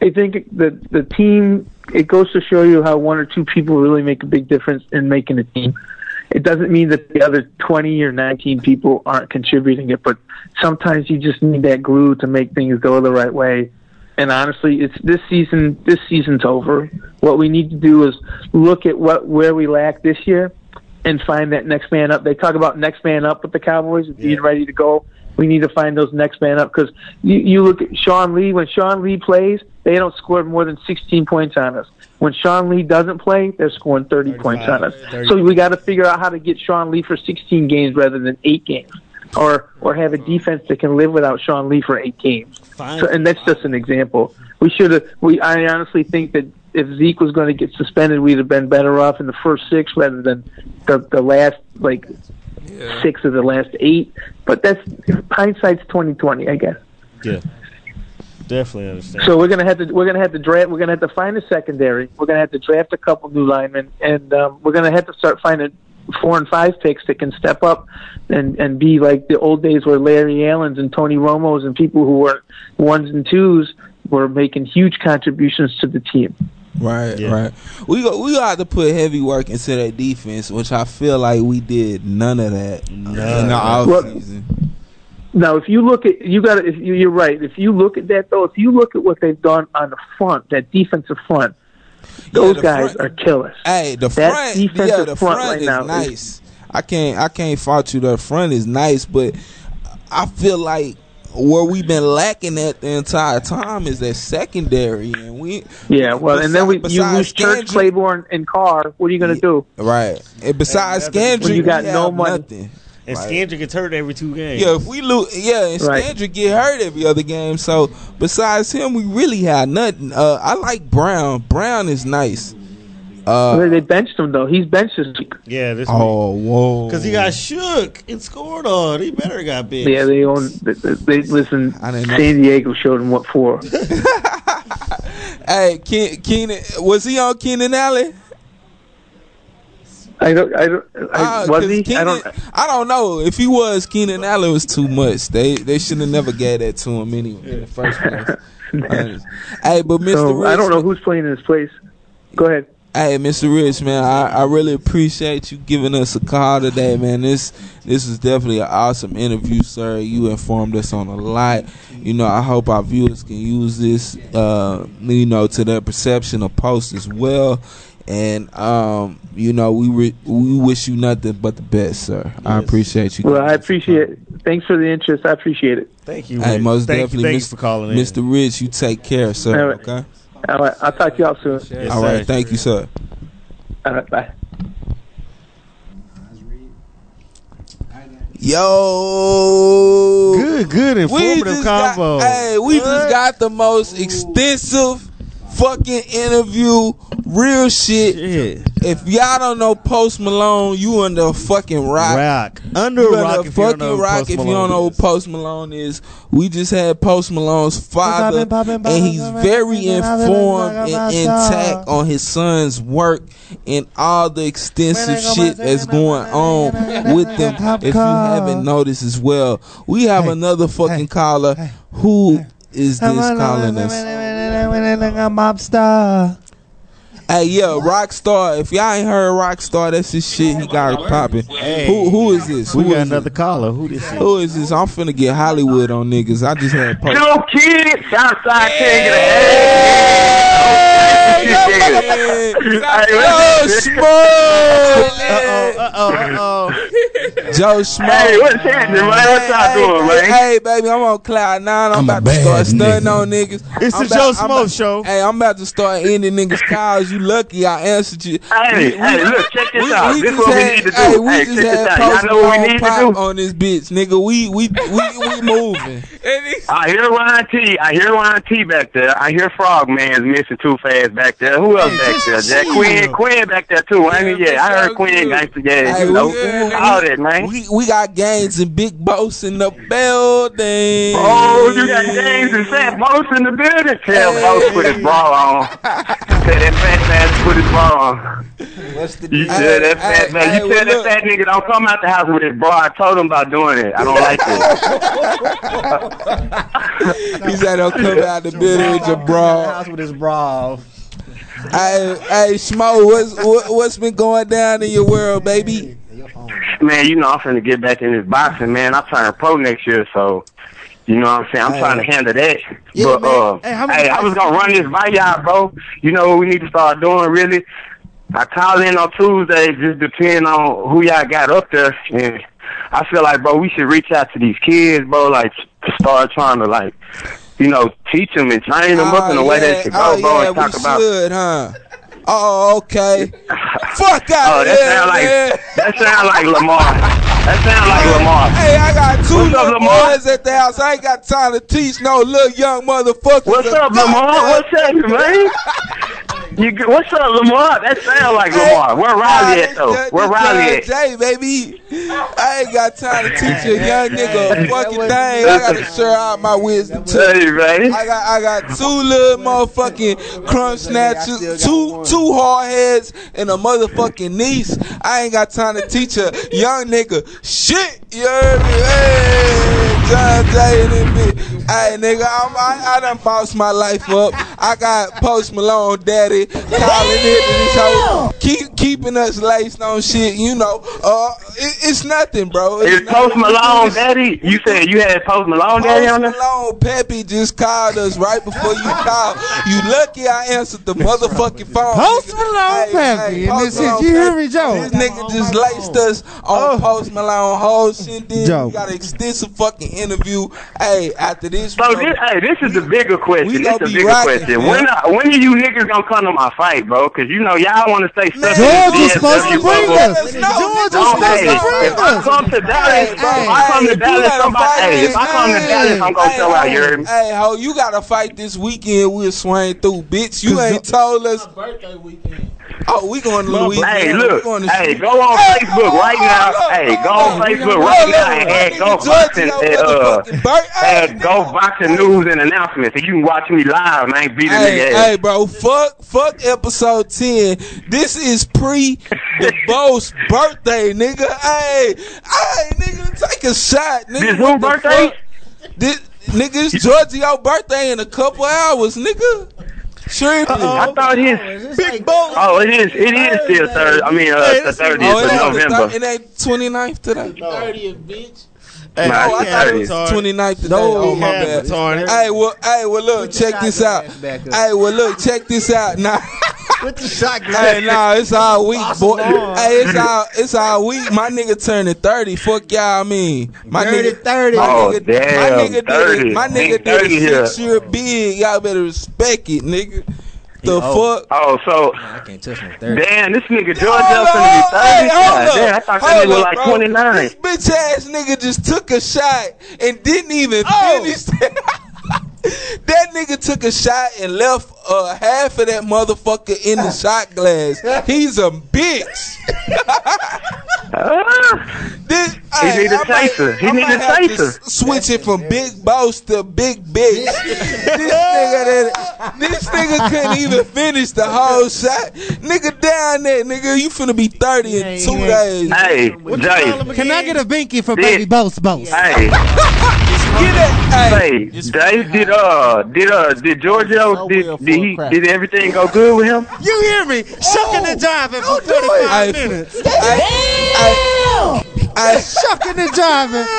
Speaker 13: I think the the team it goes to show you how one or two people really make a big difference in making a team. It doesn't mean that the other twenty or nineteen people aren't contributing it, but sometimes you just need that glue to make things go the right way. And honestly, it's this season. This season's over. What we need to do is look at what where we lack this year, and find that next man up. They talk about next man up with the Cowboys being ready to go. We need to find those next man up because you, you look at Sean Lee. When Sean Lee plays, they don't score more than 16 points on us. When Sean Lee doesn't play, they're scoring 30 points on us.
Speaker 6: 30.
Speaker 13: So we got to figure out how to get Sean Lee for 16 games rather than eight games, or or have a defense that can live without Sean Lee for eight games. So, and that's just an example. We should have. We I honestly think that if Zeke was going to get suspended, we'd have been better off in the first six rather than the the last like six of the last eight. But that's hindsight's twenty twenty, I guess.
Speaker 6: Yeah, definitely understand.
Speaker 13: So we're gonna have to we're gonna have to draft we're gonna have to find a secondary. We're gonna have to draft a couple new linemen, and um, we're gonna have to start finding four and five picks that can step up and and be like the old days where Larry Allen's and Tony Romo's and people who were ones and twos were making huge contributions to the team.
Speaker 1: Right, right. We go, we got to put heavy work into that defense, which I feel like we did none of that in the offseason.
Speaker 13: Uh, Now, if you look at you got if you, you're right. If you look at that though, if you look at what they've done on the front, that defensive front, those guys are killers.
Speaker 1: Hey, the
Speaker 13: That
Speaker 1: front,
Speaker 13: defensive
Speaker 1: yeah, the
Speaker 13: front
Speaker 1: front,
Speaker 13: right
Speaker 1: is
Speaker 13: now is-
Speaker 1: nice. I can't, I can't fault you. The front is nice, but I feel like where we've been lacking at the entire time is that secondary, and we
Speaker 13: Yeah, well, and then we
Speaker 1: Besides-
Speaker 13: you lose
Speaker 1: besides
Speaker 13: Church, Claiborne, and Carr. What are you going to do?
Speaker 1: right. And besides
Speaker 13: When
Speaker 1: Kendrick,
Speaker 13: you got
Speaker 1: we
Speaker 13: no
Speaker 1: have
Speaker 13: money.
Speaker 1: nothing.
Speaker 6: And
Speaker 1: Right.
Speaker 6: Skandrick gets hurt every two games.
Speaker 1: Yeah, if we lose, yeah, and
Speaker 6: Right.
Speaker 1: Scandrick get hurt every other game. So besides him, we really had nothing. Uh, I like Brown. Brown is nice. Uh,
Speaker 13: Well, they benched him though. He's benched this week.
Speaker 6: Yeah, this
Speaker 1: oh whoa,
Speaker 6: because he got shook and scored on. He better got big.
Speaker 13: Yeah, they own. They, they listen.
Speaker 1: know.
Speaker 13: San Diego showed him what for.
Speaker 1: Hey, Ken, Keenan, was he on Keenan Allen?
Speaker 13: I don't. I don't. I,
Speaker 1: Uh,
Speaker 13: was
Speaker 1: 'cause
Speaker 13: he? I don't.
Speaker 1: I don't know if he was Keenan Allen was too much. They they should have never gave that to him anyway in the first place. Honest. hey, but Mr.
Speaker 13: So,
Speaker 1: Rich,
Speaker 13: I don't know who's playing in his place. Go ahead.
Speaker 1: Hey, Mr. Rich, man, I, I really appreciate you giving us a call today, man. This this is definitely an awesome interview, sir. You informed us on a lot. You know, I hope our viewers can use this, uh, you know, to their perception of post as well. And um, you know, we re- we wish you nothing but the best, sir. I appreciate you.
Speaker 13: Well, I appreciate it. Thanks for the interest. I appreciate it.
Speaker 6: Thank
Speaker 1: Hey, most
Speaker 6: Thank-
Speaker 1: definitely,
Speaker 6: thank you
Speaker 1: Mr.
Speaker 6: for calling in.
Speaker 1: Mr. Ridge, you take care, sir.
Speaker 13: All right.
Speaker 1: Okay.
Speaker 13: All right. I'll talk to y'all soon.
Speaker 1: All right. Thank you, sir.
Speaker 13: All right. Bye.
Speaker 1: Yo, good, good,
Speaker 6: informative
Speaker 1: combo. hey, we just got the most extensive fucking interview, real shit. If y'all don't know Post Malone, you under a fucking rock.
Speaker 6: Rock. Under a
Speaker 1: You
Speaker 6: rock if you don't
Speaker 1: fucking
Speaker 6: know who
Speaker 1: rock
Speaker 6: Post
Speaker 1: if you
Speaker 6: Malone
Speaker 1: don't know who Post Malone is. We just had Post Malone's father, and he's very informed and intact on his son's work and all the extensive shit that's going on with them. If you haven't noticed as well, we have another fucking caller. Who is this calling us?
Speaker 5: Mobster.
Speaker 1: Hey, yeah, Rockstar. If y'all ain't heard Rockstar, that's his shit. He got it popping. Who who is this? We got another
Speaker 6: caller. Who this?
Speaker 1: Who is this? I'm finna get Hollywood on niggas. I just had post.
Speaker 8: Yo, kid, Southside King of the
Speaker 1: Yo, Smoke!
Speaker 6: Uh oh, uh oh.
Speaker 1: Joe Smoke.
Speaker 8: Hey, what's happening, man? What y'all doing,
Speaker 1: hey,
Speaker 8: man?
Speaker 1: Hey, baby, I'm on cloud nine. I'm, about to start stunning on niggas.
Speaker 6: It's
Speaker 1: I'm
Speaker 6: the Joe
Speaker 1: about- I'm
Speaker 6: Smoke
Speaker 1: about-
Speaker 6: Show.
Speaker 1: Hey, I'm about to start ending niggas' calls. You lucky I answered you.
Speaker 8: Hey,
Speaker 1: We- we-
Speaker 8: hey, look, check this out. This
Speaker 1: just
Speaker 8: what we need to
Speaker 1: had-
Speaker 8: do.
Speaker 1: Hey, we
Speaker 8: Hey,
Speaker 1: just
Speaker 8: check
Speaker 1: had
Speaker 8: this out. Y'all
Speaker 1: Post
Speaker 8: know what we
Speaker 1: Malone
Speaker 8: need to
Speaker 1: pop
Speaker 8: do?
Speaker 1: on this bitch, nigga. We we we we moving.
Speaker 8: I hear Ron T. I hear Ron T. back there. I hear Frogman's missing too fast back there. Who else back there? Jack Quinn, Quinn back there too. I mean, yeah, I heard Quinn gangster. Yeah,
Speaker 1: Hey,
Speaker 8: you know,
Speaker 1: we- we-
Speaker 8: all that, man.
Speaker 1: We we got gangs and big boss in the building.
Speaker 8: Oh, you got James and Sam Most in the building. Tell Most put his bra on. Tell that fat man to put his bra on. You tell that fat man. You tell that fat nigga don't come out the house with his bra. I told him about doing it. I don't like this.
Speaker 1: He said, "Don't come out the building with your bra." House with his bra. Hey, hey, Smo, what's what, what's been going down in your world, baby?
Speaker 8: Man, you know I'm finna get back in this boxing, man. I'm turning pro next year, so you know what I'm saying. I'm trying to handle that. but uh,
Speaker 6: Hey,
Speaker 8: hey,
Speaker 6: how many
Speaker 8: I was
Speaker 6: fights-
Speaker 8: gonna run this by y'all, bro. You know what we need to start doing, really. I call in on Tuesdays, just depend on who y'all got up there, and I feel like, bro, we should reach out to these kids, bro. Like, to start trying to like, you know, teach them and train them up in a way that should go,
Speaker 1: oh,
Speaker 8: bro,
Speaker 1: yeah,
Speaker 8: and talk
Speaker 1: we
Speaker 8: about.
Speaker 1: should, huh? Oh, okay. Fuck out
Speaker 8: Oh, that
Speaker 1: of here,
Speaker 8: sound like
Speaker 1: man.
Speaker 8: that sound like Lamar. That sound like Lamar.
Speaker 1: Hey, I got two
Speaker 8: What's up,
Speaker 1: little
Speaker 8: Lamar?
Speaker 1: boys at the house. I ain't got time to teach no little young motherfuckers.
Speaker 8: What's up, Lamar? What's happening, man? You g- what's up, Lamar? That sound like Lamar. Where Riley at though? Where Riley at?
Speaker 1: Jay, baby. I ain't got time to teach a young nigga a fucking thing. I gotta share out my wisdom too.
Speaker 8: Hey, man.
Speaker 1: I got I got two little motherfucking crumb snatchers, two two hard heads, and a motherfucking niece. I ain't got time to teach a young nigga shit. You heard me? Hey, John Jay and them bitch. Hey, nigga, I'm, I I done bossed my life up. I got Post Malone, Daddy, calling it and this hoe. Keep keeping us laced on shit. You know, uh, it, it's nothing, bro.
Speaker 8: Is
Speaker 1: It's
Speaker 8: Post
Speaker 1: nothing.
Speaker 8: Malone daddy? You said you had Post Malone daddy on there?
Speaker 1: Post Malone Peppy just called us right before you called. You lucky I answered the motherfucking phone.
Speaker 5: Post
Speaker 1: nigga.
Speaker 5: Malone Peppy, and this is- you hear me, Joe? Oh.
Speaker 1: This nigga just laced us on Post Malone whole shit. Then
Speaker 5: Joe.
Speaker 1: we got an extensive fucking interview. Hey, after this,
Speaker 8: So this, hey, this is the bigger question.
Speaker 1: we
Speaker 8: This
Speaker 1: gonna
Speaker 8: is the
Speaker 1: be
Speaker 8: bigger
Speaker 1: rocking,
Speaker 8: question.
Speaker 1: man.
Speaker 8: When are, when are you niggas gonna come to my fight, bro? Because you know y'all want to stay stuck. in
Speaker 5: George
Speaker 8: the
Speaker 5: was supposed to
Speaker 8: DFW
Speaker 5: bring
Speaker 8: bubble.
Speaker 5: us. George was supposed to bring
Speaker 8: If I
Speaker 5: us.
Speaker 8: come to Dallas, if I come to Dallas, somebody. Hey, if I come to Dallas, I'm gonna show out. You heard me?
Speaker 1: Hey, ho, you got to fight this weekend. We'll swing through, bitch. You ain't told us. Oh, we going to Louisiana.
Speaker 8: Hey,
Speaker 1: We
Speaker 8: look.
Speaker 1: going to
Speaker 8: Hey, go on Facebook right now. Hey, go on Facebook right now and add Go Boxing and, uh, add Go Boxing News and Announcements. And you can watch me live, man. Beat a nigga
Speaker 1: Hey,
Speaker 8: ass.
Speaker 1: hey, bro, fuck, fuck episode ten. This is pre the boss birthday, nigga. Hey, hey, nigga, take a shot, nigga.
Speaker 8: This who
Speaker 1: What the
Speaker 8: birthday?
Speaker 1: fuck? This nigga, it's Georgio's birthday in a couple hours, nigga. Sure,
Speaker 8: Uh-uh, I thought his
Speaker 1: big boat.
Speaker 8: Oh, it is. It is still third. I mean, uh, the thirtieth of November.
Speaker 1: It ain't 29th today. 30th, bitch.
Speaker 8: Hey, I
Speaker 1: no, I thought it was
Speaker 8: can't.
Speaker 1: 29th today.
Speaker 8: No,
Speaker 1: oh,
Speaker 8: we
Speaker 1: my bad.
Speaker 8: haven't,
Speaker 1: Hey, well, hey, well, look, check this out. Hey, well, look, check this out. Nah.
Speaker 7: With the shotgun.
Speaker 1: Hey, nah, it's all week,
Speaker 7: Awesome
Speaker 1: boy.
Speaker 7: arm.
Speaker 1: Hey, it's all it's all week. My nigga turning thirty. Fuck y'all, I mean. My
Speaker 7: Dirty
Speaker 1: nigga
Speaker 7: 30.
Speaker 1: My
Speaker 7: Oh,
Speaker 1: nigga,
Speaker 7: damn,
Speaker 1: my nigga did
Speaker 7: 30.
Speaker 1: it. My nigga
Speaker 7: Big
Speaker 1: did
Speaker 7: 30
Speaker 1: a
Speaker 7: here.
Speaker 1: six year bid. Y'all better respect it, nigga. The fuck?
Speaker 8: Oh, so
Speaker 7: I can't touch no
Speaker 8: damn, this nigga George
Speaker 1: Hold up,
Speaker 8: Johnson is
Speaker 1: hold up, hey,
Speaker 8: thirty.
Speaker 1: hold
Speaker 8: God
Speaker 1: up,
Speaker 8: damn, I thought
Speaker 1: hold
Speaker 8: that nigga was
Speaker 1: up,
Speaker 8: like
Speaker 1: bro.
Speaker 8: twenty nine.
Speaker 1: This bitch ass nigga just took a shot and didn't even finish. that nigga took a shot and left uh, half of that motherfucker in the shot glass. He's a bitch. this,
Speaker 8: Ah. He need a chaser. He need a chaser.
Speaker 1: Switch it from big boss to big bitch. this nigga that this nigga couldn't even finish the whole shot. Nigga down there, nigga, you finna be thirty in two days.
Speaker 8: Hey, Jay,
Speaker 5: Can I get a binky for
Speaker 8: Yeah.
Speaker 5: baby boss boss?
Speaker 8: Hey. Hey, Dave, did uh, did uh, did Giorgio, did, did he, did everything go good with him?
Speaker 5: You hear me? Shucking and jiving for 35 minutes.
Speaker 1: I
Speaker 5: shucking and jiving. Oh,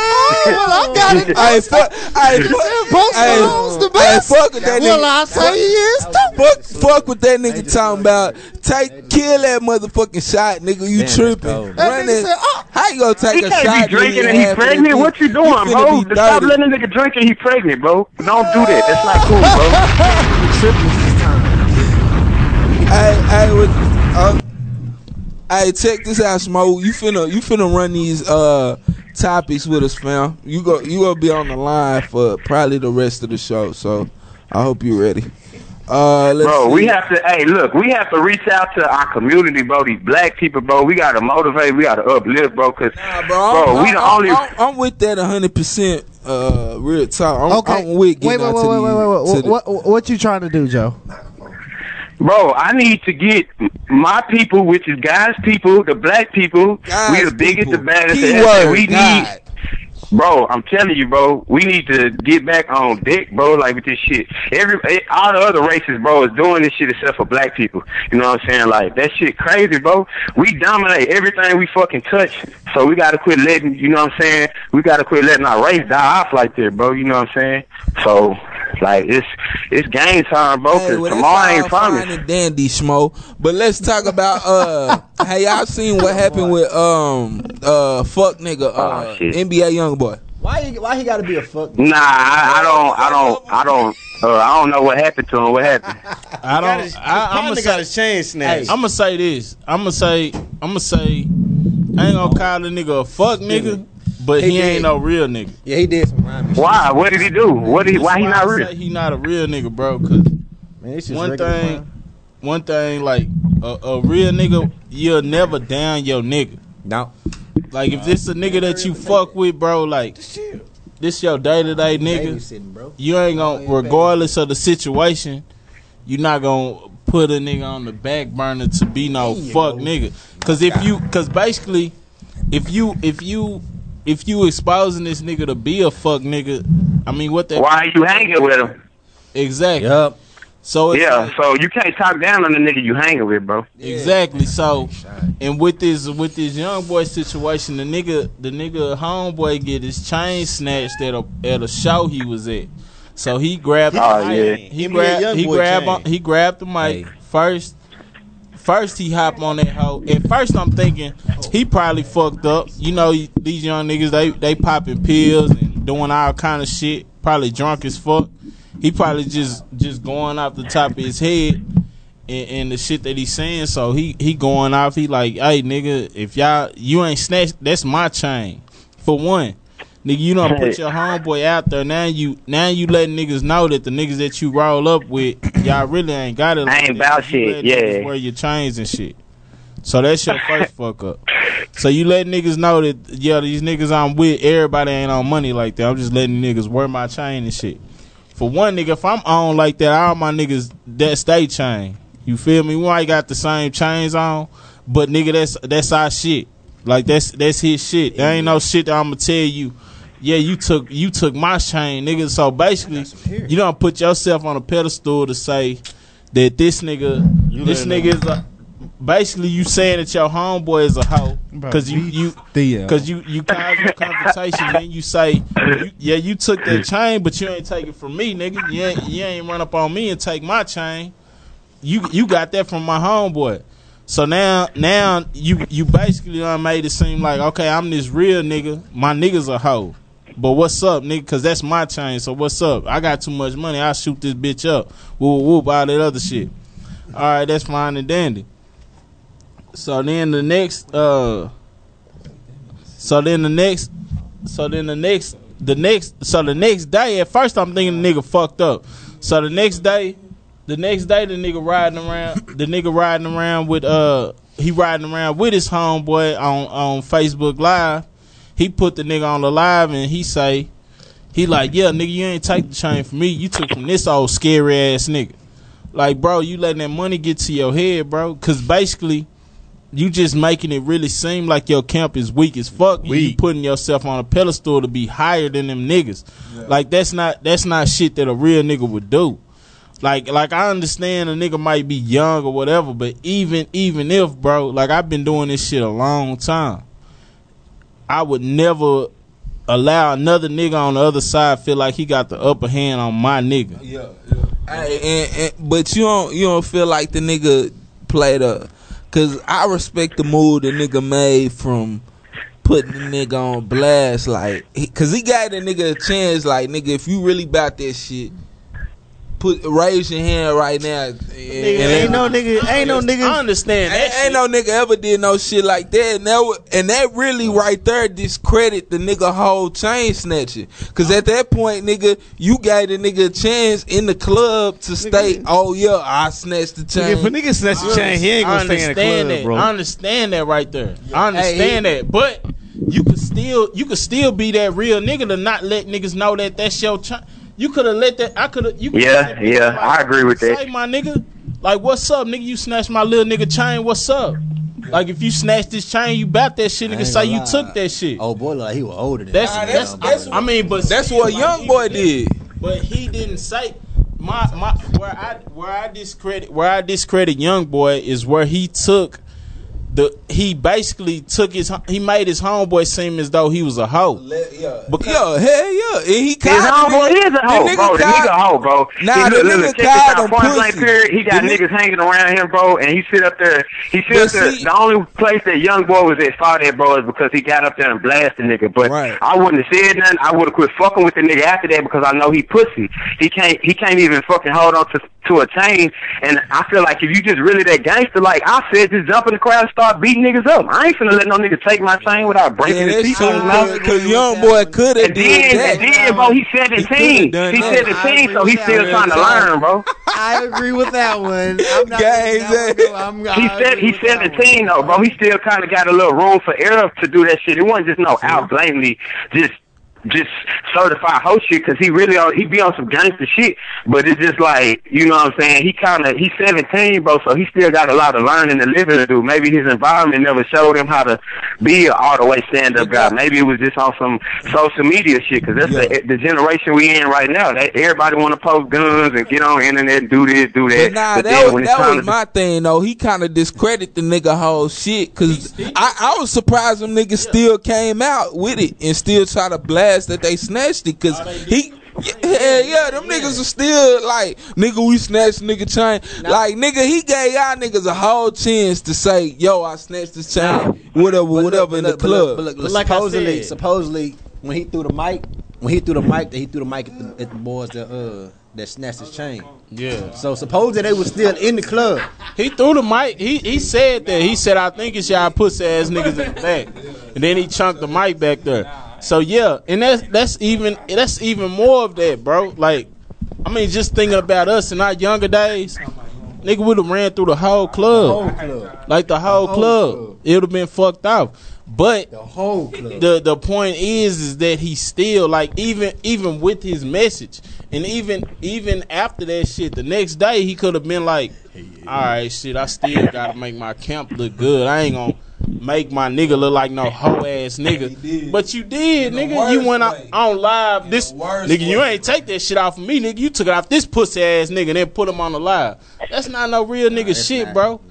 Speaker 5: well, I got it.
Speaker 1: I fuck. I
Speaker 5: You
Speaker 1: fuck.
Speaker 5: said Post Malone's the best.
Speaker 1: fuck with that
Speaker 5: Well,
Speaker 1: nigga.
Speaker 5: I say he is
Speaker 1: Fuck, fuck with that nigga talking about. Take, kill that motherfucking shot, nigga. You tripping?
Speaker 5: That
Speaker 1: Run
Speaker 5: nigga
Speaker 1: it.
Speaker 5: said, oh.
Speaker 1: How you gonna take
Speaker 8: he
Speaker 1: a
Speaker 8: can't
Speaker 1: shot?
Speaker 8: be drinking
Speaker 1: nigga,
Speaker 8: and he's
Speaker 1: half of that
Speaker 8: pregnant.
Speaker 1: bitch?
Speaker 8: What you doing,
Speaker 1: finna
Speaker 8: bro?
Speaker 1: be
Speaker 8: Stop
Speaker 1: 30.
Speaker 8: letting a nigga drink and he pregnant, bro. Don't do that. That's not cool, bro.
Speaker 1: Hey, hey, what- uh, hey, check this out, Smo. You finna, you finna run these uh topics with us, fam. You go, you gonna be on the line for probably the rest of the show. So, I hope you're ready. Uh, let's
Speaker 8: Bro, we
Speaker 1: see.
Speaker 8: have to. Hey, look, we have to reach out to our community, bro. These black people, bro. We gotta motivate. We gotta uplift, bro. Cause,
Speaker 1: I'm-
Speaker 8: bro, we the
Speaker 1: I'm-
Speaker 8: only.
Speaker 1: I'm, I'm with that 100. percent Uh, real talk. I'm, I'm with
Speaker 5: Wait, wait, wait,
Speaker 1: getting out
Speaker 5: wait,
Speaker 1: to
Speaker 5: wait,
Speaker 1: the-
Speaker 5: wait,
Speaker 1: to
Speaker 5: wait.
Speaker 1: the-
Speaker 5: What, what, what you trying to do, Joe?
Speaker 8: Bro, I need to get my people, which is God's people, the black people. we the biggest, the baddest. and
Speaker 1: Keyword,
Speaker 8: we
Speaker 1: God.
Speaker 8: need, bro. I'm telling you, bro. We need to get back on dick, bro. Like with this shit. Every eh, all the other races, bro, is doing this shit except for black people. You know what I'm saying? Like that shit crazy, bro. We dominate everything we fucking touch. So we gotta quit letting. You know what I'm saying? We gotta quit letting our race die off like that, bro. You know what I'm saying? So. Like it's it's game time, bro.
Speaker 1: Hey,
Speaker 8: 'cause
Speaker 1: well, that's
Speaker 8: tomorrow ain't
Speaker 1: all
Speaker 8: promised.
Speaker 1: fine and dandy, Schmo. But let's talk about uh, hey, y'all seen what happened with um, uh, fuck nigga, uh,
Speaker 8: Ah, shit.
Speaker 1: NBA young boy.
Speaker 7: Why he, why he gotta be a fuck?
Speaker 8: Nah, I, I don't, I don't, I don't, uh, I don't know what happened to him. What happened?
Speaker 9: I don't. I, I'm
Speaker 6: partner
Speaker 9: gonna
Speaker 6: got
Speaker 9: say
Speaker 6: his chain snatched.
Speaker 9: I'm gonna say this. I'm gonna say. I'm gonna say. I ain't gonna call the nigga a fuck nigga, but he,
Speaker 7: He did.
Speaker 9: ain't no real nigga.
Speaker 7: Yeah, he did some rhyming.
Speaker 8: Why? What did he do? What? Did,
Speaker 9: That's
Speaker 8: why he
Speaker 9: I
Speaker 8: not real?
Speaker 9: say He not a real nigga, bro. Cause
Speaker 7: Man, it's just
Speaker 9: one
Speaker 7: regular
Speaker 9: thing,
Speaker 7: rhyme.
Speaker 9: one thing like a, a real nigga, you'll never down your nigga.
Speaker 7: No.
Speaker 9: Like if this a nigga that you fuck with, bro, like this your day to day nigga. You ain't gonna, regardless of the situation, you not gonna put a nigga on the back burner to be no
Speaker 7: There you
Speaker 9: fuck
Speaker 7: go.
Speaker 9: nigga. Cause if you, cause basically, if you, if you, if you exposing this nigga to be a fuck nigga, I mean, what that?
Speaker 8: Why you hanging with him?
Speaker 9: Exactly.
Speaker 7: Yep.
Speaker 9: So it's
Speaker 8: yeah,
Speaker 9: like-
Speaker 8: so you can't talk down on the nigga you hanging with, bro.
Speaker 9: Exactly. So, and with this with this young boy situation, the nigga the nigga homeboy get his chain snatched at a at a show he was at. So he grabbed
Speaker 8: Oh, yeah.
Speaker 9: he
Speaker 6: Give me a
Speaker 9: grabbed
Speaker 6: young
Speaker 9: he
Speaker 6: boy
Speaker 9: grabbed
Speaker 6: chain.
Speaker 9: on, he grabbed the mic first. First he hop on that hoe. At first I'm thinking he probably fucked up. You know these young niggas they they popping pills and doing all kind of shit. Probably drunk as fuck. He probably just just going off the top of his head and, and the shit that he's saying. So he he going off. He like, hey nigga, if y'all you ain't snatched, that's my chain. For one, nigga, you don't put your homeboy out there. Now you now you let niggas know that the niggas that you roll up with, y'all really ain't got it.
Speaker 8: I ain't
Speaker 9: that.
Speaker 8: about
Speaker 9: You
Speaker 8: shit,
Speaker 9: let
Speaker 8: yeah.
Speaker 9: niggas wear your chains and shit. So that's your first fuck up. So you let niggas know that yeah, these niggas I'm with, everybody ain't on money like that. I'm just letting niggas wear my chain and shit. For one nigga, if I'm on like that, all my niggas that's they chain. You feel me? We ain't got the same chains on, but nigga, that's that's our shit. Like that's that's his shit. There ain't no shit that I'ma tell you. Yeah, you took you took my chain, nigga. So basically, you don't put yourself on a pedestal to say that this nigga, this
Speaker 6: let
Speaker 9: nigga is a. Basically, you saying that your homeboy is a hoe because you you
Speaker 5: Theo.
Speaker 9: because you you cause a confrontation, then you say, you, "Yeah, you took that chain, but you ain't take it from me, nigga. You ain't, you ain't run up on me and take my chain." you you got that from my homeboy. So now now you you basically done made it seem like okay I'm this real nigga. My niggas a hoe. But what's up, nigga? Cause that's my chain. So what's up? I got too much money. I shoot this bitch up. Whoop whoop all that other shit. All right, that's fine and dandy. So then the next uh so then the next so then the next the next so the next day at first I'm thinking the nigga fucked up. So the next day the next day the nigga riding around the nigga riding around with uh he riding around with his homeboy on on Facebook Live. He put the nigga on the live and he say he like, yeah, nigga, you ain't take the chain from me. You took from this old scary ass nigga. Like, bro, you letting that money get to your head, bro. Cause basically, you just making it really seem like your camp is weak as fuck. and You putting yourself on a pedestal to be higher than them niggas. Like that's not that's not shit that a real nigga would do. Like like I understand a nigga might be young or whatever, but even even if bro, like I've been doing this shit a long time. I would never allow another nigga on the other side feel like he got the upper hand on my nigga.
Speaker 14: Yeah.
Speaker 1: Hey, and, and, but you don't you don't feel like the nigga played a, cause I respect the move the nigga made from putting the nigga on blast like, he, cause he got the nigga a chance like nigga if you really bout that shit, put raise your hand right now. And,
Speaker 6: Nigga, ain't no nigga, ain't no nigga. I understand
Speaker 1: ain't, ain't no nigga ever did no shit like that, and that wa- and that really right there discredit the nigga whole chain snatching. Cause at that point, nigga, you gave the nigga a chance in the club to state, oh yeah, I snatched the chain.
Speaker 9: Nigga, if a nigga snatch the chain, he ain't gonna stay in the club, bro. I understand that right there. I understand
Speaker 1: Hey,
Speaker 9: that, but you could still you could still be that real nigga to not let niggas know that that's your chain. You could have let that. I could have. You coulda
Speaker 8: Yeah,
Speaker 9: let that-
Speaker 8: yeah, I agree with
Speaker 9: Say
Speaker 8: that.
Speaker 9: my nigga, like what's up, nigga? You snatched my little nigga chain. What's up? Like if you snatched this chain, you bout that shit, nigga.
Speaker 7: ain't
Speaker 9: Say
Speaker 7: gonna
Speaker 9: you
Speaker 7: lie.
Speaker 9: took that shit.
Speaker 7: Oh boy, like he was older than
Speaker 9: That's
Speaker 7: that.
Speaker 9: that's, that's I mean, but that's what young boy did. But he didn't say my my where I where I discredit where I discredit young boy is where he took the he basically took his he made his homeboy seem as though he was a hoe.
Speaker 1: yeah.
Speaker 9: Because, yeah, hell yeah, and he
Speaker 8: His homeboy is a hoe, bro. The nigga a hoe, bro.
Speaker 9: Nah,
Speaker 8: He-
Speaker 9: the
Speaker 8: look,
Speaker 9: nigga
Speaker 8: look, check this
Speaker 9: died
Speaker 8: out.
Speaker 9: on
Speaker 8: Point blank
Speaker 9: pussy.
Speaker 8: period, he got
Speaker 9: The ni-
Speaker 8: niggas hanging around him, bro, and he sit up there. He sit up there. The only place that young boy was at fault at, bro, is because he got up there and blasted nigga. But I wouldn't have said nothing. I would have quit fucking with the nigga after that because I know he pussy. He can't. He can't even fucking hold on to to a chain. And I feel like if you just really that gangster, like I said, just jump in the crowd and start beating niggas up. I ain't finna let no nigga take my chain without breaking his teeth in his mouth.
Speaker 1: Cause young boy could have
Speaker 8: And then,
Speaker 1: did that.
Speaker 8: and then, bro, he
Speaker 1: He
Speaker 8: 17.
Speaker 1: coulda done
Speaker 8: He
Speaker 1: that.
Speaker 8: 17, so he's
Speaker 1: I
Speaker 8: still
Speaker 1: agree
Speaker 8: trying to
Speaker 1: with that.
Speaker 8: learn, bro.
Speaker 7: I agree with that one. I'm not that one, no, I'm,
Speaker 8: He said he's 17 though, bro. He still kind of got a little room for error to do that shit. It wasn't just no out blatantly just just certified hoe shit because he really on, he be on some gangster shit. But it's just like you know what I'm saying. He kind of he's 17, bro, so he still got a lot of learning and living to do. Maybe his environment never showed him how to be an all the way stand up guy. Maybe it was just on some social media shit because that's the, the generation we in right now. They, everybody want to post guns and get on the internet and do this, do that.
Speaker 1: But nah,
Speaker 8: But then
Speaker 1: that
Speaker 8: when
Speaker 1: was,
Speaker 8: it's
Speaker 1: that
Speaker 8: time
Speaker 1: was
Speaker 8: to
Speaker 1: my thing though. He kind of discredit the nigga whole shit because I, I was surprised them niggas still came out with it and still try to blast that they snatched it because he. Yeah, yeah, them niggas are still like, nigga, we snatched nigga chain. Like, nigga, he gave y'all niggas a whole chance to say, yo, I snatched this chain, whatever, whatever in the
Speaker 7: but look,
Speaker 1: club.
Speaker 7: but look, supposedly, supposedly, when he threw the mic, when he threw the mic, that he threw the mic at the, at the boys that uh that snatched his chain.
Speaker 9: Yeah.
Speaker 7: So supposedly they was still in the club.
Speaker 9: He threw the mic. He he said that. He said, "I think it's y'all pussy ass niggas in the back," and then he chunked the mic back there. So yeah, and that's that's even that's even more of that, bro. Like, I mean, just thinking about us in our younger days, nigga would have ran through the whole club, like the whole club. It would have been fucked off. But the
Speaker 7: whole club.
Speaker 9: The the point is is that he still like even even with his message and even even after that shit the next day he could have been like all right shit I still got to make my camp look good. I ain't going to make my nigga look like no hoe ass nigga. But you did, nigga. You went out on live this nigga you ain't take that shit off of me, nigga. You took it off this pussy ass nigga and then put him on the live. That's not no real nigga shit, bro.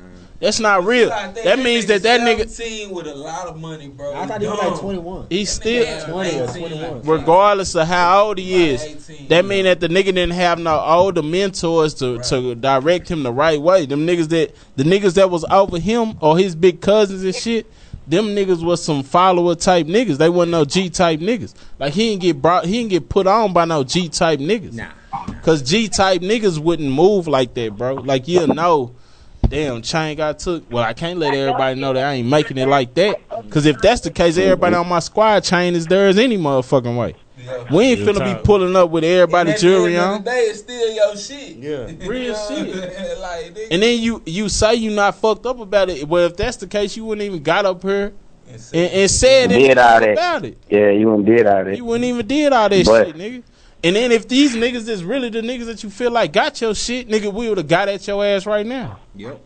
Speaker 9: That's not real. That means that that nigga
Speaker 1: with a lot of money, bro.
Speaker 12: I thought he was like 21.
Speaker 9: He's still
Speaker 12: 20 or 21.
Speaker 9: regardless of how old he is. That mean that the nigga didn't have no older mentors to, to direct him the right way. Them niggas that the niggas that was over him or his big cousins and shit, them niggas was some follower type niggas. They wasn't no G type niggas. Like he didn't get brought he didn't get put on by no G type niggas. Nah. Cause G type niggas wouldn't move like that, bro. Like you'll know damn chain got took. Well, I can't let everybody know that I ain't making it like that. Cause if that's the case, everybody on my squad chain is theirs any motherfucking way. We ain't finna be pulling up with everybody jewelry on.
Speaker 1: They is still your shit. Yeah,
Speaker 9: real shit. like, nigga. And then you you say you not fucked up about it. Well, if that's the case, you wouldn't even got up here and, and said
Speaker 8: You did
Speaker 9: anything
Speaker 8: all
Speaker 9: about
Speaker 8: that.
Speaker 9: it.
Speaker 8: Yeah, you done did all that.
Speaker 9: You wouldn't even did all that
Speaker 8: But-
Speaker 9: shit, nigga. And then if these niggas is really the niggas that you feel like got your shit, nigga, we would have got at your ass right now.
Speaker 1: Yep.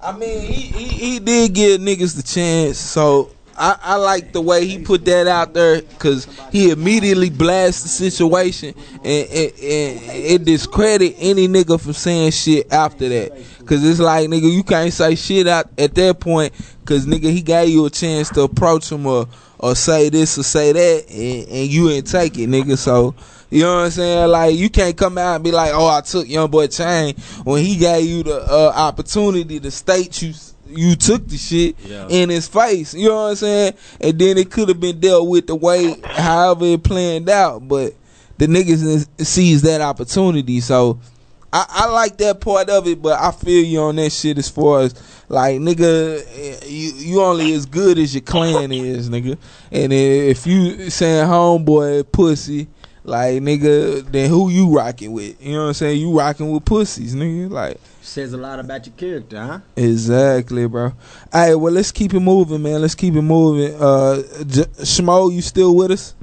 Speaker 1: I mean, he, he, he did give niggas the chance, so I, I like the way he put that out there because he immediately blasts the situation and, and, and it discredit any nigga from saying shit after that. Because it's like, nigga, you can't say shit out at that point because, nigga, he gave you a chance to approach him or, or say this or say that and, and you ain't take it, nigga, so... You know what I'm saying? Like you can't come out and be like, "Oh, I took young boy chain when he gave you the uh, opportunity to state you you took the shit
Speaker 9: Yeah.
Speaker 1: in his face." You know what I'm saying? And then it could have been dealt with the way however it planned out, but the niggas is- sees that opportunity, so. I, I like that part of it, but I feel you on that shit as far as like nigga, eh, you you only as good as your clan is, nigga. And if you saying homeboy pussy, like nigga, then who you rocking with? You know what I'm saying? You rocking with pussies, nigga. Like
Speaker 7: Says a lot about your character, huh?
Speaker 1: exactly, bro. Hey, well let's keep it moving, man. Let's keep it moving. Uh, J- Shmo, you still with us?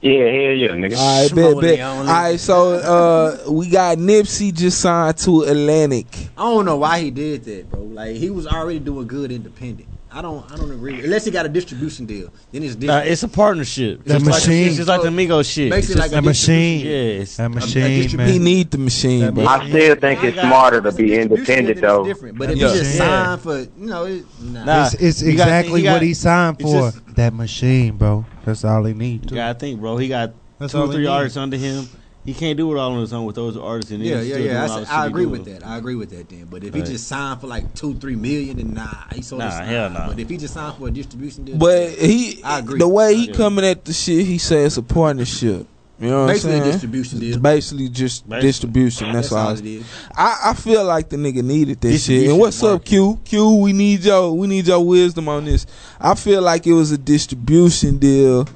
Speaker 8: Yeah, hell yeah, nigga.
Speaker 1: All right, bet, bet. All right, so uh, we got Nipsey just signed to Atlantic.
Speaker 7: I don't know why he did that, bro. Like he was already doing good independent. I don't, I don't agree. Unless he got a distribution deal, then it's
Speaker 6: Nah,
Speaker 7: different.
Speaker 6: it's a partnership.
Speaker 7: That
Speaker 6: Just like- it's
Speaker 7: machine.
Speaker 6: just like the Migos shit.
Speaker 7: Makes it
Speaker 6: It's just
Speaker 7: like a That machine.
Speaker 6: Yeah, it's
Speaker 7: That
Speaker 6: a- a
Speaker 7: machine,
Speaker 6: distribution.
Speaker 7: man.
Speaker 1: He need the machine, bro.
Speaker 8: I still think it's smarter to be independent though.
Speaker 7: different, but if you just sign for, you know, it, nah.
Speaker 6: Nah,
Speaker 5: it's it's
Speaker 6: you gotta think
Speaker 5: exactly
Speaker 6: he got-
Speaker 5: what he signed
Speaker 6: it's
Speaker 5: for.
Speaker 6: just-
Speaker 5: that machine, bro. That's all he need.
Speaker 6: Yeah, I think, bro. He got
Speaker 5: That's
Speaker 6: two
Speaker 5: all
Speaker 6: or
Speaker 5: he
Speaker 6: three
Speaker 5: needs.
Speaker 6: artists under him. He can't do it all on his own with those artists. And
Speaker 7: yeah, yeah, yeah. I, said- I agree with that. I agree with that. Then, but if
Speaker 6: Right.
Speaker 7: he just signed for like two, three million, then nah, he sold
Speaker 6: Nah,
Speaker 7: his-
Speaker 6: hell nah.
Speaker 7: But if he just signed for a distribution deal,
Speaker 1: But he,
Speaker 7: I agree.
Speaker 1: the way he
Speaker 7: Yeah.
Speaker 1: coming at the shit, he says it's a partnership. You know what
Speaker 7: Basically a
Speaker 1: I'm saying?
Speaker 7: distribution deal.
Speaker 1: Basically just
Speaker 7: Basically.
Speaker 1: distribution. That's,
Speaker 7: That's
Speaker 1: all.
Speaker 7: all
Speaker 1: it
Speaker 7: it
Speaker 1: is.
Speaker 7: is.
Speaker 1: I, I feel like the nigga needed that shit.
Speaker 7: Distribution
Speaker 1: And what's up, Q? Q, we need your we need your wisdom on this. I feel like it was a distribution deal,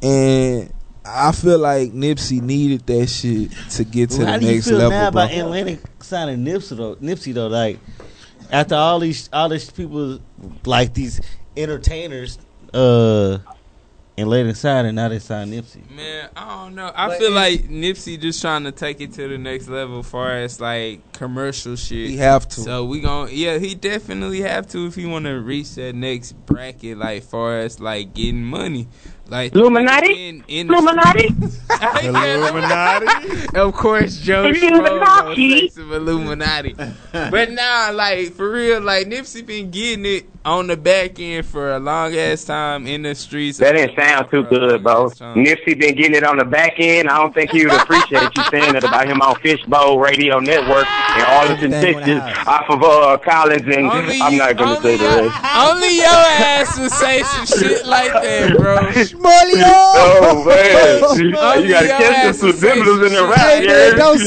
Speaker 1: and I feel like Nipsey needed that shit to get to
Speaker 6: Well, How
Speaker 1: the
Speaker 6: do you
Speaker 1: next
Speaker 6: feel
Speaker 1: level,
Speaker 6: now
Speaker 1: bro.
Speaker 6: about Atlantic signing Nipsey though? Nipsey though, like after all these all these people like these entertainers, uh, Atlantic signing now they signed Nipsey.
Speaker 10: Man, I don't know. I feel like Nipsey just trying to take it to the next level far as like commercial shit.
Speaker 1: He have to.
Speaker 10: So we gon' yeah, he definitely have to if he want to reach that next bracket, like far as like getting money, like
Speaker 15: Illuminati?
Speaker 10: in, in
Speaker 15: Illuminati?
Speaker 10: Illuminati. of course, Joe
Speaker 15: Illuminati.
Speaker 10: Illuminati. Of Illuminati. but nah, like for real, like Nipsey been getting it on the back end for a long ass time in the streets.
Speaker 8: That didn't sound too good, bro. Nipsey been getting it on the back end. I don't think he would appreciate you saying that about him on Fishbowl Radio Network and Arlington, Texas, off of uh, Collins and I'm not gonna say the rest.
Speaker 10: Only your ass would say some shit like that, bro.
Speaker 8: Oh man,
Speaker 10: Only
Speaker 8: you gotta
Speaker 10: your
Speaker 8: catch the
Speaker 10: ass would say
Speaker 8: subliminals in
Speaker 10: some
Speaker 8: the
Speaker 10: shit.
Speaker 8: rap. yeah. Hey, you gotta catch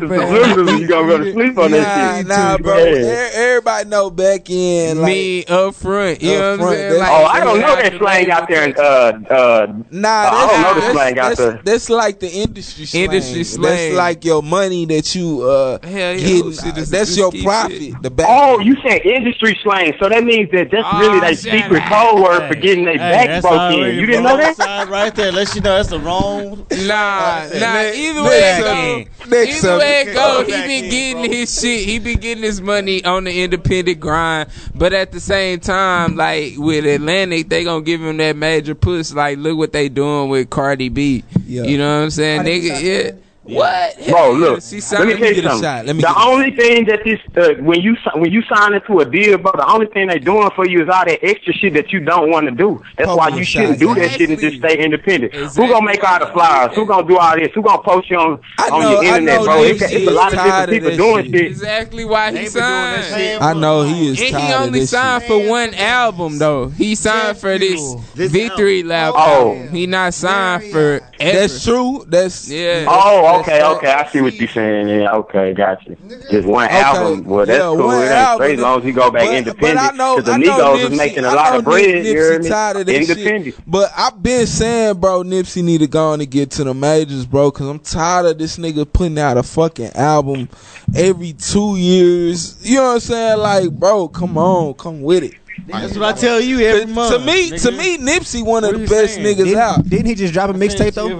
Speaker 8: the subliminals. You gonna go to sleep on that
Speaker 1: Nah,
Speaker 8: shit.
Speaker 1: nah, bro.
Speaker 8: Yeah.
Speaker 1: E- Everybody know back in. Like,
Speaker 10: Me up front. You know what I'm saying?
Speaker 8: oh, I don't know that slang out there. In, uh, uh,
Speaker 1: Nah,
Speaker 8: I
Speaker 1: that's,
Speaker 8: don't know the
Speaker 1: that's,
Speaker 8: slang out
Speaker 1: that's,
Speaker 8: there.
Speaker 1: that's like the industry slang.
Speaker 8: Industry slang.
Speaker 1: That's like your money that you uh
Speaker 8: yeah,
Speaker 1: getting.
Speaker 8: shit, this is
Speaker 1: that's your
Speaker 8: risky
Speaker 1: profit. The back.
Speaker 8: Oh, you said industry slang, so that means that that's
Speaker 10: Ah,
Speaker 8: really their secret code word for getting their back
Speaker 6: that's
Speaker 8: broke in.
Speaker 6: already
Speaker 8: You didn't
Speaker 6: the
Speaker 8: know
Speaker 6: wrong
Speaker 8: that?
Speaker 6: side right there. Let you know that's the wrong.
Speaker 10: Nah,
Speaker 6: Like I said,
Speaker 10: nah.
Speaker 6: next-
Speaker 10: Either way
Speaker 6: next
Speaker 10: it
Speaker 6: subject.
Speaker 10: go,
Speaker 6: Next
Speaker 10: either way it
Speaker 6: subject.
Speaker 10: go,
Speaker 6: Go
Speaker 10: he
Speaker 6: back
Speaker 10: been
Speaker 6: in,
Speaker 10: getting
Speaker 6: bro.
Speaker 10: his shit. He been getting his money on the independent grind. But at the same time, like with Atlantic, they gonna give him that major push. Like, look what they doing with Cardi B. You know what I'm saying,
Speaker 1: Cardi B
Speaker 10: nigga?
Speaker 1: signed
Speaker 10: Yeah. What?
Speaker 8: Bro, look.
Speaker 10: She
Speaker 8: let
Speaker 10: signed,
Speaker 8: me
Speaker 10: let me
Speaker 8: tell you
Speaker 10: get a
Speaker 8: something.
Speaker 10: shot. Let me
Speaker 8: the
Speaker 10: get a
Speaker 8: only thing that this uh, when you si- when you sign into a deal, bro, the only thing they doing for you is all that extra shit that you don't want to do. That's why you shouldn't do that shit and just stay independent. Who gonna make all the flyers? Who gonna do all this? Who gonna post you on on
Speaker 10: know-
Speaker 8: your
Speaker 10: I
Speaker 8: internet,
Speaker 10: know
Speaker 8: bro? It's,
Speaker 10: Nipsey
Speaker 8: it's a lot
Speaker 10: is
Speaker 8: of
Speaker 10: tired of
Speaker 8: different people
Speaker 10: that
Speaker 8: doing
Speaker 10: shit.
Speaker 8: shit.
Speaker 10: exactly why he signed.
Speaker 1: I know he
Speaker 10: And
Speaker 1: is
Speaker 10: he
Speaker 1: tired of
Speaker 10: only
Speaker 1: this
Speaker 10: signed for one album though. He signed for this, victory lap. album. he not signed for.
Speaker 1: Oh. That's true. That's
Speaker 10: yeah.
Speaker 8: Oh, okay, okay. I see what you're saying. Yeah, okay, gotcha. Just one
Speaker 1: Okay,
Speaker 8: album. Well, that's
Speaker 1: yeah,
Speaker 8: cool.
Speaker 1: one
Speaker 8: It ain't
Speaker 1: album.
Speaker 8: crazy as long as he go back
Speaker 1: But-
Speaker 8: independent.
Speaker 1: But I know,
Speaker 8: the
Speaker 1: I know
Speaker 8: Migos
Speaker 1: Nipsey,
Speaker 8: is making
Speaker 1: I
Speaker 8: a lot
Speaker 1: know
Speaker 8: of bread.
Speaker 1: Nipsey
Speaker 8: you hear me?
Speaker 1: tired of that
Speaker 8: independent.
Speaker 1: shit. But I've been saying, bro, Nipsey need to go on and get to the majors, bro, because I'm tired of this nigga putting out a fucking album every two years. You know what I'm saying? Like, bro, come on, come with it.
Speaker 6: That's what I tell you every month.
Speaker 1: To me, to me, Nipsey one of the best niggas
Speaker 7: didn't,
Speaker 1: out.
Speaker 7: Didn't he just drop a mixtape though?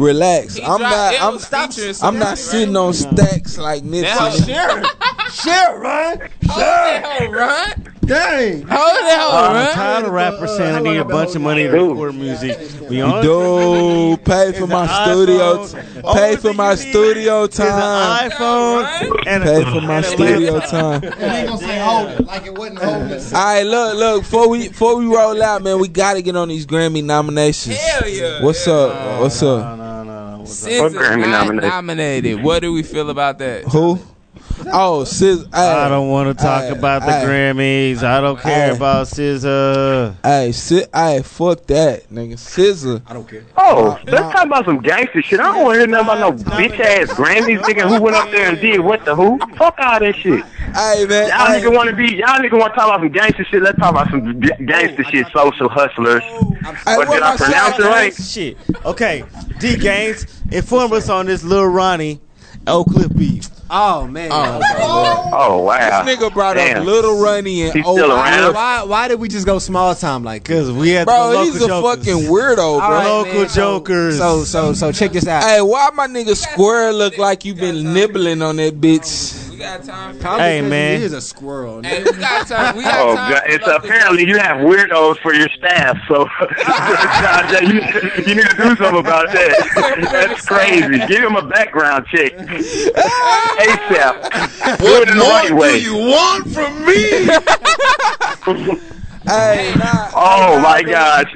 Speaker 1: Relax. I'm not. I'm,
Speaker 7: stop.
Speaker 1: I'm not sitting on stacks like Nipsey.
Speaker 7: Sharon. Sharon, run.
Speaker 10: Sharon, run. Hold
Speaker 7: Dang.
Speaker 10: it,
Speaker 6: I'm
Speaker 10: hold it.
Speaker 6: tired of rappers saying I need a bunch of money to record music. We on
Speaker 1: Do pay for my studio. Pay for my studio time.
Speaker 6: iPhone and
Speaker 1: Pay for my studio time. All right, look, look. Before we before we roll out, man, we gotta get on these Grammy nominations. Hell yeah! What's up? What's up?
Speaker 10: Since it's
Speaker 1: Grammy
Speaker 10: not
Speaker 1: nominated.
Speaker 10: nominated, what do we feel about that?
Speaker 1: Who? Oh, sis.
Speaker 6: I don't want to talk about the Grammys. I don't care
Speaker 1: Hey.
Speaker 6: about SZA.
Speaker 1: Hey, sit. Hey, fuck that, nigga. Scissor. I don't care.
Speaker 8: Oh, let's talk about some gangster shit. I don't want to hear nothing about no bitch ass Grammys nigga who went up there and did what the who. Fuck all that shit.
Speaker 1: Hey man,
Speaker 8: y'all nigga want to be y'all nigga want to talk about some gangster shit. Let's talk about some g- gangster shit. Social hustlers. But did I pronounce it right?
Speaker 6: Shit. Okay, D Gaines, inform us on this little Ronnie Oak Cliff beef.
Speaker 7: Oh man.
Speaker 8: Oh wow.
Speaker 1: This nigga brought up
Speaker 6: Damn.
Speaker 1: Little Runny and
Speaker 6: He's
Speaker 1: Oak
Speaker 6: still around?
Speaker 7: Why, why did we just go small time like?
Speaker 6: Because we had
Speaker 1: Bro, he's a fucking weirdo, bro.
Speaker 7: Local jokers. So so so check this out.
Speaker 1: Hey, why my nigga Square look like you been nibbling on that bitch?
Speaker 7: Hey, man. He is a squirrel.
Speaker 10: Hey, we got time. We got
Speaker 8: Oh,
Speaker 10: time.
Speaker 8: God. It's apparently you have weirdos for your staff, so John Jay, you, you need to do something about that. That's crazy. Give him a background check ASAP. Do it in the right way.
Speaker 1: want from me? hey, nah,
Speaker 8: Oh my gosh,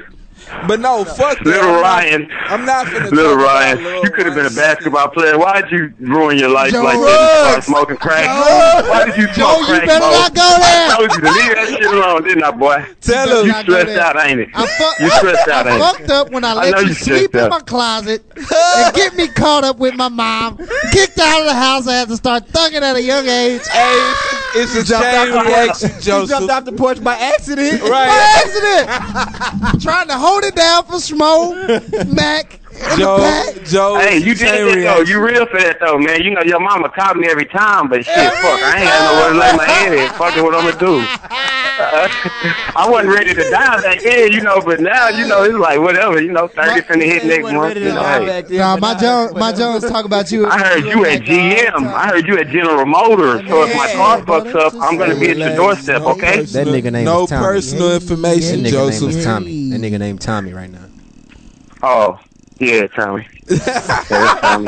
Speaker 1: but no, fuck that.
Speaker 8: little
Speaker 1: I'm not-
Speaker 8: Ryan,
Speaker 1: I'm not finna
Speaker 8: little
Speaker 1: talk about
Speaker 8: Ryan, you could have been a basketball player. Why'd you ruin your life
Speaker 1: Joe
Speaker 8: like that? and Start
Speaker 1: Ruggs.
Speaker 8: smoking crack.
Speaker 1: Joe-
Speaker 8: Why did you smoke
Speaker 1: Joe, you
Speaker 8: crack?
Speaker 1: better
Speaker 8: Mo?
Speaker 1: not go
Speaker 8: I told you to leave that shit alone, didn't I, boy?
Speaker 1: Tell him.
Speaker 8: you
Speaker 1: Not go
Speaker 8: stressed
Speaker 1: there.
Speaker 8: out, ain't it?
Speaker 5: I fuck-
Speaker 8: you stressed out,
Speaker 5: I
Speaker 8: ain't it?
Speaker 5: fucked up when I
Speaker 8: I
Speaker 5: let
Speaker 8: know
Speaker 5: you
Speaker 8: you
Speaker 5: sleep
Speaker 8: tricked
Speaker 5: in
Speaker 8: up.
Speaker 5: my closet and get me caught up with my mom. Kicked out of the house, I had to start thugging at a young age.
Speaker 1: Hey, it's a chain reaction,
Speaker 7: You jumped
Speaker 1: Joseph.
Speaker 7: off the porch by accident.
Speaker 1: Right.
Speaker 5: By accident, trying to hold it down for Schmo Mac. in the back.
Speaker 1: Joe, Joe.
Speaker 8: Hey, you did it though. You real for that though, man. You know your mama caught me every time, but shit, fuck, I ain't got nowhere to lay my head in. Fucking what I'm gonna do. Uh, I wasn't ready to die back then, you know, but now, you know, it's like whatever, you know, thirty finna hit next month. You know, hey.
Speaker 5: Nah, my Jones, my Jones talk about you.
Speaker 8: I heard you at GM. I heard you at General Motors. So if my car fucks up, I'm gonna be at your doorstep, okay?
Speaker 7: That nigga name
Speaker 1: No
Speaker 7: is Tommy.
Speaker 1: personal information,
Speaker 7: that nigga
Speaker 1: Joseph.
Speaker 7: Name is Tommy. That nigga named Tommy right now.
Speaker 8: Oh. Yeah, Tommy. Yeah, that's Tommy. That's Tommy.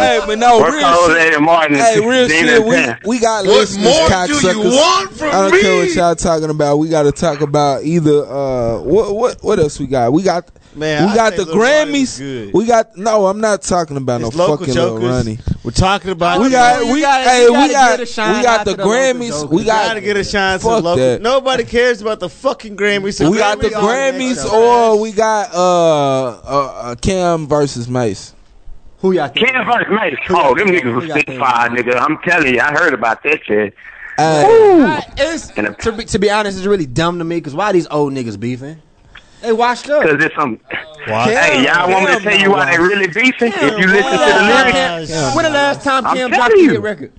Speaker 1: Hey, but no,
Speaker 8: Work
Speaker 1: Oh, real
Speaker 8: Jose
Speaker 1: shit.
Speaker 8: and Martin.
Speaker 1: Hey, real
Speaker 8: Dean
Speaker 1: shit.
Speaker 8: and Pam.
Speaker 1: We, we got
Speaker 8: What
Speaker 1: listeners,
Speaker 8: more do you
Speaker 1: cocksuckers.
Speaker 8: want from
Speaker 1: I don't care
Speaker 8: me?
Speaker 1: what y'all talking about. We got to talk about either uh, what what what else we got? We got
Speaker 6: Man,
Speaker 1: we
Speaker 6: I
Speaker 1: got
Speaker 6: say
Speaker 1: the
Speaker 6: Lil Ronnie was
Speaker 1: Grammys.
Speaker 6: good.
Speaker 1: We got no. I'm not talking about
Speaker 6: It's
Speaker 1: no
Speaker 6: local
Speaker 1: fucking
Speaker 6: jokers.
Speaker 1: Lil Ronnie.
Speaker 6: We're talking about
Speaker 1: we got we
Speaker 6: got
Speaker 1: hey we got we got the Grammys. We
Speaker 6: to
Speaker 1: got
Speaker 6: get a shine to the
Speaker 1: fuck
Speaker 6: local.
Speaker 1: that.
Speaker 6: Nobody cares about the fucking Grammys.
Speaker 1: we got the Grammys, or we got uh, uh, uh Cam versus Mace.
Speaker 7: Who y'all?
Speaker 8: Ken Hart, mate. Oh, them niggas was sick fired, nigga. I'm telling you, I heard about that shit.
Speaker 7: I- it's- to, be, to be honest, it's really dumb to me because why these old niggas beefing? They washed up.
Speaker 8: Cause it's some.
Speaker 7: Wow.
Speaker 8: Hey, y'all want me to tell you why they really beefing? if you listen to the lyrics,
Speaker 7: When the last time
Speaker 8: I'm
Speaker 7: Cam
Speaker 8: telling
Speaker 7: dropped a
Speaker 8: you.
Speaker 7: hit record?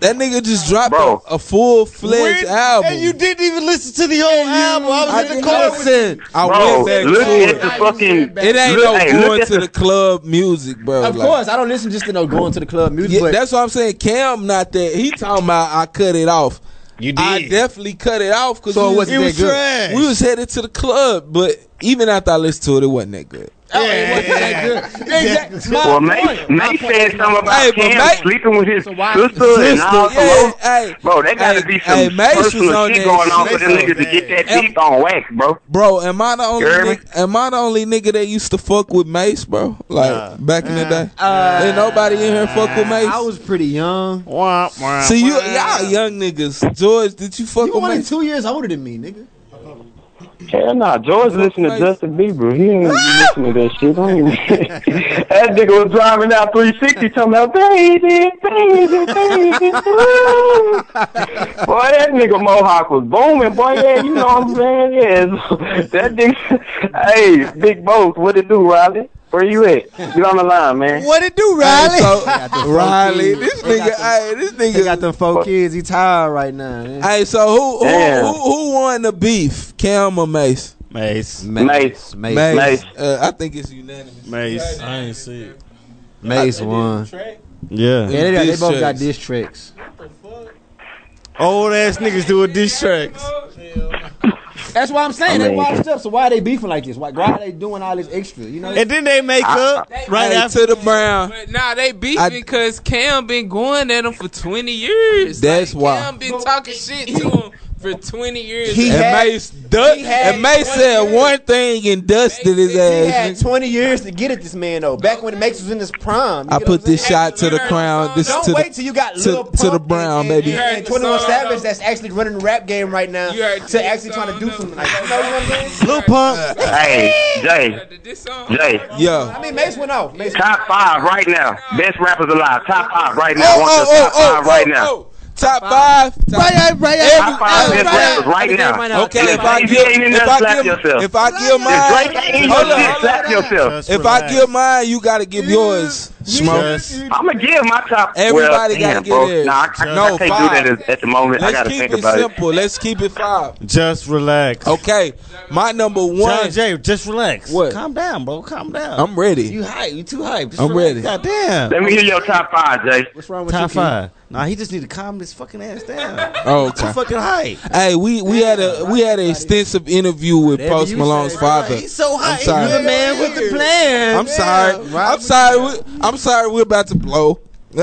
Speaker 1: That nigga just dropped a, full fledged album.
Speaker 6: And you didn't even listen to the whole album. I was
Speaker 1: I
Speaker 6: in the
Speaker 1: didn't
Speaker 6: car.
Speaker 1: listen. I
Speaker 8: Bro,
Speaker 1: went back
Speaker 8: look
Speaker 1: to
Speaker 8: at the fucking.
Speaker 1: It ain't
Speaker 8: look,
Speaker 1: no
Speaker 8: hey, look
Speaker 1: going
Speaker 8: at
Speaker 1: to the club music, bro.
Speaker 7: Of
Speaker 1: Like,
Speaker 7: course, I don't listen just to no going to the club music.
Speaker 1: yeah,
Speaker 7: but
Speaker 1: that's what I'm saying. Cam not that. He talking about I cut it off. You did. I definitely cut it off because
Speaker 7: So it
Speaker 1: we,
Speaker 7: wasn't
Speaker 1: was-
Speaker 7: that good.
Speaker 1: We was headed to the club, but even after I listened to it, it wasn't that good.
Speaker 12: Oh, it wasn't that good. Exactly. My
Speaker 8: Well, May,
Speaker 12: point.
Speaker 8: May said something about
Speaker 12: Hey, but
Speaker 8: Cam
Speaker 12: May-
Speaker 8: sleeping with his
Speaker 12: why-
Speaker 8: sister, and
Speaker 12: Sister,
Speaker 8: all
Speaker 12: yeah,
Speaker 8: so Bro, that gotta be some
Speaker 1: hey, Mace was
Speaker 8: personal
Speaker 1: on
Speaker 8: shit
Speaker 1: that
Speaker 8: going on for
Speaker 1: shit.
Speaker 8: them niggas to get that deep on wax, bro.
Speaker 1: Bro, am I the only
Speaker 8: You hear me?
Speaker 1: nigga, am I the only nigga that used to fuck with Mace, bro? Like back in the day, ain't nobody in here fuck with Mace. I was pretty young. See you, y'all young niggas. George, did you fuck
Speaker 7: You
Speaker 1: with
Speaker 7: only
Speaker 1: Mace?
Speaker 7: two years older than me, nigga.
Speaker 8: Hell nah, George listen to Justin Bieber. He ain't even listen to that shit. I ain't even- that nigga was driving out 360 talking about, baby, baby, baby. ooh." boy, that nigga Mohawk was booming, boy. Yeah, you know what I'm saying? Yeah. so that nigga, hey, Big Both, what it do, Riley? Where you at? Get on the line, man.
Speaker 12: What it do, Riley?
Speaker 1: So, Riley, this nigga, hey, this nigga
Speaker 7: got them four kids. He tired right now. Man.
Speaker 1: Hey, so who who,
Speaker 7: Damn.
Speaker 1: who who won the beef? Cam or Mace?
Speaker 6: Mace.
Speaker 7: Mace.
Speaker 1: Mace.
Speaker 7: Mace. Mace.
Speaker 1: Uh, I think it's unanimous.
Speaker 6: Mace. I ain't
Speaker 9: see it.
Speaker 7: Mace won. Yeah,
Speaker 6: Yeah.
Speaker 7: they, got- they
Speaker 6: Diss
Speaker 7: both got
Speaker 6: tracks.
Speaker 7: diss tracks.
Speaker 6: Old ass niggas doing diss tracks.
Speaker 7: That's why I'm saying
Speaker 6: I
Speaker 7: they
Speaker 6: mean-
Speaker 7: washed up. So why are they beefing like this? Why, why are they doing all this extra? You know.
Speaker 6: And then they make up right
Speaker 1: Hey,
Speaker 6: after
Speaker 1: to the Brown.
Speaker 10: But nah, they beefing because Cam been going at him for twenty years.
Speaker 1: That's why.
Speaker 10: Cam been talking shit to him for twenty years.
Speaker 1: He and
Speaker 10: had-
Speaker 1: Mace, du- and Mace said one thing and dusted his
Speaker 12: He
Speaker 1: ass.
Speaker 12: had 20 years to get at this man though. Back when Mace was in his prime.
Speaker 1: I put this shot to the crown. This
Speaker 12: Don't
Speaker 1: to
Speaker 12: wait
Speaker 1: the,
Speaker 12: till you got
Speaker 1: to,
Speaker 12: Lil
Speaker 1: to the brown, baby.
Speaker 12: and 21 Savage that's actually running the rap game right now to actually trying to do something like that. You know what I'm saying?
Speaker 6: Lil Pump.
Speaker 8: Hey, Jay. Jay.
Speaker 1: Yeah.
Speaker 12: I mean, Mace went off. Mace
Speaker 8: Top five right now. Best rappers alive. Top five right now.
Speaker 12: Oh,
Speaker 8: What's
Speaker 12: oh,
Speaker 8: the top
Speaker 12: oh, oh,
Speaker 8: five right now.
Speaker 1: Top five. Top
Speaker 12: right, right,
Speaker 8: Top five best rappers right now.
Speaker 1: Okay,
Speaker 8: And
Speaker 1: if I
Speaker 8: Drake
Speaker 1: give,
Speaker 8: ain't in
Speaker 1: if
Speaker 8: there,
Speaker 1: I
Speaker 8: slap
Speaker 1: give,
Speaker 8: yourself.
Speaker 1: if I give
Speaker 8: If Drake ain't in
Speaker 1: mine,
Speaker 8: your
Speaker 1: hold
Speaker 8: shit,
Speaker 1: up.
Speaker 8: slap yourself.
Speaker 1: If I give mine, you gotta give yours. Smoke.
Speaker 8: I'm gonna give my top.
Speaker 1: Everybody
Speaker 8: well,
Speaker 1: gotta
Speaker 8: damn,
Speaker 1: get
Speaker 8: bro.
Speaker 1: theirs.
Speaker 8: Nah, I, I,
Speaker 1: No,
Speaker 8: I can't
Speaker 1: five.
Speaker 8: do that at, at the moment. I
Speaker 1: Let's
Speaker 8: gotta
Speaker 1: keep
Speaker 8: think
Speaker 1: it
Speaker 8: about it.
Speaker 1: simple. Let's keep it five.
Speaker 6: Just relax.
Speaker 1: Okay, my number one.
Speaker 6: John Jay, just relax.
Speaker 1: What?
Speaker 6: Calm down, bro. Calm down.
Speaker 1: I'm ready.
Speaker 6: You hype. You too hype. Just
Speaker 1: I'm
Speaker 6: relax.
Speaker 1: ready.
Speaker 6: God damn.
Speaker 8: Let me hear your top five, Jay.
Speaker 7: What's wrong
Speaker 6: Top five. Nah, he just need to calm this fucking ass down.
Speaker 1: Oh,
Speaker 6: Too
Speaker 1: okay.
Speaker 6: fucking hype.
Speaker 1: Hey, we we had a we had an extensive interview with Post Malone's father.
Speaker 6: He's so
Speaker 1: I'm
Speaker 6: hype. You
Speaker 1: sorry.
Speaker 6: the man with the plan.
Speaker 1: I'm sorry. I'm sorry. We, I'm sorry. We're about to blow. Uh,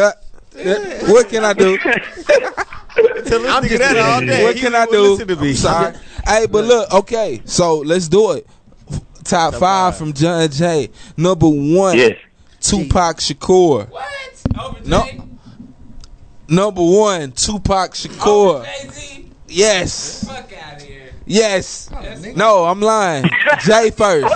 Speaker 1: uh, What can I do?
Speaker 6: I'm just that all day.
Speaker 1: What
Speaker 6: He
Speaker 1: can
Speaker 6: don't
Speaker 1: I
Speaker 6: even
Speaker 1: do?
Speaker 6: listen to me.
Speaker 1: I'm sorry. Hey, but look. Okay, so let's do it. F- Top five from John Jay. Number one.
Speaker 8: Yes.
Speaker 1: Tupac Shakur.
Speaker 10: What? Over
Speaker 1: No.
Speaker 10: Jay?
Speaker 1: Number one, Tupac Shakur. Yes.
Speaker 10: Fuck out of here.
Speaker 1: Yes. No, I'm lying. Jay first.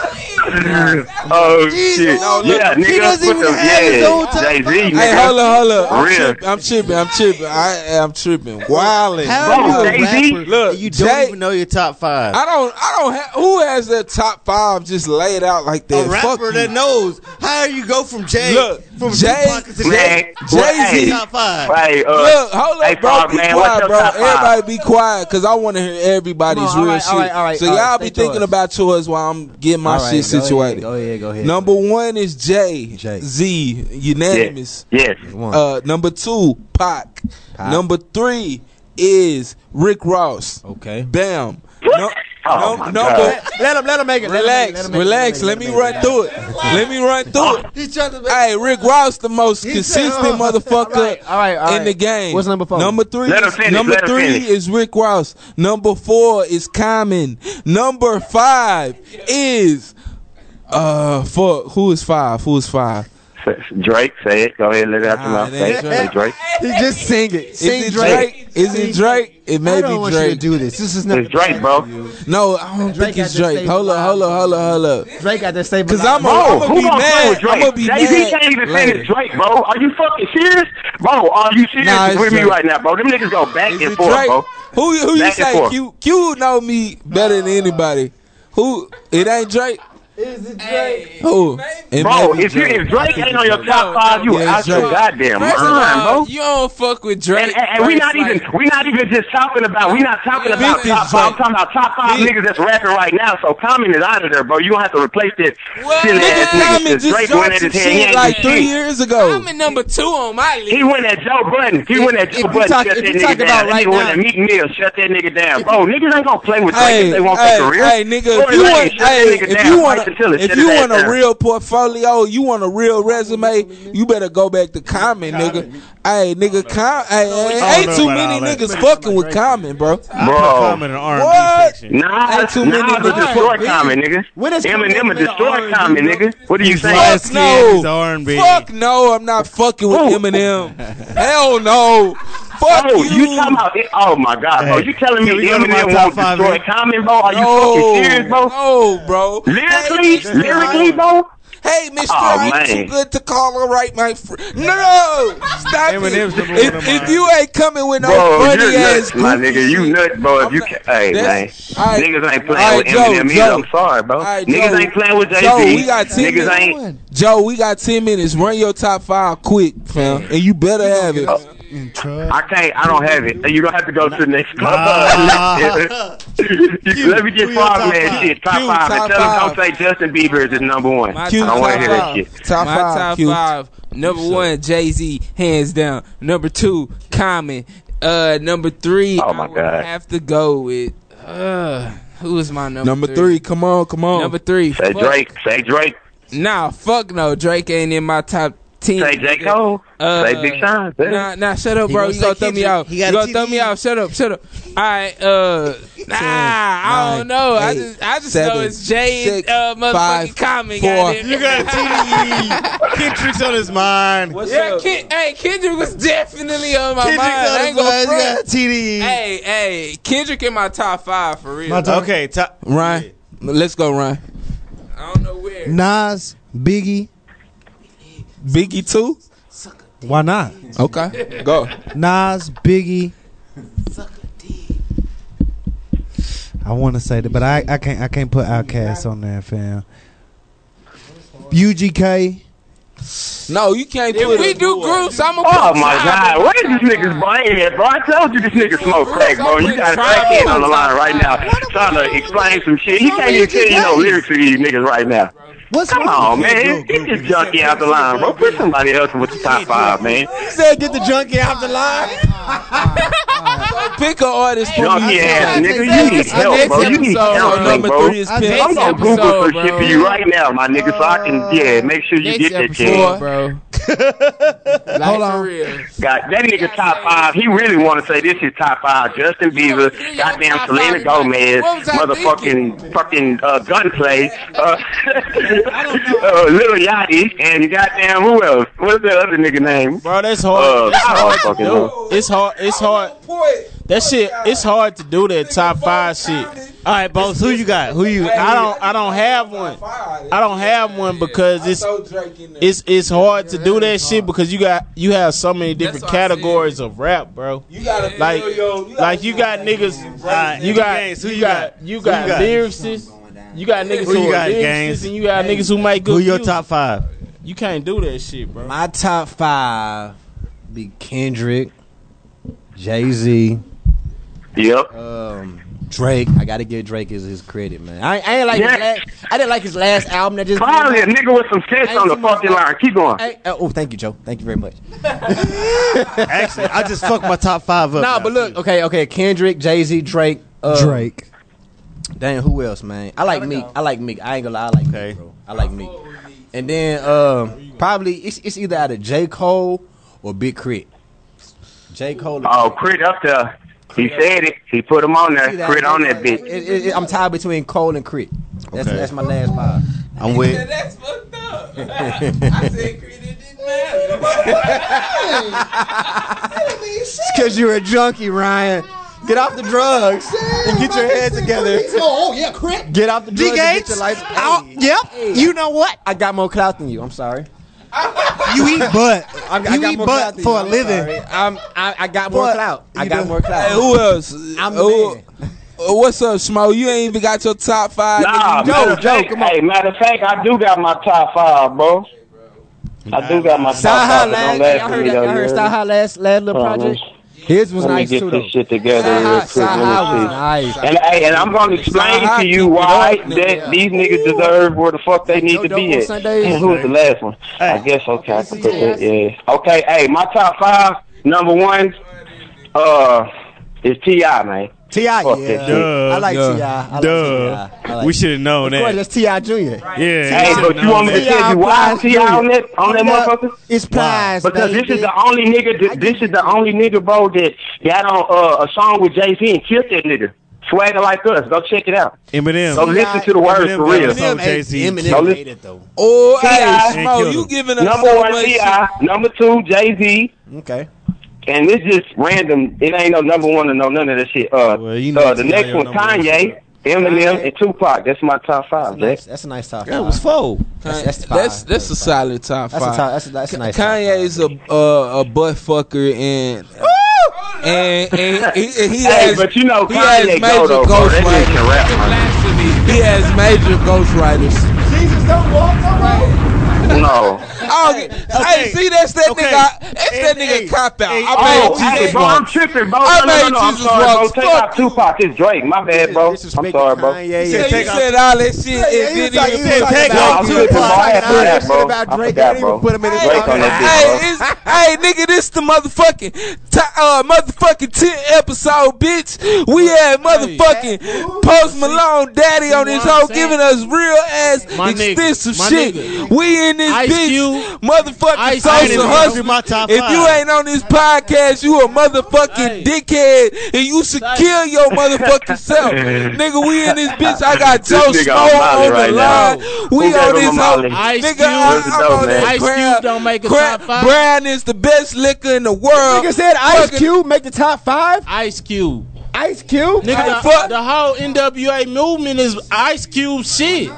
Speaker 8: oh shit!
Speaker 1: No, look,
Speaker 8: yeah,
Speaker 1: he
Speaker 8: nigga,
Speaker 1: doesn't
Speaker 8: put
Speaker 1: even
Speaker 8: the
Speaker 1: have his own top
Speaker 8: yeah, Jay Z.
Speaker 1: Hey, hold up, hold up. I'm
Speaker 8: Real.
Speaker 1: tripping. I'm tripping. I'm tripping. I am tripping. Wildin'.
Speaker 6: How
Speaker 1: Bro,
Speaker 6: you a
Speaker 1: Jay-Z?
Speaker 6: rapper
Speaker 1: Look,
Speaker 6: and you don't
Speaker 1: Jay-
Speaker 6: even know your top five.
Speaker 1: I don't. I don't. Ha- who has their top five just laid out like that?
Speaker 6: a
Speaker 1: Fuck
Speaker 6: rapper
Speaker 1: you.
Speaker 6: that knows. How you go from Jay?
Speaker 1: Look,
Speaker 6: from
Speaker 1: Jay-
Speaker 6: Tupac to
Speaker 8: Man,
Speaker 6: Jay.
Speaker 1: Jay-Z.
Speaker 6: top five.
Speaker 8: Hey, uh,
Speaker 1: Look, hold up,
Speaker 8: hey,
Speaker 1: bro.
Speaker 8: Frog
Speaker 1: be
Speaker 8: man, what's
Speaker 1: quiet,
Speaker 8: your
Speaker 1: bro.
Speaker 8: top five?
Speaker 1: Everybody be quiet, cause I want to hear everybody's
Speaker 7: Come on, all
Speaker 1: real
Speaker 7: right,
Speaker 1: shit.
Speaker 7: all right, all right,
Speaker 1: so
Speaker 7: all
Speaker 1: y'all
Speaker 7: right,
Speaker 1: be
Speaker 7: state
Speaker 1: thinking
Speaker 7: yours.
Speaker 1: about yours while I'm getting my
Speaker 7: All right,
Speaker 1: shit
Speaker 7: go ahead,
Speaker 1: situated.
Speaker 7: go ahead, go ahead.
Speaker 1: Number one is Jay, Z, unanimous.
Speaker 8: Yes.
Speaker 1: Uh, number two, Pac. Number three is Rick Ross.
Speaker 7: Okay.
Speaker 1: Bam. No,
Speaker 8: Oh,
Speaker 1: no,
Speaker 8: my
Speaker 1: number.
Speaker 8: God.
Speaker 7: Let him, let him make it.
Speaker 1: Relax, relax. Let me run through it. Let me run through it. Hey, Rick Ross, the most consistent
Speaker 7: oh,
Speaker 1: motherfucker in the game.
Speaker 7: What's number four?
Speaker 1: Number three.
Speaker 8: Let him
Speaker 1: is,
Speaker 8: finish,
Speaker 1: number
Speaker 8: let him
Speaker 1: three
Speaker 8: finish.
Speaker 1: is Rick Ross. Number four is Common. Number five is uh fuck. Who is five? Who is five?
Speaker 8: Drake, say it. Go ahead, let it out your
Speaker 1: Nah,
Speaker 8: mouth.
Speaker 1: it
Speaker 8: Say
Speaker 1: ain't
Speaker 8: it. Say Drake.
Speaker 7: He just sing it.
Speaker 1: Is it Drake? Is it Drake? It may
Speaker 7: I don't
Speaker 1: be
Speaker 7: want you to
Speaker 1: Drake.
Speaker 7: do this. This is not
Speaker 8: It's Drake, bro.
Speaker 1: No, I don't
Speaker 7: Drake
Speaker 1: think it's
Speaker 7: got the
Speaker 1: Drake.
Speaker 7: same
Speaker 1: Hold up, hold up, hold up, hold up.
Speaker 7: Drake got that statement.
Speaker 1: Cause I'm a,
Speaker 8: Bro,
Speaker 1: I'm
Speaker 8: who
Speaker 1: gonna be
Speaker 8: gonna play
Speaker 1: mad.
Speaker 8: with
Speaker 1: I'm
Speaker 8: Drake?
Speaker 1: gonna be
Speaker 8: Jay Z
Speaker 1: mad.
Speaker 8: can't even
Speaker 1: later.
Speaker 8: finish Drake, bro. Are you fucking serious? Bro, are you serious
Speaker 1: Nah, it's
Speaker 8: with me
Speaker 1: Drake.
Speaker 8: right now, bro? Them niggas go back
Speaker 1: Is
Speaker 8: and
Speaker 1: it
Speaker 8: forth,
Speaker 1: Drake?
Speaker 8: bro.
Speaker 1: Who who you
Speaker 8: Back and
Speaker 1: say?
Speaker 8: forth.
Speaker 1: Q Q know me better than anybody. Who it ain't Drake?
Speaker 12: Is it Drake?
Speaker 1: Who? It
Speaker 8: Bro,
Speaker 1: may be
Speaker 8: if, you, if Drake ain't on your top
Speaker 10: No,
Speaker 8: five, you
Speaker 1: Yeah,
Speaker 8: out
Speaker 1: it's
Speaker 8: your
Speaker 1: Drake.
Speaker 8: goddamn
Speaker 10: First of
Speaker 8: mind,
Speaker 10: all,
Speaker 8: bro.
Speaker 10: you don't fuck with Drake.
Speaker 8: And, and, and we
Speaker 10: First,
Speaker 8: not
Speaker 10: like,
Speaker 8: even we not even just talking about we not talking
Speaker 10: Yeah,
Speaker 8: about
Speaker 1: Big
Speaker 8: top
Speaker 1: is
Speaker 8: five. I'm
Speaker 1: Drake.
Speaker 8: talking about top five
Speaker 1: Big-
Speaker 8: niggas that's rapping right now. So Common is out of there, bro. You don't have to replace that
Speaker 10: Well,
Speaker 8: silly
Speaker 1: Nigga
Speaker 8: ass nigga.
Speaker 1: Common
Speaker 8: 'cause
Speaker 1: just
Speaker 8: Drake went
Speaker 1: dropped
Speaker 8: at
Speaker 1: some
Speaker 8: his head. He
Speaker 1: shit
Speaker 8: ain't
Speaker 1: like
Speaker 8: do
Speaker 1: three
Speaker 8: shit.
Speaker 1: years ago.
Speaker 10: I'm in number two on my list.
Speaker 8: He went at Joe Budden. He went at
Speaker 7: if
Speaker 8: Joe
Speaker 7: you
Speaker 8: Budden.
Speaker 7: talk-
Speaker 8: shut
Speaker 7: if
Speaker 8: that
Speaker 7: you talk
Speaker 8: nigga
Speaker 7: about
Speaker 8: down.
Speaker 7: right
Speaker 8: He went
Speaker 7: now-
Speaker 8: at Meek Mill. Shut that nigga down, bro. Niggas ain't gonna play with Drake
Speaker 1: Hey,
Speaker 8: if they want
Speaker 1: hey,
Speaker 8: their career.
Speaker 1: hey, nigga,
Speaker 8: Tory
Speaker 1: if you
Speaker 8: Lanez,
Speaker 1: want,
Speaker 8: shut that
Speaker 1: hey,
Speaker 8: nigga
Speaker 1: if
Speaker 8: down
Speaker 1: you want,
Speaker 8: right
Speaker 1: want if you want a real portfolio, you want a real resume, you better go back to Common, nigga. Hey, nigga, com- hey, hey, ain't
Speaker 8: know
Speaker 1: too
Speaker 8: about
Speaker 1: many
Speaker 8: all that.
Speaker 1: niggas fucking with Common, bro.
Speaker 8: What? Nah,
Speaker 1: Ain't too
Speaker 8: nah,
Speaker 1: many
Speaker 8: the
Speaker 1: niggas
Speaker 8: destroy
Speaker 1: fucking-
Speaker 8: comment, nigga.
Speaker 1: When is
Speaker 8: Eminem
Speaker 1: Eminem
Speaker 8: a destroy
Speaker 1: R&B,
Speaker 8: comment,
Speaker 1: bro?
Speaker 8: nigga. What are you
Speaker 1: He's
Speaker 8: saying?
Speaker 1: Fuck no. Fuck no, I'm not fucking with Eminem. Hell no. Fuck
Speaker 8: oh, you. talking about? it- Oh my God, bro!
Speaker 1: Hey,
Speaker 8: You telling me
Speaker 1: can we go to my
Speaker 8: Eminem
Speaker 1: top
Speaker 8: won't
Speaker 1: five,
Speaker 8: destroy
Speaker 1: man?
Speaker 8: comment, bro? Are you
Speaker 1: No.
Speaker 8: fucking serious, bro?
Speaker 1: No, bro.
Speaker 8: Lyrically,
Speaker 1: Hey,
Speaker 8: lyrically, bro.
Speaker 1: Hey, Mr.
Speaker 8: Oh,
Speaker 1: I ain't
Speaker 8: man.
Speaker 1: too good to call her right, my friend. No! Stop
Speaker 8: Eminem's number one
Speaker 1: it.
Speaker 8: on
Speaker 1: If,
Speaker 8: mine.
Speaker 1: if you ain't coming with no
Speaker 8: Bro,
Speaker 1: funny
Speaker 8: you're
Speaker 1: ass
Speaker 8: nuts, my nigga. You nuts, bro. If you, ca- hey, man,
Speaker 1: that's- all right.
Speaker 8: niggas ain't
Speaker 1: All
Speaker 8: playing
Speaker 1: right,
Speaker 8: with
Speaker 1: Joe,
Speaker 8: Eminem either.
Speaker 1: Joe.
Speaker 8: I'm sorry, bro.
Speaker 1: All right,
Speaker 8: niggas
Speaker 1: Joe.
Speaker 8: ain't playing with Jay Z.
Speaker 1: Joe, we got 10
Speaker 8: Niggas
Speaker 1: minutes.
Speaker 8: ain't.
Speaker 1: Joe, we got 10 minutes. Run your top five quick, fam. And you better have it.
Speaker 8: I can't. I don't have it. You don't have to go to the next club.
Speaker 1: Nah.
Speaker 8: Let me get
Speaker 1: Q,
Speaker 8: five
Speaker 1: top
Speaker 8: man
Speaker 1: five.
Speaker 8: shit. Top
Speaker 1: Q,
Speaker 8: five.
Speaker 1: top
Speaker 8: and tell
Speaker 1: five.
Speaker 8: them don't say Justin Bieber is his number one.
Speaker 10: My
Speaker 8: I don't want to hear that shit.
Speaker 10: Top My top five. Number one, Jay Z, hands down. Number two, Common. Uh, number three, oh my I would God. have to go with. Uh, who is my number?
Speaker 1: Number three, come on, come on.
Speaker 10: Number three.
Speaker 8: Say
Speaker 10: fuck.
Speaker 8: Drake. Say Drake.
Speaker 10: Nah, fuck no. Drake ain't in my top ten.
Speaker 8: Say J. Cole.
Speaker 10: Uh,
Speaker 8: Say Big Sean. Say-
Speaker 10: Nah, nah, shut up,
Speaker 8: He
Speaker 10: bro.
Speaker 8: gonna
Speaker 10: You gonna
Speaker 8: say
Speaker 10: throw me
Speaker 8: Kendrick.
Speaker 10: out.
Speaker 8: He
Speaker 10: You
Speaker 8: got
Speaker 10: gonna
Speaker 8: a
Speaker 10: throw me out. Oh, Shut up, shut up. All right, uh, nah, I don't know. I just, I just know
Speaker 9: seven,
Speaker 10: it's Jay
Speaker 9: six,
Speaker 10: and uh, motherfucking
Speaker 9: five,
Speaker 10: Common.
Speaker 9: four.
Speaker 10: goddamn.
Speaker 9: You got TDE. Kendrick's on his mind. What's
Speaker 10: yeah, Ken- hey, Kendrick was definitely on my
Speaker 9: Kendrick's
Speaker 10: mind.
Speaker 9: on
Speaker 10: I
Speaker 9: his
Speaker 10: ain't gonna
Speaker 9: mind.
Speaker 10: front.
Speaker 9: He got
Speaker 1: E.
Speaker 9: TDE.
Speaker 10: Hey, hey, Kendrick in my top five for real.
Speaker 9: okay, top.
Speaker 1: Ryan, let's go, Ryan.
Speaker 5: Nas, Biggie.
Speaker 1: Biggie too?
Speaker 5: Why not?
Speaker 1: Okay, go.
Speaker 5: Nas, Biggie. I want to say that, but I, I can't I can't put Outkast on there, fam. UGK.
Speaker 1: No, you can't.
Speaker 10: If we do groups, I'm gonna
Speaker 8: Oh my God! Where is this nigga's brain at, bro? I told you this nigga smoke crack, bro. You got a crackhead on the line right now, trying to explain some shit. He can't even tell you no lyrics to these niggas right now.
Speaker 5: What's
Speaker 8: Come on, man. Get this junkie out the line, bro. Put somebody else with the top five, man.
Speaker 1: said get the junkie out the line. Pick an artist. for
Speaker 8: Junkie
Speaker 1: me.
Speaker 8: ass nigga, you need help, bro. You need counseling,
Speaker 1: uh, number
Speaker 8: bro.
Speaker 1: three is Pimp.
Speaker 8: I'm gonna Google some shit for you right now, my nigga, so I can yeah, make sure
Speaker 10: Next
Speaker 8: you get that
Speaker 10: episode,
Speaker 8: shit.
Speaker 10: bro.
Speaker 5: Hold
Speaker 10: on.
Speaker 8: Got that nigga top five. He really want to say this is top five. Justin Bieber, goddamn Selena Gomez,
Speaker 10: What was I
Speaker 8: motherfucking fucking uh, gunplay, uh, uh, Little Yachty, and goddamn who else? What's the other nigga name?
Speaker 9: Bro, that's
Speaker 8: Uh,
Speaker 9: hard. It's
Speaker 8: I
Speaker 9: hard
Speaker 8: don't
Speaker 9: to
Speaker 8: fucking
Speaker 9: do.
Speaker 8: know.
Speaker 9: It's hard. It's hard. That shit. It's hard to do that top five shit. All right, boss. Who you got? Who you? I don't. I don't have one. I don't have one because it's it's it's hard to do that shit because you got you have so many different categories of rap, bro. You
Speaker 1: gotta
Speaker 9: like like you got niggas. You got you got you got lyricists. You got niggas
Speaker 6: Who you
Speaker 9: who are
Speaker 6: got, Gaines?
Speaker 9: lyricists and you got niggas who make good.
Speaker 6: Who your
Speaker 9: music.
Speaker 6: top five?
Speaker 9: You can't do that shit, bro.
Speaker 7: My top five be Kendrick, Jay Z,
Speaker 8: Yep.
Speaker 7: um, Drake. I gotta give Drake his, his credit, man. I, I ain't like his
Speaker 8: Yeah.
Speaker 7: last, I didn't like his last album that just.
Speaker 8: Finally, a nigga with some sketch
Speaker 7: Ain't
Speaker 8: on the
Speaker 7: too much-
Speaker 8: fucking line. Keep going.
Speaker 7: Hey, uh, oh, thank you, Joe. Thank you very much.
Speaker 6: Actually, I just fucked my top five up.
Speaker 7: Nah, but look, okay, okay. Kendrick, Jay Z, Drake, uh,
Speaker 5: Drake.
Speaker 7: Damn, who else, man? I like Meek. I like Meek. I ain't gonna lie, I like Meek, bro. I like Meek. And then um, probably it's it's either out of J Cole or Big Crit. J Cole. or-
Speaker 8: Oh, Crit up there. He said it. He put him on
Speaker 7: See
Speaker 8: there. Crit on that
Speaker 7: It-
Speaker 8: bitch.
Speaker 7: it- it- I'm tied between Cole and Crit. That's
Speaker 8: Okay.
Speaker 7: that's my last five.
Speaker 6: I'm with-
Speaker 10: That's fucked up.
Speaker 7: I
Speaker 10: said Creed didn't matter.
Speaker 7: It's because you're a junkie, Ryan. Get off the drugs and get your head together.
Speaker 12: Oh, yeah, crap.
Speaker 7: Get off the
Speaker 12: D
Speaker 7: drugs and get
Speaker 12: Gates?
Speaker 7: your life.
Speaker 12: Out- yep.
Speaker 7: You know what? I got more clout than you. I'm sorry.
Speaker 5: You eat butt.
Speaker 7: I, I
Speaker 5: You
Speaker 7: got
Speaker 5: eat
Speaker 7: more
Speaker 5: butt
Speaker 7: clout than
Speaker 5: for
Speaker 7: you.
Speaker 5: a
Speaker 7: I'm
Speaker 5: living.
Speaker 7: sorry. I'm, I, I got more
Speaker 5: But
Speaker 7: clout. I
Speaker 5: you
Speaker 7: got
Speaker 5: do.
Speaker 7: more clout.
Speaker 1: Hey, who else?
Speaker 7: I'm the
Speaker 1: Who-
Speaker 7: man.
Speaker 1: uh, What's up, Smo? You ain't even got your top five.
Speaker 8: Nah,
Speaker 1: nigga.
Speaker 8: matter of fact, hey, matter of fact, I do got my top five, bro. I do got my top
Speaker 7: Side
Speaker 8: five. but
Speaker 7: High
Speaker 8: Don't laugh
Speaker 7: last. Y'all
Speaker 8: at
Speaker 7: heard
Speaker 8: me, Uh-huh.
Speaker 7: that?
Speaker 8: though,
Speaker 7: Y'all heard
Speaker 8: yeah.
Speaker 7: Side High last last little
Speaker 8: Hold on,
Speaker 7: project.
Speaker 8: let me-
Speaker 7: His was
Speaker 8: let
Speaker 7: nice
Speaker 8: me
Speaker 7: too,
Speaker 8: get this
Speaker 7: though.
Speaker 8: shit together real quick. Let me
Speaker 7: Sahaj was
Speaker 8: see.
Speaker 7: nice.
Speaker 8: And hey, and I'm gonna explain
Speaker 7: Sahaj
Speaker 8: to you
Speaker 7: keep it
Speaker 8: why
Speaker 7: up,
Speaker 8: that
Speaker 7: nigga.
Speaker 8: these niggas deserve where the fuck they need
Speaker 7: No
Speaker 8: to
Speaker 7: dope
Speaker 8: be
Speaker 7: on
Speaker 8: at.
Speaker 7: Sundays?
Speaker 8: Damn, who was the last one? I guess okay, I can put that. Yeah. Okay. Hey, my top five. Number one, uh, is Ti, man.
Speaker 7: Ti, yeah.
Speaker 16: Fuck that shit.
Speaker 7: I like
Speaker 16: Duh.
Speaker 7: Ti. I like
Speaker 16: Duh.
Speaker 7: T.I. I like
Speaker 16: We shoulda known
Speaker 7: Of course,
Speaker 16: that.
Speaker 7: that's Ti Junior.
Speaker 16: Yeah.
Speaker 8: Hey, but you want me to tell you why T.I. on that on that motherfucker?
Speaker 7: It's
Speaker 8: plies, because this is the only nigga. That, this is the only nigga, bro, that got on uh, a song with Jay Z and killed that nigga. Swagger like us. Go check it out.
Speaker 16: Eminem.
Speaker 8: Go listen to the words for real. Go listen-
Speaker 1: Oh,
Speaker 8: T.I.
Speaker 1: hey, Smoke, you giving us
Speaker 8: number
Speaker 1: so
Speaker 8: one
Speaker 1: much
Speaker 8: T.I., number two Jay Z.
Speaker 7: Okay.
Speaker 8: And this just random. It ain't no number one or no none of that shit. Uh, uh the
Speaker 7: T.I.
Speaker 8: next
Speaker 7: your
Speaker 8: one
Speaker 7: number one
Speaker 8: Kanye, Eminem, and Tupac. That's my top five. That's,
Speaker 7: that's a nice top
Speaker 8: That
Speaker 7: five.
Speaker 8: was
Speaker 7: four.
Speaker 8: That's-
Speaker 7: That's that's,
Speaker 1: That's that's a solid top
Speaker 7: That's a
Speaker 1: five.
Speaker 7: top- that's a- that's a
Speaker 1: Ka-
Speaker 7: nice top
Speaker 1: Kanye's a uh, a butt fucker and and and he, and he
Speaker 8: Hey,
Speaker 1: has
Speaker 8: but you know
Speaker 1: he
Speaker 8: Kanye
Speaker 1: has
Speaker 8: go,
Speaker 1: major
Speaker 8: though, bro. That nigga can rap,
Speaker 1: ghostwriters. He has major ghostwriters.
Speaker 12: Jesus, don't walk away.
Speaker 8: No.
Speaker 1: Oh, okay. hey, see that's that nigga. That's that nigga cop out. I
Speaker 8: Oh,
Speaker 1: made
Speaker 8: hey,
Speaker 1: Jesus
Speaker 8: bro, I'm
Speaker 1: walk.
Speaker 8: tripping, bro. No, no, no,
Speaker 1: I made
Speaker 8: no, I'm
Speaker 1: Jesus
Speaker 8: sorry, bro.
Speaker 1: walks.
Speaker 8: Take
Speaker 1: Fuck.
Speaker 8: out Tupac. It's Drake. My bad, bro. I'm sorry, bro.
Speaker 1: You said, you said all that shit and then
Speaker 8: talking- he
Speaker 1: he
Speaker 8: was
Speaker 1: was like,
Speaker 8: talking
Speaker 1: "Nah,
Speaker 8: about
Speaker 1: I'm
Speaker 8: Drake.
Speaker 1: tripping, bro. I
Speaker 8: I
Speaker 1: had to
Speaker 8: forgot,
Speaker 1: do
Speaker 8: bro. I
Speaker 1: that Drake.
Speaker 8: forgot,
Speaker 1: didn't even
Speaker 8: bro.
Speaker 1: put him in his
Speaker 8: Drake
Speaker 1: fucking-
Speaker 8: on that bitch,
Speaker 1: Hey, it's- hey, nigga, this the motherfucking ti- uh, motherfucking 10 episode, bitch. We had motherfucking Post Malone daddy on this
Speaker 9: what I'm
Speaker 1: hoe giving us real ass
Speaker 9: My nigga,
Speaker 1: extensive
Speaker 9: my
Speaker 1: shit.
Speaker 9: nigga.
Speaker 1: We in this
Speaker 9: Ice
Speaker 1: bitch.
Speaker 9: Cube,
Speaker 1: motherfucking
Speaker 9: Ice
Speaker 1: social
Speaker 9: Cube.
Speaker 1: hustle.
Speaker 9: My top
Speaker 1: if you
Speaker 9: five.
Speaker 1: ain't on this podcast, you a motherfucking dickhead and you should kill your motherfucking self. nigga, we in this bitch. I got
Speaker 9: This
Speaker 1: Joe
Speaker 9: nigga
Speaker 1: Snow
Speaker 9: on Molly
Speaker 1: on
Speaker 9: right
Speaker 1: the
Speaker 9: now.
Speaker 1: line. We
Speaker 9: Who gave
Speaker 1: on
Speaker 9: him a
Speaker 1: this
Speaker 9: Molly?
Speaker 1: hoe.
Speaker 9: Ice
Speaker 1: Nigga,
Speaker 9: Cube.
Speaker 1: I-
Speaker 9: Where's the
Speaker 1: I'm
Speaker 9: dope,
Speaker 1: on
Speaker 9: man?
Speaker 1: that
Speaker 9: Ice Cube
Speaker 1: crab.
Speaker 9: don't make a
Speaker 1: Crab-
Speaker 9: top five?
Speaker 1: Brown is the best liquor in the world.
Speaker 9: Nigga said Ice
Speaker 1: Cube
Speaker 7: make the top five.
Speaker 9: Ice Cube.
Speaker 7: Ice Cube.
Speaker 9: Nigga, the, the whole NWA movement is Ice Cube shit.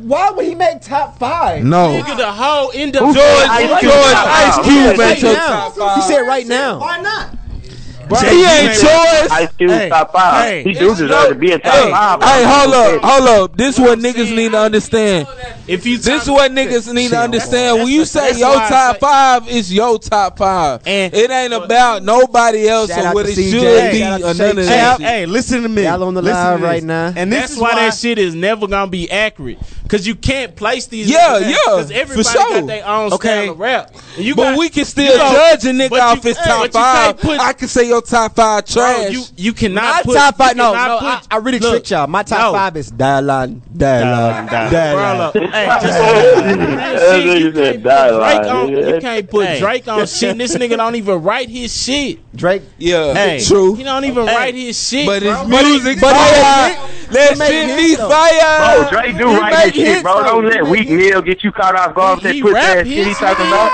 Speaker 7: Why would he make top five?
Speaker 5: No.
Speaker 9: Nigga, the whole NWA.
Speaker 7: George- George Ice Cube
Speaker 9: Who is
Speaker 7: made
Speaker 9: right
Speaker 7: your
Speaker 9: now?
Speaker 7: top five. He said right now. Why
Speaker 12: not?
Speaker 1: Bro, he ain't choice.
Speaker 8: Ice Cube top five. he do deserve to be in top
Speaker 1: Hey,
Speaker 8: five.
Speaker 1: hey, hold up, hold up. This what niggas need to understand. If you, this what niggas need to understand. When you say
Speaker 9: that's
Speaker 1: your
Speaker 9: why I
Speaker 1: top five, it's your top five. And it ain't about nobody else
Speaker 7: Shout
Speaker 1: or
Speaker 7: out
Speaker 1: what
Speaker 7: to
Speaker 1: it
Speaker 7: CJ.
Speaker 1: should be.
Speaker 7: Shout out to
Speaker 1: or none of
Speaker 7: Shake
Speaker 1: that
Speaker 7: Shack.
Speaker 1: shit.
Speaker 7: Hey, listen to me. Y'all on the
Speaker 9: Listen
Speaker 7: live
Speaker 9: to
Speaker 7: right
Speaker 9: this.
Speaker 7: now.
Speaker 9: and
Speaker 7: this
Speaker 9: that's
Speaker 7: is
Speaker 9: why,
Speaker 7: why-
Speaker 9: that shit is never gonna be accurate because you can't place these.
Speaker 1: Yeah,
Speaker 9: niggas
Speaker 1: yeah,
Speaker 9: because
Speaker 1: for
Speaker 9: everybody
Speaker 1: sure.
Speaker 9: got their own
Speaker 1: Okay.
Speaker 9: style of rap. And you
Speaker 1: but
Speaker 9: got-
Speaker 1: we can
Speaker 9: you
Speaker 1: still
Speaker 9: know,
Speaker 1: judge a nigga
Speaker 9: but you-
Speaker 1: off his
Speaker 9: hey,
Speaker 1: top
Speaker 9: but you
Speaker 1: five.
Speaker 9: can't put-
Speaker 1: I can say your top five trash.
Speaker 9: Bro, you- you cannot
Speaker 7: My
Speaker 9: put-
Speaker 7: top five.
Speaker 9: you
Speaker 7: No, no,
Speaker 9: cannot
Speaker 7: I,
Speaker 9: put-
Speaker 7: I really
Speaker 9: Look,
Speaker 7: tricked y'all. My top
Speaker 9: no.
Speaker 7: five is Dylan, Dylan,
Speaker 9: Bro, look, hey, just-
Speaker 8: That
Speaker 9: Shit, you
Speaker 8: nigga said
Speaker 9: can't
Speaker 8: die
Speaker 9: put Drake
Speaker 8: line.
Speaker 9: on- You can't put
Speaker 8: Hey.
Speaker 9: Drake on shit. and This nigga don't even write his shit.
Speaker 7: Drake.
Speaker 1: Yeah,
Speaker 9: Hey,
Speaker 1: true.
Speaker 9: He don't even write his shit.
Speaker 1: But
Speaker 9: bro.
Speaker 1: his music fire. That shit be fire.
Speaker 8: Bro, Drake Oh, do right this shit, bro. Don't let weak meal get you caught off guard with that puss ass shit he talking about.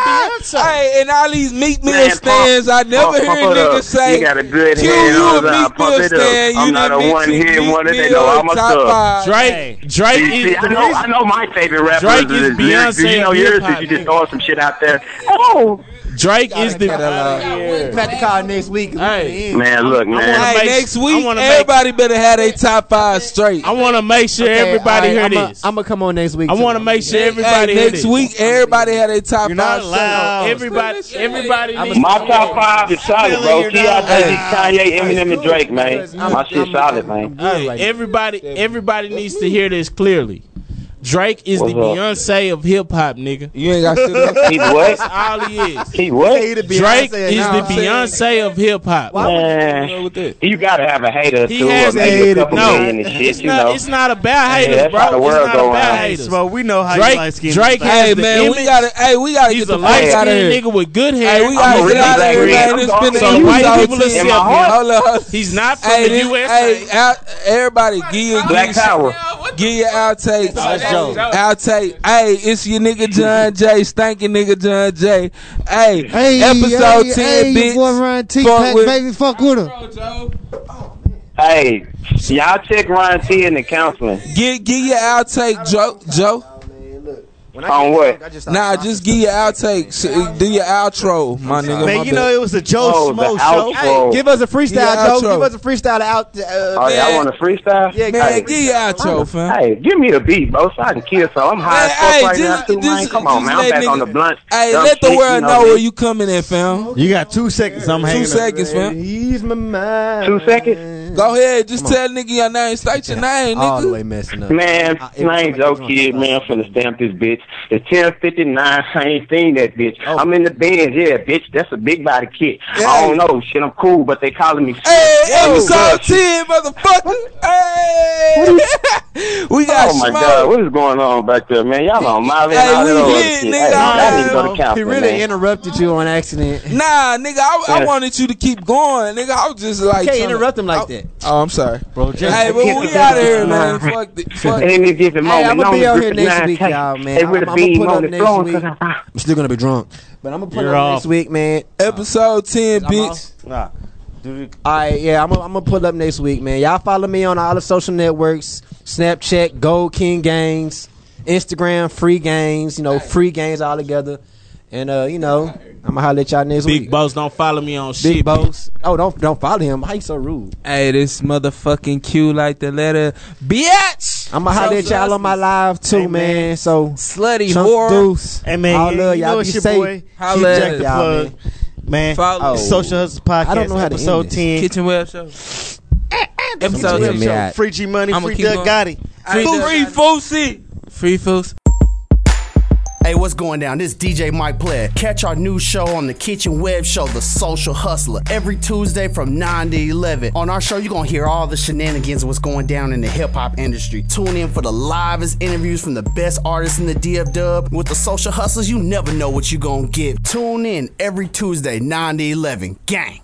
Speaker 1: Hey, and all these meat meal
Speaker 8: Man, pump-
Speaker 1: stands, I never
Speaker 8: pump-
Speaker 1: hear
Speaker 8: pump it
Speaker 1: niggas
Speaker 8: up.
Speaker 1: say,
Speaker 8: You got a good
Speaker 1: "Q,
Speaker 8: hand
Speaker 1: you
Speaker 8: on
Speaker 1: a
Speaker 8: the-
Speaker 1: meat
Speaker 8: pump
Speaker 1: meal
Speaker 8: it up.
Speaker 1: stand,
Speaker 8: I'm
Speaker 1: you
Speaker 8: not
Speaker 1: done
Speaker 8: a
Speaker 1: meat-
Speaker 8: one-hit
Speaker 1: meat
Speaker 8: wonder, they
Speaker 1: meal
Speaker 8: know I'm a
Speaker 1: top
Speaker 8: thug.
Speaker 1: five."
Speaker 9: Drake,
Speaker 1: Hey.
Speaker 9: Drake
Speaker 8: See,
Speaker 9: is
Speaker 8: see, I know, I know my favorite rapper is,
Speaker 9: Drake is
Speaker 8: lyrics. Do
Speaker 9: Beyonce
Speaker 8: you know
Speaker 9: of
Speaker 8: yours?
Speaker 9: hip-hop,
Speaker 8: Is you just throwing some shit out there? Oh,
Speaker 9: Drake is the.
Speaker 7: We're gonna have to call next week. Hey,
Speaker 8: man, look, man.
Speaker 1: Hey, next week, everybody better have their top five straight.
Speaker 9: I want to make sure everybody hear this.
Speaker 7: I'm gonna come on next week.
Speaker 9: I wanna make sure everybody hear
Speaker 1: next
Speaker 9: this.
Speaker 1: week, everybody had their top five.
Speaker 9: allowed.
Speaker 1: straight.
Speaker 9: Everybody, everybody. needs
Speaker 8: My
Speaker 9: to-
Speaker 8: top five is solid, bro.
Speaker 9: Billion
Speaker 8: T.I.
Speaker 9: dollars.
Speaker 8: Jay Z, Kanye, Eminem, and Drake, man. My shit solid, man.
Speaker 9: Hey, everybody, everybody needs to hear this clearly. Drake is the Beyonce of hip hop, nigga.
Speaker 1: You ain't got
Speaker 8: shit. He what?
Speaker 9: That's all he is.
Speaker 8: He what?
Speaker 9: Drake is the Beyonce of hip hop.
Speaker 8: Man, you gotta have a hater or
Speaker 9: He
Speaker 8: two.
Speaker 9: has
Speaker 8: or maybe a
Speaker 9: hated.
Speaker 8: couple
Speaker 9: No.
Speaker 8: million and shit,
Speaker 9: It's
Speaker 8: you
Speaker 9: not,
Speaker 8: know.
Speaker 9: it's not about
Speaker 8: Yeah,
Speaker 9: haters,
Speaker 8: that's
Speaker 9: bro.
Speaker 8: how the world
Speaker 9: it's not
Speaker 8: go
Speaker 9: about
Speaker 8: around.
Speaker 9: haters.
Speaker 8: Smoke, we know how you
Speaker 9: Drake,
Speaker 8: light-skinned
Speaker 9: Drake
Speaker 8: black.
Speaker 9: has
Speaker 8: Hey,
Speaker 9: the
Speaker 8: man, we
Speaker 9: image.
Speaker 1: gotta- hey, we gotta
Speaker 9: He's
Speaker 1: get the
Speaker 9: a
Speaker 1: fuck outta
Speaker 9: light-skinned
Speaker 1: here.
Speaker 9: nigga with good hair.
Speaker 1: Hey, we gotta get out of here, man. It's been
Speaker 9: so
Speaker 1: a
Speaker 9: white people are
Speaker 1: in my heart. Hold up.
Speaker 9: He's not from
Speaker 1: Hey,
Speaker 9: the
Speaker 1: this-
Speaker 9: U.S.
Speaker 1: hey, out, everybody, give your
Speaker 9: Black
Speaker 1: give your-
Speaker 9: Power.
Speaker 1: Give your outtakes.
Speaker 9: That's dope.
Speaker 1: Outtake. Hey, it's your nigga John Jay, stanky nigga John Jay. Hey,
Speaker 5: Hey,
Speaker 1: episode
Speaker 5: hey,
Speaker 1: ten,
Speaker 5: hey,
Speaker 1: bitch.
Speaker 5: your boy Ryan T.
Speaker 1: Fuck
Speaker 5: Pack,
Speaker 1: with-
Speaker 5: baby, fuck with him.
Speaker 8: Hey, y'all check Ryan T and the counseling.
Speaker 1: Give give your outtake, Joe. Joe.
Speaker 8: On what?
Speaker 1: Nah, just give your outtake. Sh- uh, Do your outro, my
Speaker 7: Man,
Speaker 1: nigga. my
Speaker 7: you
Speaker 1: bad.
Speaker 7: know it was a Joe
Speaker 1: Oh, the
Speaker 7: Smo show.
Speaker 1: outro.
Speaker 7: Hey, give us a
Speaker 1: Yeah,
Speaker 7: freestyle, Joe.
Speaker 1: outro.
Speaker 7: Give us a freestyle out. Uh,
Speaker 8: Oh,
Speaker 7: man.
Speaker 8: y'all want to freestyle?
Speaker 7: Yeah,
Speaker 1: Man,
Speaker 8: Hey.
Speaker 1: give your outro, fam.
Speaker 8: Hey, give me the beat, bro, so I can kill some. I'm high as fuck
Speaker 1: Hey,
Speaker 8: right now,
Speaker 1: just,
Speaker 8: too, man.
Speaker 1: just-
Speaker 8: Come on,
Speaker 1: just
Speaker 8: man.
Speaker 1: let
Speaker 8: I'm back
Speaker 1: niggas-
Speaker 8: on the blunt.
Speaker 1: Hey,
Speaker 8: Dumb
Speaker 1: let the
Speaker 8: shit,
Speaker 1: world
Speaker 8: you know
Speaker 1: know
Speaker 8: me.
Speaker 1: where you coming at, fam.
Speaker 7: You got two seconds. I'm
Speaker 1: Two
Speaker 7: hanging.
Speaker 1: seconds, fam.
Speaker 7: Ease my mind.
Speaker 8: Two seconds?
Speaker 1: Go ahead, just
Speaker 7: Come
Speaker 1: tell nigga your name. State your name, nigga.
Speaker 7: All the way messing up.
Speaker 8: Man,
Speaker 7: I- every
Speaker 8: I ain't
Speaker 7: time I
Speaker 8: joke,
Speaker 7: get drunk,
Speaker 8: kid, man. I'm finna stamp this bitch. It's 1059. I ain't seen that bitch.
Speaker 1: Oh.
Speaker 8: I'm in the band. Yeah, bitch. That's a big body kid. I don't know. Shit, I'm cool, but they calling me.
Speaker 1: Hey,
Speaker 8: Yo,
Speaker 1: episode
Speaker 8: God,
Speaker 1: 10, motherfucker. Hey. we got
Speaker 8: Oh, my
Speaker 1: smoke.
Speaker 8: God. What is going on back there, man? Y'all on Molly
Speaker 1: Hey,
Speaker 8: and all
Speaker 1: we
Speaker 8: that other
Speaker 1: lit,
Speaker 8: shit.
Speaker 1: nigga.
Speaker 8: Hey, I need to go to
Speaker 1: He
Speaker 8: counseling,
Speaker 1: really
Speaker 8: man.
Speaker 7: interrupted you on accident.
Speaker 1: Nah, nigga, I, I
Speaker 8: Yeah.
Speaker 1: wanted you to keep going, nigga. I was just like,
Speaker 7: can't
Speaker 1: tryna-
Speaker 7: interrupt him like that.
Speaker 1: Oh, I'm sorry,
Speaker 7: bro.
Speaker 1: Hey, well, we out of here, man. Fuck, the, fuck.
Speaker 8: Hey, Any given
Speaker 7: Hey,
Speaker 8: moment,
Speaker 7: I'm gonna
Speaker 8: known
Speaker 7: be
Speaker 8: as
Speaker 7: out here
Speaker 8: Griffin
Speaker 7: next
Speaker 8: Nine
Speaker 7: week,
Speaker 8: Cakes.
Speaker 7: y'all, man.
Speaker 8: They
Speaker 7: I'm,
Speaker 8: with a
Speaker 7: I'm
Speaker 8: beam
Speaker 7: gonna
Speaker 8: on
Speaker 7: put
Speaker 8: the
Speaker 7: up
Speaker 8: floor,
Speaker 7: next week.
Speaker 8: 'cause I-
Speaker 7: I'm still gonna be drunk, but I'm gonna put
Speaker 8: You're
Speaker 7: up
Speaker 8: off.
Speaker 7: next week, man.
Speaker 1: Episode ten, bitch.
Speaker 7: Nah. All right, yeah, I'm gonna I'm gonna put up next week, man. Y'all follow me on all the social networks: Snapchat, Gold King Games, Instagram, Free Games. You know, Free Games all together. And uh, you know, I'm gonna holler at y'all next week.
Speaker 9: Big Boss don't follow me on
Speaker 7: Big
Speaker 9: shit.
Speaker 7: Boss. Oh, don't don't follow him. How you so rude?
Speaker 10: Hey, this motherfucking Q like the letter bitch.
Speaker 7: I'ma holler at y'all on my live too, man. So
Speaker 10: slutty
Speaker 7: Chunk
Speaker 10: whore.
Speaker 7: Deuce.
Speaker 6: Hey man,
Speaker 7: all
Speaker 6: you,
Speaker 7: love
Speaker 6: you
Speaker 7: y'all.
Speaker 6: know
Speaker 7: Be
Speaker 6: it's your
Speaker 7: safe.
Speaker 6: boy.
Speaker 7: Keep
Speaker 6: Keep
Speaker 7: checking
Speaker 6: the
Speaker 7: y'all,
Speaker 6: plug,
Speaker 7: man.
Speaker 6: man.
Speaker 7: Follow-
Speaker 6: It's Social Hustlers Podcast.
Speaker 7: I don't know how to
Speaker 6: episode
Speaker 7: end this.
Speaker 6: ten.
Speaker 10: Kitchen Web Show.
Speaker 6: Episode
Speaker 10: Episode
Speaker 6: ten.
Speaker 10: ten.
Speaker 6: Free G Money.
Speaker 10: I'ma
Speaker 6: Free
Speaker 10: keep
Speaker 6: Doug
Speaker 10: going.
Speaker 6: Gotti.
Speaker 10: Free Doug Free
Speaker 6: Fousey.
Speaker 10: Free Foos.
Speaker 16: Hey, what's going down? This is DJ Mike Player. Catch our new show on the Kitchen Web Show, The Social Hustler, every Tuesday from 9 to 11. On our show, you're going to hear all the shenanigans of what's going down in the hip hop industry. Tune in for the livest interviews from the best artists in the DF dub. With The Social Hustlers, you never know what you're going to get. Tune in every Tuesday, 9 to 11. Gang.